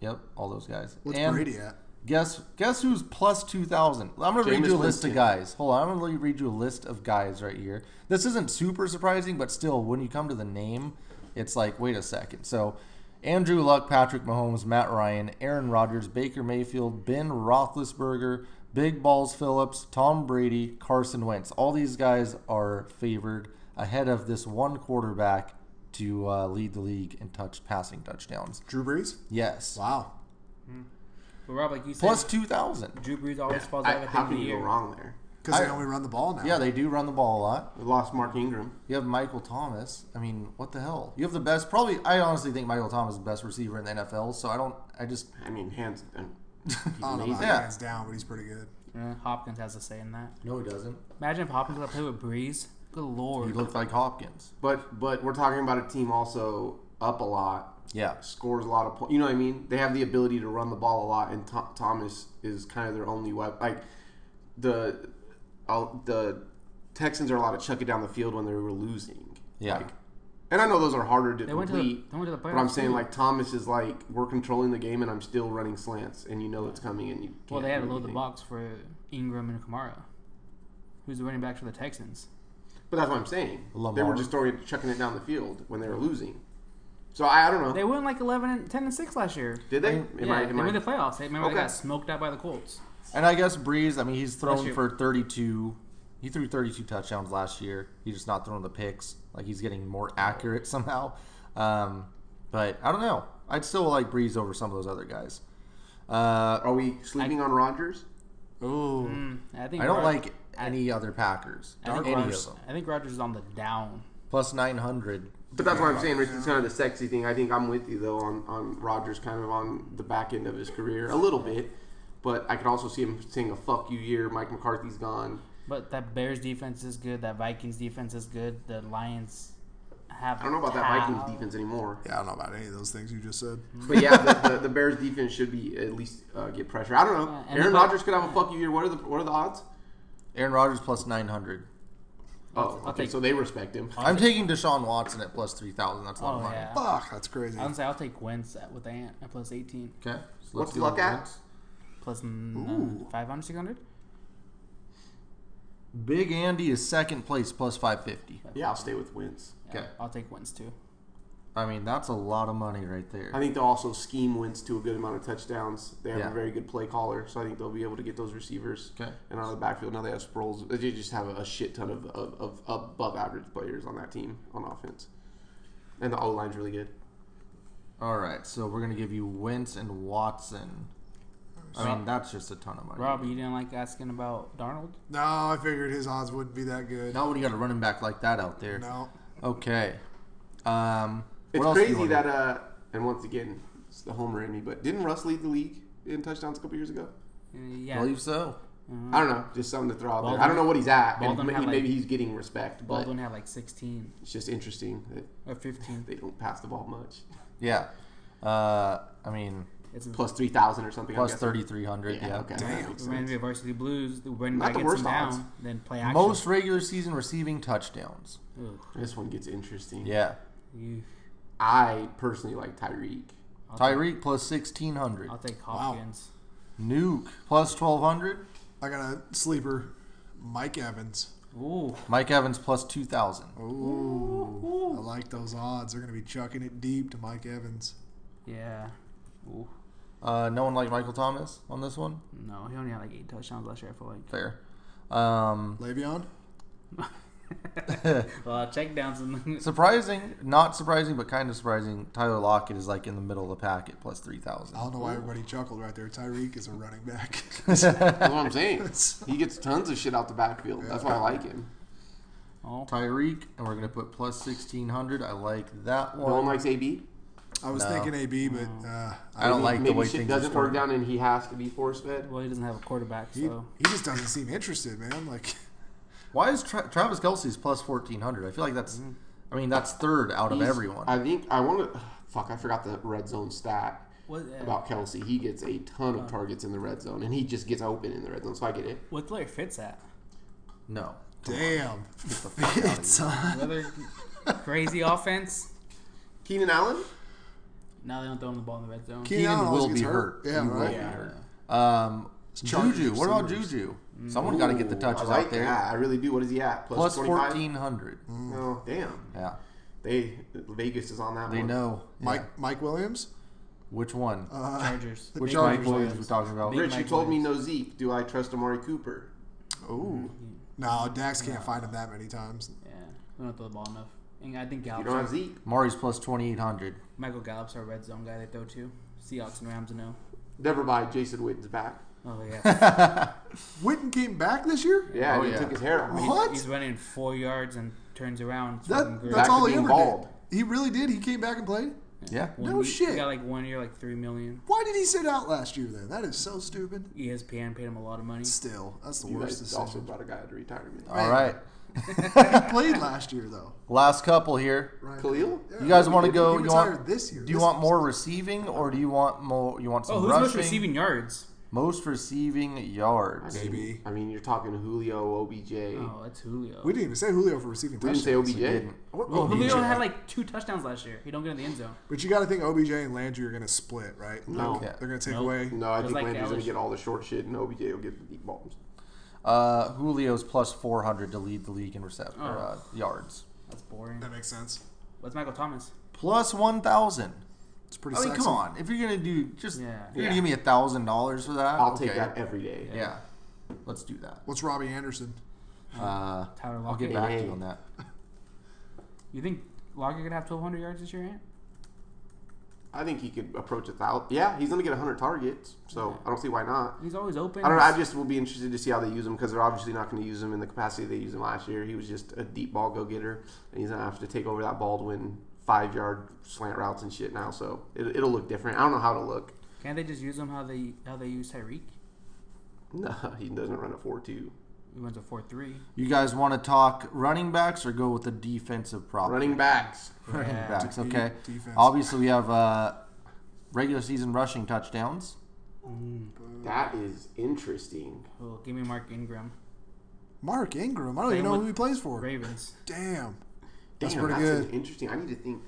Speaker 4: Yep, all those guys.
Speaker 1: What's
Speaker 4: and
Speaker 1: Brady at?
Speaker 4: Guess guess who's plus two thousand? I'm gonna read
Speaker 2: Jameis
Speaker 4: you a list
Speaker 2: Winston.
Speaker 4: of guys. Hold on, I'm gonna read you a list of guys right here. This isn't super surprising, but still, when you come to the name, it's like, wait a second. So, Andrew Luck, Patrick Mahomes, Matt Ryan, Aaron Rodgers, Baker Mayfield, Ben Roethlisberger, Big Balls Phillips, Tom Brady, Carson Wentz. All these guys are favored ahead of this one quarterback to uh, lead the league in touch passing touchdowns.
Speaker 1: Drew Brees.
Speaker 4: Yes,
Speaker 1: Wow.
Speaker 3: But Rob, like you said,
Speaker 4: plus two thousand.
Speaker 3: Drew Brees always falls out
Speaker 2: I,
Speaker 3: at the
Speaker 2: how
Speaker 3: end
Speaker 2: can
Speaker 3: of the
Speaker 2: you go
Speaker 3: year.
Speaker 2: wrong there?
Speaker 1: Because they
Speaker 4: I-
Speaker 1: only run the ball now.
Speaker 4: Yeah, they do run the ball a lot.
Speaker 2: We lost Mark Ingram.
Speaker 4: You have Michael Thomas. I mean, what the hell? You have the best. Probably, I honestly think Michael Thomas is the best receiver in the NFL. So I don't. I just.
Speaker 2: I mean, hands. and-
Speaker 1: I don't know about
Speaker 4: Yeah.
Speaker 1: hands down, but he's pretty good.
Speaker 3: Yeah, Hopkins has a say in that.
Speaker 4: No, he doesn't.
Speaker 3: Imagine if Hopkins would play with Brees. Good
Speaker 4: He
Speaker 3: lord.
Speaker 4: looked like Hopkins.
Speaker 2: But but we're talking about a team also up a lot,
Speaker 4: Yeah.
Speaker 2: scores a lot of points. You know what I mean? They have the ability to run the ball a lot, and Tho- Thomas is kind of their only weapon. Like the uh, the Texans are a lot of chuck it down the field when they were losing.
Speaker 4: Yeah.
Speaker 2: Like, and I know those are harder to
Speaker 3: They went
Speaker 2: complete.
Speaker 3: to the, they went to the playoffs.
Speaker 2: but I'm saying
Speaker 3: too.
Speaker 2: like Thomas is like we're controlling the game, and I'm still running slants, and you know it's coming, and you. Can't
Speaker 3: Well, they had to
Speaker 2: do
Speaker 3: load the
Speaker 2: anything.
Speaker 3: box for Ingram and Kamara, who's the running backs for the Texans.
Speaker 2: But that's what I'm saying. They were
Speaker 4: Lamar.
Speaker 2: just throwing, chucking it down the field when they were losing. So I, I don't know.
Speaker 3: They went like 11 and 10 and 6 last year.
Speaker 2: Did they?
Speaker 3: yeah, they made the playoffs. They remember they
Speaker 2: Okay.
Speaker 3: got smoked out by the Colts.
Speaker 4: And I guess Breeze. I mean, he's
Speaker 3: Bless
Speaker 4: thrown
Speaker 3: you.
Speaker 4: for 32. He threw 32 touchdowns last year. He's just not throwing the picks. Like he's getting more accurate somehow. Um, but I don't know. I'd still like Breeze over some of those other guys. Uh,
Speaker 2: Are we sleeping on Rodgers?
Speaker 1: Ooh.
Speaker 3: Mm, I think
Speaker 4: I don't
Speaker 3: Rod-
Speaker 4: like any other Packers.
Speaker 3: I think
Speaker 4: any of
Speaker 3: Rodgers.
Speaker 4: them.
Speaker 3: I think Rodgers is on the down.
Speaker 4: Plus 900.
Speaker 2: But that's what I'm saying. Rich. It's kind of the sexy thing. I think I'm with you though on on Rodgers, kind of on the back end of his career a little bit. But I could also see him saying a "fuck you" year. Mike McCarthy's gone.
Speaker 3: But that Bears defense is good. That Vikings defense is good. The Lions have.
Speaker 2: I don't know about that
Speaker 3: talent.
Speaker 2: Vikings defense anymore.
Speaker 1: Yeah, I don't know about any of those things you just said.
Speaker 2: But yeah, the, the, the Bears defense should be at least uh, get pressure. I don't know.
Speaker 3: Uh, and
Speaker 2: Aaron
Speaker 3: the-
Speaker 2: Rodgers could have a "fuck you" year. What are the what are the odds?
Speaker 4: Aaron Rodgers plus 900.
Speaker 2: Oh,
Speaker 3: I'll
Speaker 2: okay.
Speaker 3: take-
Speaker 2: so they respect him.
Speaker 4: I'm taking Deshaun Watson at plus 3,000. That's a lot
Speaker 3: Oh
Speaker 4: of money.
Speaker 3: yeah.
Speaker 1: Fuck, that's crazy.
Speaker 3: I'm say I'll take Wentz at, with Ant at plus 18,
Speaker 4: Okay. So
Speaker 2: What's
Speaker 4: do
Speaker 2: luck
Speaker 4: the
Speaker 2: at?
Speaker 4: Wentz.
Speaker 1: Ooh.
Speaker 3: plus mm, 500, 600.
Speaker 4: Big Andy is second place plus 550.
Speaker 2: Yeah, I'll stay with wins.
Speaker 3: Yeah,
Speaker 4: Okay.
Speaker 3: I'll take Wentz too.
Speaker 4: I mean, that's a lot of money right
Speaker 2: I
Speaker 4: there.
Speaker 2: think they'll also scheme wins to a good amount of touchdowns. They have
Speaker 4: Yeah.
Speaker 2: a very good play caller, so I think they'll be able to get those receivers.
Speaker 4: Okay.
Speaker 2: And out of the backfield, now they have Sproles. They just have a shit ton of, of, of above average players on that team on offense. And the O line's really good.
Speaker 4: All right. So we're going to give you Wentz and Watson. I mean, that's just a ton of money.
Speaker 3: Rob, you didn't like asking about Darnold?
Speaker 1: No, I figured his odds wouldn't be that good.
Speaker 4: Not when you got a running back like that out there.
Speaker 1: No.
Speaker 4: Okay. Um, what
Speaker 2: It's
Speaker 4: else do you
Speaker 2: crazy
Speaker 4: wanna-
Speaker 2: that, uh, and once again, it's the homer in me, but didn't Russ lead the league in touchdowns a couple years ago?
Speaker 3: Uh,
Speaker 4: I
Speaker 3: yeah.
Speaker 4: believe so.
Speaker 2: I don't know. Just something to throw out there. I
Speaker 3: Baldwin-
Speaker 2: don't know what he's at. and
Speaker 3: Baldwin
Speaker 2: maybe,
Speaker 3: had, like-
Speaker 2: maybe he's getting respect, but
Speaker 3: Baldwin had like 16
Speaker 2: it's just interesting that
Speaker 3: or 15.
Speaker 2: they don't pass the ball much.
Speaker 4: Yeah. Uh, I mean,
Speaker 3: It's
Speaker 2: Plus 3,000 or something. I'm
Speaker 4: plus
Speaker 2: guessing.
Speaker 4: 3,300. Yeah.
Speaker 2: Yeah, okay. That makes
Speaker 3: reminds
Speaker 2: sense.
Speaker 3: me of varsity blues. The running
Speaker 2: Not
Speaker 3: back
Speaker 2: the
Speaker 3: gets him
Speaker 2: worst odds.
Speaker 3: down, then play action.
Speaker 4: Most regular season receiving touchdowns.
Speaker 3: Ugh,
Speaker 2: This one gets interesting.
Speaker 4: Yeah.
Speaker 3: you-
Speaker 2: I personally like Tyreek.
Speaker 3: I'll take-
Speaker 4: Tyreek plus 1,600.
Speaker 3: I'll take Hopkins.
Speaker 4: Nuke plus 1,200.
Speaker 1: I got a sleeper, Mike Evans.
Speaker 3: Ooh,
Speaker 4: Mike Evans plus 2,000.
Speaker 1: Ooh. I like those odds. They're going to be chucking it deep to Mike Evans.
Speaker 3: yeah. Ooh,
Speaker 4: Uh, no one like Michael Thomas on this one.
Speaker 3: no, he only had like eight touchdowns last year. I feel like.
Speaker 4: Fair. Um,
Speaker 1: Le'Veon?
Speaker 3: Well, check downs and
Speaker 4: surprising, not surprising, but kind of surprising. Tyler Lockett is like in the middle of the pack at plus three thousand.
Speaker 1: I don't know why everybody chuckled right there. Tyreek is a running back.
Speaker 2: That's what I'm saying. He gets tons of shit out the backfield. That's why I like him.
Speaker 3: oh,
Speaker 4: Tyreek, and we're gonna put plus sixteen hundred. I like that
Speaker 2: No
Speaker 4: one.
Speaker 2: one likes AB.
Speaker 1: I was
Speaker 4: No.
Speaker 1: thinking AB, but uh,
Speaker 4: I don't like the
Speaker 2: Maybe
Speaker 4: way
Speaker 2: shit
Speaker 4: things
Speaker 2: doesn't
Speaker 4: are
Speaker 2: work down and he has to be force fed.
Speaker 3: well, he doesn't have a quarterback,
Speaker 1: he,
Speaker 3: so
Speaker 1: he just doesn't seem interested, man. Like,
Speaker 4: Why is Tra- Travis Kelsey's plus fourteen hundred? I feel like that's, I mean, that's third out of
Speaker 2: He's-
Speaker 4: everyone.
Speaker 2: I think I want to. Fuck, I forgot the red zone stat
Speaker 3: what, uh,
Speaker 2: about Kelsey. He gets a ton of targets in the red zone, and he just gets open in the red zone. So I get it.
Speaker 3: what's Larry Fitz at?
Speaker 4: no,
Speaker 1: damn.
Speaker 4: get the fuck out of
Speaker 1: It's,
Speaker 4: here.
Speaker 1: uh,
Speaker 3: Another crazy offense.
Speaker 2: Keenan Allen.
Speaker 3: Now they don't throw him the ball in the red zone.
Speaker 1: Keenan
Speaker 4: Keenan
Speaker 1: Allen
Speaker 4: will
Speaker 1: always
Speaker 4: be
Speaker 1: gets
Speaker 4: hurt.
Speaker 1: Yeah,
Speaker 4: He will
Speaker 1: right.
Speaker 4: be hurt. Um,
Speaker 1: Chargers
Speaker 4: Juju. What about
Speaker 1: receivers.
Speaker 4: Juju? Someone got to get the
Speaker 2: Ooh,
Speaker 4: touches
Speaker 2: I like
Speaker 4: out there.
Speaker 2: That. I really do. What is he at? Plus
Speaker 4: Plus
Speaker 2: fourteen.
Speaker 4: fourteen hundred.
Speaker 1: Mm.
Speaker 2: Oh damn.
Speaker 4: Yeah,
Speaker 2: They Vegas is on that
Speaker 4: they
Speaker 2: one.
Speaker 4: know.
Speaker 1: Mike,
Speaker 4: Yeah.
Speaker 1: Mike Williams? Uh,
Speaker 4: Which one?
Speaker 3: Chargers.
Speaker 4: Which
Speaker 1: Mike
Speaker 4: Mike Williams
Speaker 1: Williams.
Speaker 4: we're talking about?
Speaker 3: Big-
Speaker 2: Rich, you
Speaker 3: Mike
Speaker 2: told me no Zeke. Do I trust Amari Cooper?
Speaker 1: Ooh. No, Dax can't find him that many times.
Speaker 3: Yeah, we don't throw the ball enough. And I think
Speaker 2: You
Speaker 3: Gallup's
Speaker 2: don't have
Speaker 3: our,
Speaker 2: Zeke.
Speaker 4: Mari's plus twenty eight hundred.
Speaker 3: Michael Gallup's our red zone guy they throw to. Seahawks and Rams know.
Speaker 2: Never mind. Jason Witten's back.
Speaker 3: Oh yeah,
Speaker 1: Witten came back this year?
Speaker 2: Yeah,
Speaker 4: Oh,
Speaker 2: he
Speaker 4: yeah.
Speaker 2: took his hair off.
Speaker 1: What?
Speaker 3: he's running four yards and turns around. It's
Speaker 1: That-
Speaker 3: fucking great.
Speaker 1: that's
Speaker 2: Back to
Speaker 1: all he
Speaker 2: being
Speaker 1: ever
Speaker 2: bald.
Speaker 1: did. He really did. He came back and played.
Speaker 4: Yeah.
Speaker 3: One
Speaker 1: no
Speaker 3: week-
Speaker 1: shit.
Speaker 3: He got like one year, like three million.
Speaker 1: Why did he sit out last year then? That is so stupid.
Speaker 3: ESPN paid him a lot of money.
Speaker 1: Still, that's the
Speaker 2: You
Speaker 1: worst
Speaker 2: guys also
Speaker 1: decision.
Speaker 2: brought a guy to retirement.
Speaker 4: All right.
Speaker 1: He played last year though.
Speaker 4: Last couple here.
Speaker 1: Right.
Speaker 2: Khalil.
Speaker 4: You guys want to
Speaker 1: He
Speaker 4: go? You
Speaker 1: retired
Speaker 4: want?
Speaker 1: this year.
Speaker 4: Do you
Speaker 1: This
Speaker 4: want
Speaker 1: is-
Speaker 4: more receiving or do you want more? You want some
Speaker 3: Oh, who's
Speaker 4: rushing?
Speaker 3: most receiving yards?
Speaker 4: Most receiving yards.
Speaker 1: Maybe.
Speaker 2: I mean, you're talking Julio, OBJ.
Speaker 3: Oh, that's Julio.
Speaker 1: We didn't even say Julio for receiving
Speaker 2: we didn't say
Speaker 1: touchdowns.
Speaker 2: OBJ.
Speaker 4: Or
Speaker 3: well,
Speaker 4: OBJ.
Speaker 3: Julio had like two touchdowns last year. He don't get in the end zone.
Speaker 1: But you got to think OBJ and Landry are going to split, right?
Speaker 2: No.
Speaker 1: Like,
Speaker 4: Yeah.
Speaker 1: they're going to take
Speaker 3: Nope.
Speaker 1: away.
Speaker 2: No, I
Speaker 3: It was
Speaker 2: think
Speaker 3: like
Speaker 2: Landry's going
Speaker 3: Dallas.
Speaker 2: to get all the short shit, and OBJ will get the deep bombs.
Speaker 4: Uh, Julio's plus four hundred to lead the league in reception uh, yards.
Speaker 3: That's boring.
Speaker 1: That makes sense.
Speaker 3: What's Michael Thomas?
Speaker 4: Plus one thousand.
Speaker 1: It's pretty.
Speaker 4: I mean,
Speaker 1: sexy.
Speaker 4: come on. If you're gonna do just,
Speaker 3: Yeah.
Speaker 4: you're
Speaker 2: Yeah.
Speaker 4: gonna give me a thousand dollars for
Speaker 1: Ah,
Speaker 4: that.
Speaker 2: I'll
Speaker 4: okay.
Speaker 2: take that every day.
Speaker 4: Yeah. Let's do that.
Speaker 1: What's Robbie Anderson?
Speaker 4: Uh,
Speaker 3: Tyler
Speaker 4: I'll
Speaker 3: Lockett.
Speaker 4: get back to you
Speaker 2: Hey.
Speaker 4: on that.
Speaker 3: You think Lockett could have 1,200 yards this year, Ant?
Speaker 2: I think he could approach a thousand. Yeah, he's going to get 100 targets, so I don't see why not.
Speaker 3: He's always open.
Speaker 2: I don't know. I just will be interested to see how they use him because they're obviously not going to use him in the capacity they used him last year. He was just a deep ball go getter, and he's going to have to take over that Baldwin five yard slant routes and shit now. So it, it'll look different. I don't know how to look.
Speaker 3: Can't they just use him how they how they use Tyreek?
Speaker 2: No, he doesn't run a four two.
Speaker 3: He runs a 4-3.
Speaker 4: You guys want to talk running backs or go with the defensive problem?
Speaker 2: Running backs.
Speaker 4: Running
Speaker 3: Yeah.
Speaker 4: backs. Okay.
Speaker 1: defense.
Speaker 4: Obviously, we have uh, regular season rushing touchdowns.
Speaker 2: That is interesting.
Speaker 3: Oh, give me Mark Ingram.
Speaker 1: Mark Ingram. I don't even know
Speaker 3: with-
Speaker 1: who he plays for.
Speaker 3: Ravens.
Speaker 1: Damn.
Speaker 2: Damn,
Speaker 1: That's pretty
Speaker 2: an
Speaker 1: good.
Speaker 2: Interesting. I need to think.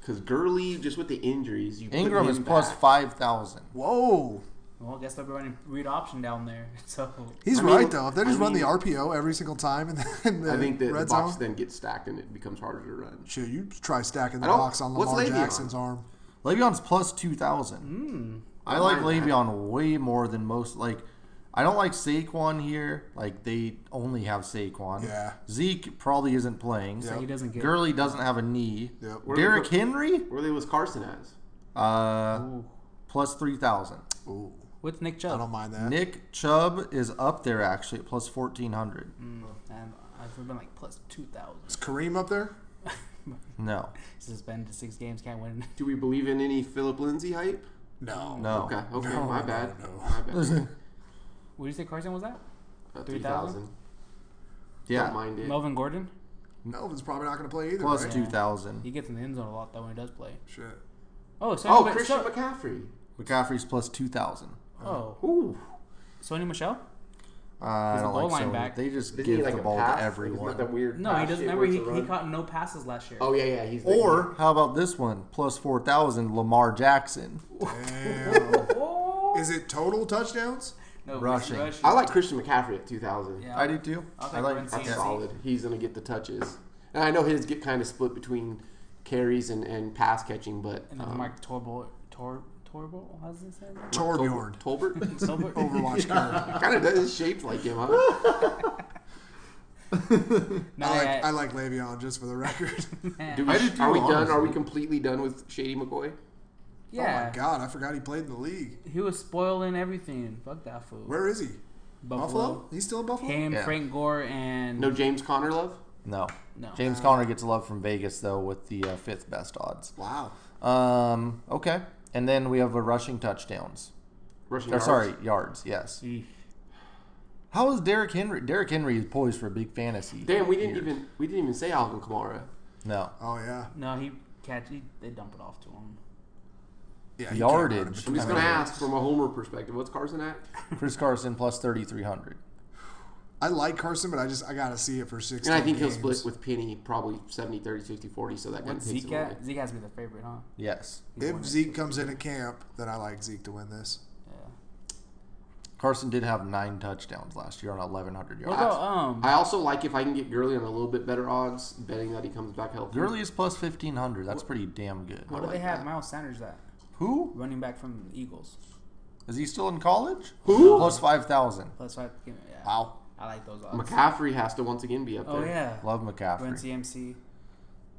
Speaker 2: Because Gurley, just with the injuries, you put
Speaker 4: Ingram
Speaker 2: him
Speaker 4: is plus
Speaker 2: back.
Speaker 4: five thousand.
Speaker 1: Whoa.
Speaker 3: Well, I guess they'll be running read option down there. So
Speaker 1: He's
Speaker 2: I mean,
Speaker 1: right though. If they just
Speaker 2: I
Speaker 1: run
Speaker 2: mean-
Speaker 1: the RPO every single time and then the
Speaker 2: I think that the
Speaker 1: red
Speaker 2: box
Speaker 1: zone,
Speaker 2: then gets stacked and it becomes harder to run.
Speaker 1: shit, you try stacking the
Speaker 2: I don't-
Speaker 1: box on
Speaker 2: what's
Speaker 1: Lamar
Speaker 2: Le'Veon?
Speaker 1: Jackson's arm.
Speaker 4: Le'Veon's plus two thousand. I
Speaker 2: Don't
Speaker 4: like
Speaker 2: mind that.
Speaker 4: Le'Veon way more than most. Like, I don't like Saquon here. Like they only have Saquon.
Speaker 1: Yeah.
Speaker 4: Zeke probably isn't playing.
Speaker 1: Yeah.
Speaker 3: he doesn't get.
Speaker 4: Gurley doesn't have a knee.
Speaker 1: Yep.
Speaker 2: Where-
Speaker 4: Derrick
Speaker 2: where-
Speaker 4: Henry,
Speaker 2: Where they was Carson as?
Speaker 4: uh,
Speaker 3: Ooh.
Speaker 4: plus three thousand.
Speaker 1: Ooh,
Speaker 3: With Nick
Speaker 1: I
Speaker 3: Chubb,
Speaker 1: don't mind that.
Speaker 4: Nick Chubb is up there actually at plus fourteen hundred.
Speaker 2: Mm.
Speaker 3: and I've been like plus two thousand.
Speaker 1: Is Kareem up there?
Speaker 4: No,
Speaker 3: Suspended six games, can't win.
Speaker 2: Do we believe in any Philip Lindsay hype?
Speaker 1: No.
Speaker 4: no.
Speaker 2: Okay, okay,
Speaker 1: No,
Speaker 2: my
Speaker 1: no,
Speaker 2: bad.
Speaker 1: no.
Speaker 2: My bad.
Speaker 3: What do you say Carson was that?
Speaker 2: Uh,
Speaker 3: 3,000?
Speaker 2: 3,000. Don't
Speaker 4: Yeah,
Speaker 2: mind it.
Speaker 3: Melvin Gordon.
Speaker 1: Melvin's probably not going to play either.
Speaker 4: plus
Speaker 1: right?
Speaker 4: two thousand.
Speaker 3: He gets in the end zone a lot though when he does play.
Speaker 1: Shit.
Speaker 3: Oh, so
Speaker 2: Oh,
Speaker 3: but-
Speaker 2: Christian
Speaker 3: so-
Speaker 2: McCaffrey.
Speaker 4: McCaffrey's plus two thousand.
Speaker 3: oh,
Speaker 2: Ooh.
Speaker 3: Sony Michelle.
Speaker 4: Uh, I
Speaker 3: He's a
Speaker 4: don't
Speaker 3: goal
Speaker 4: like
Speaker 3: line
Speaker 4: so.
Speaker 3: back.
Speaker 4: They just
Speaker 2: Isn't
Speaker 4: give
Speaker 2: he like
Speaker 4: the
Speaker 2: a
Speaker 4: ball
Speaker 2: pass?
Speaker 4: to
Speaker 2: Like, isn't
Speaker 4: everyone.
Speaker 2: that that weird
Speaker 3: No, he
Speaker 2: pass
Speaker 3: doesn't.
Speaker 2: Ah, shit
Speaker 3: Remember,
Speaker 2: where
Speaker 3: he,
Speaker 2: it's a
Speaker 3: he
Speaker 2: run?
Speaker 3: caught no passes last year.
Speaker 2: Oh, yeah, yeah. He's the-
Speaker 4: Or how about this one? Plus four thousand, Lamar Jackson.
Speaker 1: Damn. Is it total touchdowns?
Speaker 3: no, it's
Speaker 4: rushing.
Speaker 3: rushing.
Speaker 2: I like Christian McCaffrey at 2,000.
Speaker 3: Yeah.
Speaker 4: I do too.
Speaker 3: I'll take
Speaker 4: I like
Speaker 3: Brent
Speaker 2: That's
Speaker 3: Yeah.
Speaker 2: solid. He's going to get the touches. And I know his get kind of split between carries and, and pass catching, but.
Speaker 3: And then
Speaker 2: um,
Speaker 3: Mark Torbo, Tor, Torbo, how's his name?
Speaker 1: Torbjorn.
Speaker 2: Tolbert?
Speaker 3: Torbo.
Speaker 1: Overwatch card.
Speaker 2: kind of does is shaped like him, huh?
Speaker 3: no,
Speaker 1: I
Speaker 3: yeah,
Speaker 1: like, I like Le'Veon, just for the record.
Speaker 2: Do we,
Speaker 4: I do too,
Speaker 2: are we done? Are we
Speaker 4: honestly.
Speaker 2: completely done with Shady McCoy?
Speaker 1: Oh
Speaker 3: yeah.
Speaker 1: my God, I forgot he played in the league.
Speaker 3: he was spoiling everything. Fuck that fool.
Speaker 1: Where is he?
Speaker 3: Buffalo.
Speaker 1: Buffalo? He's still in Buffalo?
Speaker 3: Him,
Speaker 4: Yeah.
Speaker 3: Frank Gore, and
Speaker 2: No James Conner love?
Speaker 4: No.
Speaker 3: No.
Speaker 4: James Conner gets love from Vegas though with the uh, fifth best odds.
Speaker 1: Wow.
Speaker 4: Um, okay, and then we have a rushing touchdowns.
Speaker 2: Rushing
Speaker 4: Or
Speaker 2: yards?
Speaker 4: sorry, yards. Yes.
Speaker 3: Eesh.
Speaker 4: How is Derrick Henry? Derrick Henry is poised for a big fantasy.
Speaker 2: Damn, we didn't
Speaker 4: year.
Speaker 2: even we didn't even say Alvin Kamara.
Speaker 4: No.
Speaker 1: Oh, yeah.
Speaker 3: No, he catch. He, they dump it off to him.
Speaker 1: yeah he can't
Speaker 4: Yardage.
Speaker 1: run it,
Speaker 2: I'm
Speaker 1: but-
Speaker 2: just gonna ask from a homer perspective. What's Carson at?
Speaker 4: Chris Carson plus thirty three hundred.
Speaker 1: I like Carson, but I just I gotta see it for six.
Speaker 2: And I think he'll split with Penny probably 70, 30, 60, 40, So that kind of takes
Speaker 3: Zeke,
Speaker 2: it away.
Speaker 3: at, Zeke has to be the favorite, huh?
Speaker 4: Yes.
Speaker 3: He's
Speaker 1: If
Speaker 3: winning.
Speaker 1: Zeke comes in at camp, then I like Zeke to win this.
Speaker 3: Yeah.
Speaker 4: Carson did have nine touchdowns last year on eleven hundred
Speaker 3: What
Speaker 4: yards.
Speaker 3: about um?
Speaker 2: I also like if I can get Gurley on a little bit better odds, betting that he comes back healthy.
Speaker 4: Gurley is plus fifteen hundred. That's pretty damn good.
Speaker 3: What do
Speaker 2: I
Speaker 3: they
Speaker 2: like
Speaker 3: have
Speaker 2: that.
Speaker 3: Miles Sanders at?
Speaker 4: Who
Speaker 3: Running back from the Eagles.
Speaker 4: is he still in college?
Speaker 2: Who?
Speaker 4: Plus five thousand.
Speaker 3: Plus five. Yeah. I like those odds.
Speaker 2: McCaffrey has to once again be up
Speaker 3: Oh
Speaker 2: there.
Speaker 3: yeah.
Speaker 4: Love
Speaker 3: Run
Speaker 4: McCaffrey.
Speaker 3: CMC.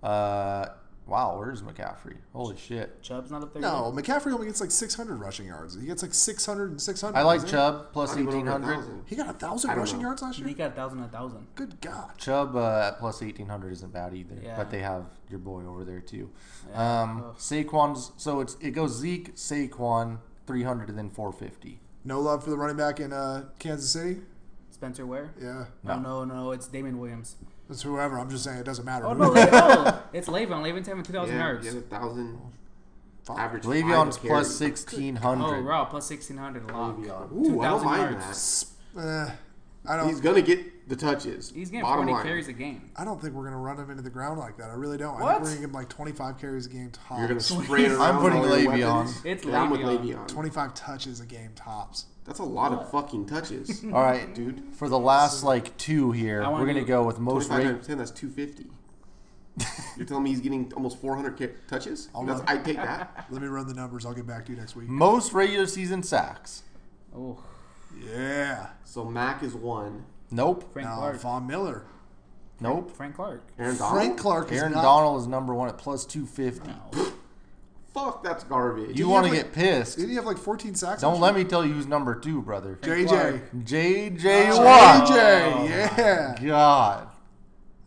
Speaker 4: Uh, wow, where's McCaffrey? Holy shit!
Speaker 3: Chubb's not up there.
Speaker 1: No, McCaffrey only gets like 600 rushing yards. He gets like 600 and 600.
Speaker 4: I like
Speaker 1: doesn't he?
Speaker 4: Chubb plus
Speaker 2: Not even
Speaker 4: eighteen
Speaker 2: over a
Speaker 4: hundred.
Speaker 2: thousand.
Speaker 1: He got a thousand
Speaker 2: I don't
Speaker 1: rushing
Speaker 2: know.
Speaker 1: yards last
Speaker 3: either. He
Speaker 1: year.
Speaker 3: got a thousand, a thousand.
Speaker 1: Good God!
Speaker 4: Chubb uh, at plus eighteen hundred isn't bad either.
Speaker 3: Yeah.
Speaker 4: But they have your boy over there too.
Speaker 3: Yeah.
Speaker 4: Um,
Speaker 3: Ugh.
Speaker 4: Saquon's so it's it goes Zeke Saquon three hundred and then four fifty.
Speaker 1: No love for the running back in uh, Kansas City.
Speaker 3: Spencer Ware?
Speaker 1: Yeah,
Speaker 3: No, no, no. It's Damon Williams.
Speaker 1: it's whoever. I'm just saying it doesn't matter.
Speaker 3: Oh
Speaker 1: who.
Speaker 3: no, Le- oh, it's Le'Veon. Le'Veon's having two thousand
Speaker 2: yeah,
Speaker 3: yards.
Speaker 2: he has a thousand
Speaker 1: Fuck.
Speaker 2: average. five
Speaker 4: Le'Veon's
Speaker 2: carry.
Speaker 4: plus sixteen
Speaker 3: Oh,
Speaker 4: hundred.
Speaker 3: wow, plus sixteen hundred a lot.
Speaker 2: Ooh, I don't
Speaker 3: 2,000
Speaker 2: mind
Speaker 3: yards.
Speaker 1: Eh, I
Speaker 2: that.
Speaker 1: don't.
Speaker 2: He's gonna get the touches.
Speaker 3: He's getting
Speaker 2: Bottom
Speaker 3: forty
Speaker 2: line.
Speaker 3: carries a game.
Speaker 1: I don't think we're gonna run him into the ground like that. I really don't. I
Speaker 3: What?
Speaker 1: think we're gonna give him like 25 carries a game tops.
Speaker 2: You're gonna spray it
Speaker 3: I'm
Speaker 2: around.
Speaker 4: putting
Speaker 2: all your
Speaker 4: Le'Veon.
Speaker 2: weapons.
Speaker 3: It's
Speaker 2: Yeah, I'm with
Speaker 3: Le'Veon.
Speaker 2: Le'Veon.
Speaker 1: 25 touches a game tops.
Speaker 2: That's a lot of fucking touches.
Speaker 4: All right,
Speaker 2: Dude.
Speaker 4: For the last like two here,
Speaker 3: I wanna
Speaker 4: we're gonna
Speaker 3: do-
Speaker 4: go with most
Speaker 2: 25
Speaker 4: rate.
Speaker 2: times 10, that's 250. You're telling me he's getting almost 400 ca- touches?
Speaker 1: I'll
Speaker 2: That's,
Speaker 1: run.
Speaker 2: I take that.
Speaker 1: Let me run the numbers. I'll get back to you next week.
Speaker 4: Most regular season sacks.
Speaker 3: Oh,
Speaker 1: Yeah.
Speaker 2: So Mac is one.
Speaker 4: Nope.
Speaker 3: Frank
Speaker 1: Now,
Speaker 3: Clark.
Speaker 1: Von Miller.
Speaker 4: Nope.
Speaker 3: Frank Clark.
Speaker 2: Aaron Donald.
Speaker 1: Frank Clark is
Speaker 4: Aaron
Speaker 1: not.
Speaker 4: Donald is number one at plus two fifty.
Speaker 2: Fuck, that's garbage.
Speaker 4: You
Speaker 1: he
Speaker 4: want to
Speaker 1: have,
Speaker 4: get
Speaker 1: like-
Speaker 4: pissed?
Speaker 1: Did he have like 14 sacks?
Speaker 4: Don't let me tell you who's number two, brother.
Speaker 1: JJ.
Speaker 3: Clark.
Speaker 4: JJ Watt.
Speaker 1: JJ. Yeah.
Speaker 4: God.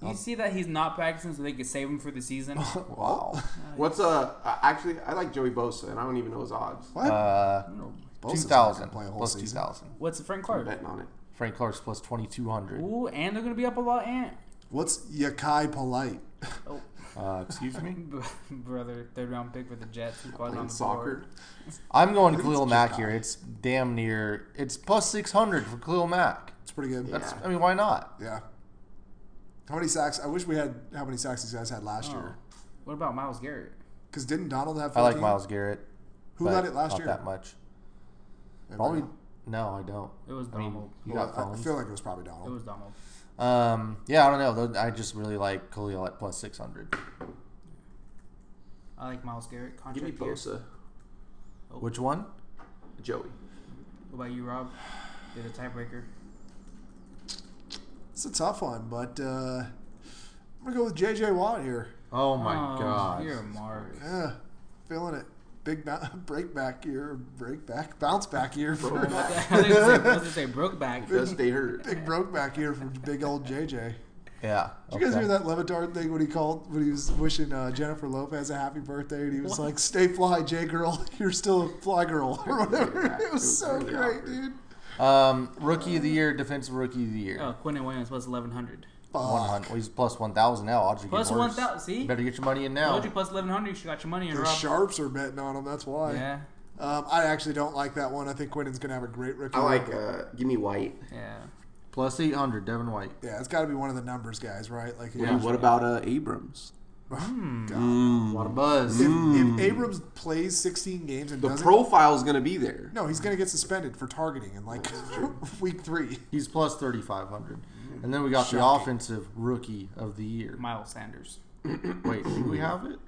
Speaker 3: You see that he's not practicing, so they could save him for the season.
Speaker 4: Wow.
Speaker 2: What's uh? uh, Actually, I like Joey Bosa, and I don't even know his odds.
Speaker 1: What?
Speaker 4: Uh,
Speaker 1: Bosa's
Speaker 4: two
Speaker 1: not gonna
Speaker 4: thousand
Speaker 1: play a whole
Speaker 4: plus two
Speaker 1: season.
Speaker 4: thousand.
Speaker 3: What's Frank
Speaker 2: I'm
Speaker 3: Clark?
Speaker 2: betting on it.
Speaker 4: Frank Clark's plus twenty two hundred.
Speaker 3: Ooh, and they're gonna be up a lot, and
Speaker 1: What's Yakai Polite?
Speaker 3: oh,
Speaker 4: Uh, excuse me.
Speaker 3: brother, third round pick for the Jets. He's probably on
Speaker 2: Playing
Speaker 3: the
Speaker 2: soccer.
Speaker 3: board.
Speaker 4: I'm going Khalil Mack here. It's damn near. It's plus six hundred for Khalil Mack.
Speaker 1: It's pretty good.
Speaker 4: That's,
Speaker 2: Yeah.
Speaker 4: I mean, why not?
Speaker 1: Yeah. How many sacks? I wish we had how many sacks these guys had last year. year.
Speaker 3: Oh. What about Miles Garrett?
Speaker 1: Because didn't Donald have?
Speaker 4: Oh. I like
Speaker 1: 14?
Speaker 4: Miles Garrett.
Speaker 1: Who
Speaker 4: but
Speaker 1: led it last
Speaker 4: not
Speaker 1: year?
Speaker 4: That much.
Speaker 1: Anybody
Speaker 4: Probably.
Speaker 1: know?
Speaker 4: No, I don't.
Speaker 3: It was
Speaker 4: I mean,
Speaker 3: Donald.
Speaker 4: you
Speaker 1: Well,
Speaker 4: got
Speaker 1: I- I
Speaker 4: phones.
Speaker 1: feel like it was probably
Speaker 3: It
Speaker 1: Donald.
Speaker 3: was Donald.
Speaker 4: Um, yeah, I don't know. Those- I just really like Khalil at plus six hundred.
Speaker 3: I like Miles Garrett.
Speaker 2: Give me
Speaker 3: Contract year.
Speaker 2: Bosa,
Speaker 4: Which one?
Speaker 2: Joey.
Speaker 3: What about you, Rob? You're the tiebreaker.
Speaker 1: It's a tough one, but uh, I'm gonna go with JJ Watt here.
Speaker 4: Oh my
Speaker 3: Oh,
Speaker 4: god!
Speaker 3: You're a mark.
Speaker 1: Yeah, feeling it. Big ba- break back year, break back, bounce back year for
Speaker 3: I was gonna say- I was gonna say Brokeback.
Speaker 2: Does stay hurt?
Speaker 1: big broke back year for big old JJ.
Speaker 4: Yeah.
Speaker 1: Did you guys
Speaker 4: okay.
Speaker 1: hear that Levitard thing when he called when he was wishing uh, Jennifer Lopez a happy birthday and he was like, "Stay fly, J girl. You're still a fly girl or whatever."
Speaker 2: Yeah,
Speaker 1: It was so
Speaker 2: really
Speaker 1: great,
Speaker 2: awkward.
Speaker 1: dude.
Speaker 4: Um, rookie of the year, defensive rookie of the year.
Speaker 3: Oh, Quentin Williams was 1100.
Speaker 4: One
Speaker 1: Fuck.
Speaker 4: hundred. Well, he's plus one thousand now. Odds are
Speaker 3: Oh. Plus
Speaker 4: getting worse.
Speaker 3: 1,000, see?
Speaker 4: better get your money in
Speaker 3: I
Speaker 4: now.
Speaker 3: told you plus 1100. You should got your money in,
Speaker 1: The
Speaker 3: Rob.
Speaker 1: sharps are betting on him. That's why.
Speaker 3: Yeah,
Speaker 1: Um, I actually don't like that one. I think Quinnen's gonna have a great rookie.
Speaker 2: I like
Speaker 1: year.
Speaker 2: uh, give me White.
Speaker 3: yeah.
Speaker 4: Plus eight hundred. Devin White.
Speaker 1: Yeah, it's got to be one of the numbers guys, right? Like,
Speaker 2: What, about uh, Abrams?
Speaker 4: What a buzz.
Speaker 1: if, if Abrams plays 16 games and
Speaker 2: The
Speaker 1: doesn't,
Speaker 2: profile's gonna be there.
Speaker 1: no, he's gonna get suspended for targeting in like week three.
Speaker 4: He's plus thirty five hundred. And then we got the
Speaker 1: Shocking.
Speaker 4: offensive rookie of the year.
Speaker 3: Miles Sanders.
Speaker 4: Wait, do we have it?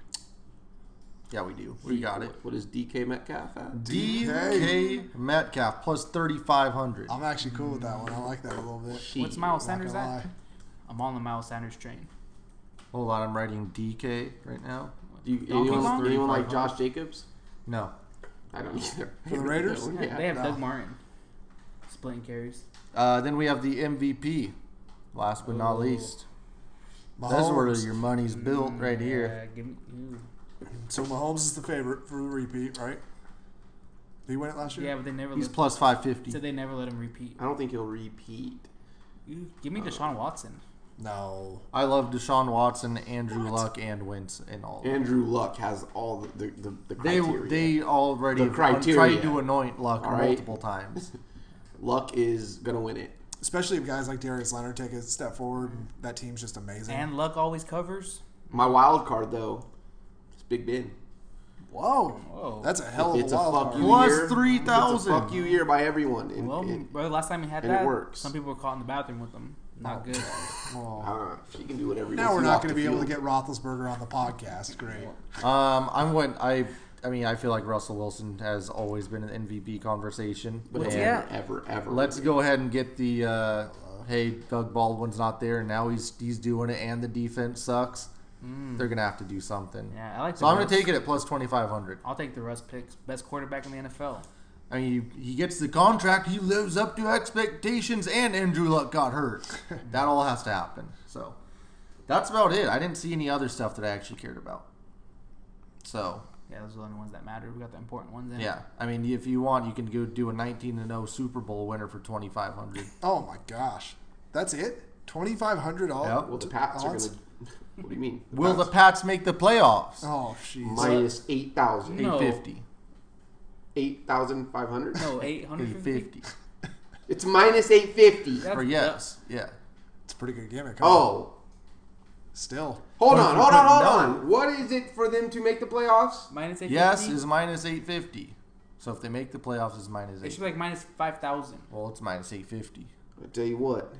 Speaker 4: Yeah, we do. We got it.
Speaker 2: What is DK Metcalf at?
Speaker 4: DK Metcalf plus thirty five hundred.
Speaker 1: I'm actually cool with that one. I like that a little bit.
Speaker 2: Gee,
Speaker 3: What's Miles
Speaker 1: Not
Speaker 3: Sanders
Speaker 1: gonna
Speaker 3: at?
Speaker 1: lie.
Speaker 3: I'm on the Miles Sanders train.
Speaker 4: Hold on, I'm writing DK right now.
Speaker 2: Do you,
Speaker 3: Donkey
Speaker 2: anyone,
Speaker 3: Kong?
Speaker 2: anyone like Josh Jacobs?
Speaker 4: No.
Speaker 2: I don't either.
Speaker 1: For the Raiders?
Speaker 3: Yeah, they
Speaker 2: Yeah.
Speaker 3: have Doug Martin splitting carries.
Speaker 4: Uh, then we have the MVP. Last but not
Speaker 3: Oh.
Speaker 4: least, that's where
Speaker 1: Mahomes.
Speaker 4: your money's built right here.
Speaker 3: Mm, Yeah, give me. Ooh.
Speaker 1: So Mahomes is the favorite for the repeat, right? Did he win it last year?
Speaker 3: Yeah, but they never.
Speaker 4: He's
Speaker 3: let,
Speaker 4: plus five fifty.
Speaker 3: said they never let him repeat.
Speaker 2: I don't think he'll repeat.
Speaker 3: Ooh, give me Deshaun Watson.
Speaker 1: No.
Speaker 4: I love Deshaun Watson, Andrew Luck, and Wentz and all. of them.
Speaker 2: Andrew Luck has all the the, the, the
Speaker 4: They
Speaker 2: criteria.
Speaker 4: they already
Speaker 2: The
Speaker 4: have
Speaker 2: criteria.
Speaker 4: tried to anoint Luck
Speaker 2: All right.
Speaker 4: multiple times.
Speaker 2: Luck is gonna win it.
Speaker 1: Especially if guys like Darius Leonard take a step forward. and That team's just amazing.
Speaker 3: And Luck always covers.
Speaker 2: My wild card though, is Big Ben.
Speaker 1: Whoa.
Speaker 3: Whoa.
Speaker 1: That's a hell of
Speaker 2: It's
Speaker 1: a
Speaker 2: a
Speaker 1: wild
Speaker 2: fuck
Speaker 1: card.
Speaker 2: you
Speaker 4: Plus
Speaker 2: year. It's a
Speaker 4: 3,000.
Speaker 2: fuck you year by everyone. And,
Speaker 3: Well,
Speaker 2: and-
Speaker 3: bro, last time we had
Speaker 2: and it
Speaker 3: that,
Speaker 2: works.
Speaker 3: some people were caught in the bathroom with them. Not good.
Speaker 1: Oh.
Speaker 2: I don't know. She can do whatever.
Speaker 1: Now we're not going to be able to get Roethlisberger on the podcast. Great.
Speaker 4: um, I'm going. I I mean, I feel like Russell Wilson has always been an MVP conversation.
Speaker 2: But
Speaker 4: And
Speaker 2: ever,
Speaker 3: yeah.
Speaker 2: ever, ever.
Speaker 4: Let's go ahead and get the uh, hey Doug Baldwin's not there, and now he's he's doing it, and the defense sucks. They're gonna have to do something.
Speaker 3: Yeah, I like.
Speaker 4: So
Speaker 3: the
Speaker 4: I'm gonna
Speaker 3: Russ.
Speaker 4: take it at plus twenty five hundred.
Speaker 3: I'll take the Russ picks. Best quarterback in the NFL.
Speaker 4: I mean, he, he gets the contract, he lives up to expectations, and Andrew Luck got hurt. that all has to happen. So that's about it. I didn't see any other stuff that I actually cared about. So
Speaker 3: Yeah, those are the only ones that matter. We got the important ones in.
Speaker 4: yeah, I mean, if you want, you can go do a 19 and 0 Super Bowl winner for 2500.
Speaker 1: Oh my gosh. That's it? $2,500?
Speaker 4: Yep.
Speaker 2: Well, the Pats are
Speaker 1: Odds?
Speaker 2: gonna. What do you mean?
Speaker 4: Will the Pats make the playoffs?
Speaker 1: Oh, jeez.
Speaker 2: minus eight thousand?
Speaker 3: No.
Speaker 4: 850.
Speaker 2: Eight thousand five hundred.
Speaker 3: No, eight hundred fifty.
Speaker 4: 850.
Speaker 2: It's minus eight fifty.
Speaker 4: Or yes, yeah.
Speaker 1: It's a pretty good gimmick. huh?
Speaker 2: Oh,
Speaker 1: Still.
Speaker 2: hold
Speaker 4: Well,
Speaker 2: on,
Speaker 4: if
Speaker 2: hold
Speaker 4: you
Speaker 2: on,
Speaker 4: put
Speaker 2: hold
Speaker 4: none-
Speaker 2: on. What is it for them to make the playoffs?
Speaker 3: Minus eight.
Speaker 4: Yes is minus 850. So if they make the playoffs, it's minus
Speaker 3: It should
Speaker 4: 8.
Speaker 3: be like minus five thousand.
Speaker 4: Well, it's minus 850.
Speaker 2: I tell you what,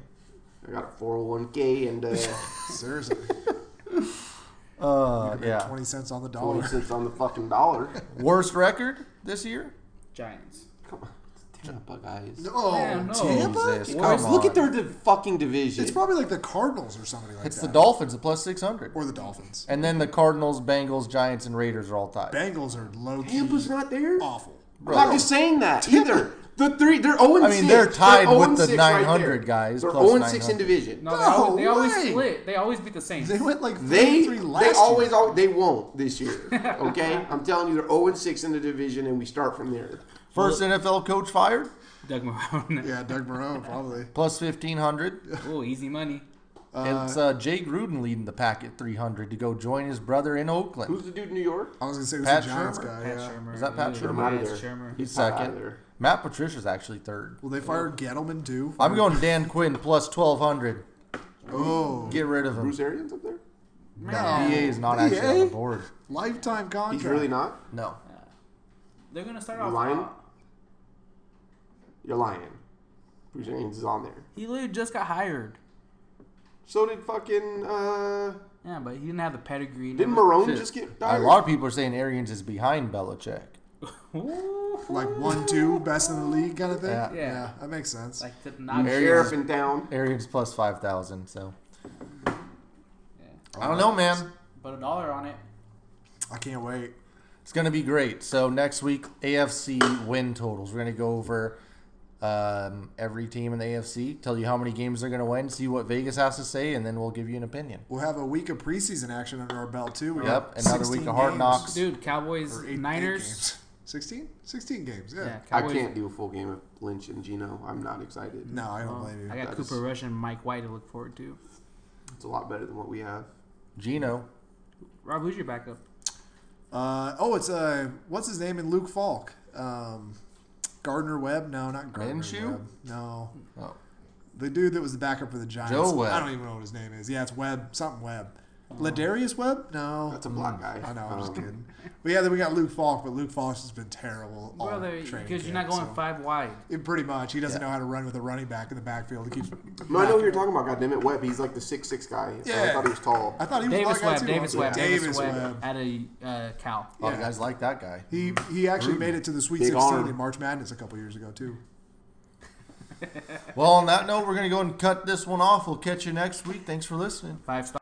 Speaker 2: I got a four hundred one k and uh,
Speaker 1: Seriously.
Speaker 4: Uh, yeah.
Speaker 1: 20 cents on the dollar.
Speaker 2: twenty cents on the fucking dollar.
Speaker 4: Worst record this year?
Speaker 3: Giants.
Speaker 2: Come on, it's Tampa guys.
Speaker 1: Oh,
Speaker 3: Man, no.
Speaker 1: Tampa?
Speaker 4: Jesus,
Speaker 2: Guys,
Speaker 4: come
Speaker 2: look at
Speaker 4: on.
Speaker 2: their div- fucking division.
Speaker 1: It's probably like the Cardinals or somebody like
Speaker 4: It's
Speaker 1: that.
Speaker 4: the Dolphins at plus 600.
Speaker 1: Or the Dolphins.
Speaker 4: And then the Cardinals, Bengals, Giants, and Raiders are all tied.
Speaker 1: Bengals are low key
Speaker 2: Tampa's not there.
Speaker 1: awful.
Speaker 2: I'm not just saying that either. The three, they're zero and
Speaker 4: I mean,
Speaker 2: six.
Speaker 4: they're tied with
Speaker 2: 0 and
Speaker 4: the
Speaker 2: six right
Speaker 4: 900
Speaker 2: there.
Speaker 4: guys,
Speaker 2: They're
Speaker 4: plus
Speaker 2: zero and six in
Speaker 4: 900.
Speaker 2: division.
Speaker 3: No, they,
Speaker 1: No
Speaker 3: always, they always
Speaker 1: way.
Speaker 3: split. They always beat the Saints.
Speaker 1: They went like
Speaker 2: They,
Speaker 1: 3 last
Speaker 2: they
Speaker 1: year.
Speaker 2: always, al they won't this year. Okay, I'm telling you, they're zero and six in the division, and we start from there.
Speaker 4: First NFL coach fired,
Speaker 3: Doug Marone.
Speaker 1: Yeah, Doug Marone, probably.
Speaker 4: plus 1500.
Speaker 3: Oh, easy money.
Speaker 4: it's uh, Jay Gruden leading the pack at 300 to go join his brother in Oakland.
Speaker 2: Who's the dude in New York?
Speaker 1: I was going to say it was
Speaker 4: Pat
Speaker 1: the Giants
Speaker 4: Shermer?
Speaker 1: guy.
Speaker 3: Pat
Speaker 1: yeah.
Speaker 3: Shermer.
Speaker 4: Is that Pat
Speaker 3: Ooh,
Speaker 4: Shermer?
Speaker 2: I'm out of
Speaker 3: yes,
Speaker 2: there.
Speaker 3: Shermer.
Speaker 4: He's
Speaker 2: Out of
Speaker 4: second.
Speaker 2: there.
Speaker 4: Matt Patricia's actually third.
Speaker 1: Well, they fired Gettleman too.
Speaker 4: I'm going Dan Quinn plus 1,200.
Speaker 1: Oh,
Speaker 4: Get rid of him.
Speaker 2: Bruce Arians up there?
Speaker 4: No, EA is not actually on
Speaker 1: EA?
Speaker 4: the board.
Speaker 1: lifetime contract.
Speaker 2: He's really not.
Speaker 4: No.
Speaker 3: They're gonna start
Speaker 2: You're
Speaker 3: off.
Speaker 2: lying. You're lying. Bruce Arians is on there.
Speaker 3: He literally just got hired.
Speaker 2: So did fucking. uh
Speaker 3: Yeah, but he didn't have the pedigree.
Speaker 2: Didn't
Speaker 3: Never-
Speaker 2: Marone
Speaker 4: Shit.
Speaker 2: just get
Speaker 4: A
Speaker 2: hired?
Speaker 4: lot of people are saying Arians is behind Belichick.
Speaker 3: Ooh.
Speaker 1: like one, two, best in the league kind of thing.
Speaker 4: Yeah.
Speaker 3: Yeah.
Speaker 1: that makes sense.
Speaker 3: like to not.
Speaker 2: Sheriff and down.
Speaker 4: Arians plus 5,000, so. I don't know, man.
Speaker 3: Put a dollar on it.
Speaker 1: I can't wait.
Speaker 4: It's going to be great. So next week, AFC win totals. We're going to go over um, every team in the AFC, tell you how many games they're going to win, see what Vegas has to say, and then we'll give you an opinion.
Speaker 1: We'll have a week of preseason action under our belt too. We
Speaker 4: Yep,
Speaker 1: got
Speaker 4: another
Speaker 1: 16
Speaker 4: week of hard
Speaker 1: games.
Speaker 4: knocks.
Speaker 3: Dude, Cowboys,
Speaker 1: Or eight- eight
Speaker 3: Niners.
Speaker 1: games. 16? 16 games. Yeah.
Speaker 3: Yeah,
Speaker 2: I
Speaker 3: Cowboys. um,
Speaker 2: can't do a full game of Lynch and Gino. I'm not excited.
Speaker 1: No, I don't blame you.
Speaker 3: I got
Speaker 2: That's-
Speaker 3: Cooper Rush and Mike White to look forward to.
Speaker 2: It's a lot better than what we have.
Speaker 4: Gino.
Speaker 3: Rob, who's your backup?
Speaker 1: Uh, oh, it's uh, what's his name in Luke Falk? Um, Gardner Webb? No, not Gardner
Speaker 4: Minshew?
Speaker 1: Webb. No,
Speaker 4: Oh.
Speaker 1: the dude that was the backup for the Giants.
Speaker 4: Joe Webb.
Speaker 1: I don't even know what his name is. Yeah, it's Webb. Something Webb. Ladarius Webb? No,
Speaker 2: That's a black guy.
Speaker 1: I know. I'm just
Speaker 2: Um,
Speaker 1: kidding. But yeah, then we got Luke Falk, but Luke Falk's has been terrible. all
Speaker 3: Brother,
Speaker 1: training
Speaker 3: because you're not
Speaker 1: camp,
Speaker 3: going
Speaker 1: so-
Speaker 3: five wide.
Speaker 1: It- pretty much, he doesn't know how to run with a running back in the backfield. He keeps.
Speaker 2: No, I know what you're talking about. God damn it, Webb. He's like the six six guy. Yeah. I
Speaker 1: Yeah.
Speaker 2: thought he was tall.
Speaker 1: I thought he was a
Speaker 3: Davis
Speaker 1: black guy,
Speaker 3: Webb,
Speaker 1: too,
Speaker 3: Davis
Speaker 1: honestly.
Speaker 3: Webb, Davis
Speaker 1: Davis
Speaker 3: Webb at a uh,
Speaker 4: A
Speaker 3: Cal.
Speaker 4: lot
Speaker 1: Yeah.
Speaker 4: of guys like that guy.
Speaker 1: He he actually made it to the Sweet
Speaker 2: Big
Speaker 1: 16
Speaker 2: arm.
Speaker 1: in March Madness a couple years ago too.
Speaker 4: Well, on that note, we're going to go and cut this one off. We'll catch you next week. Thanks for listening.
Speaker 3: Five star.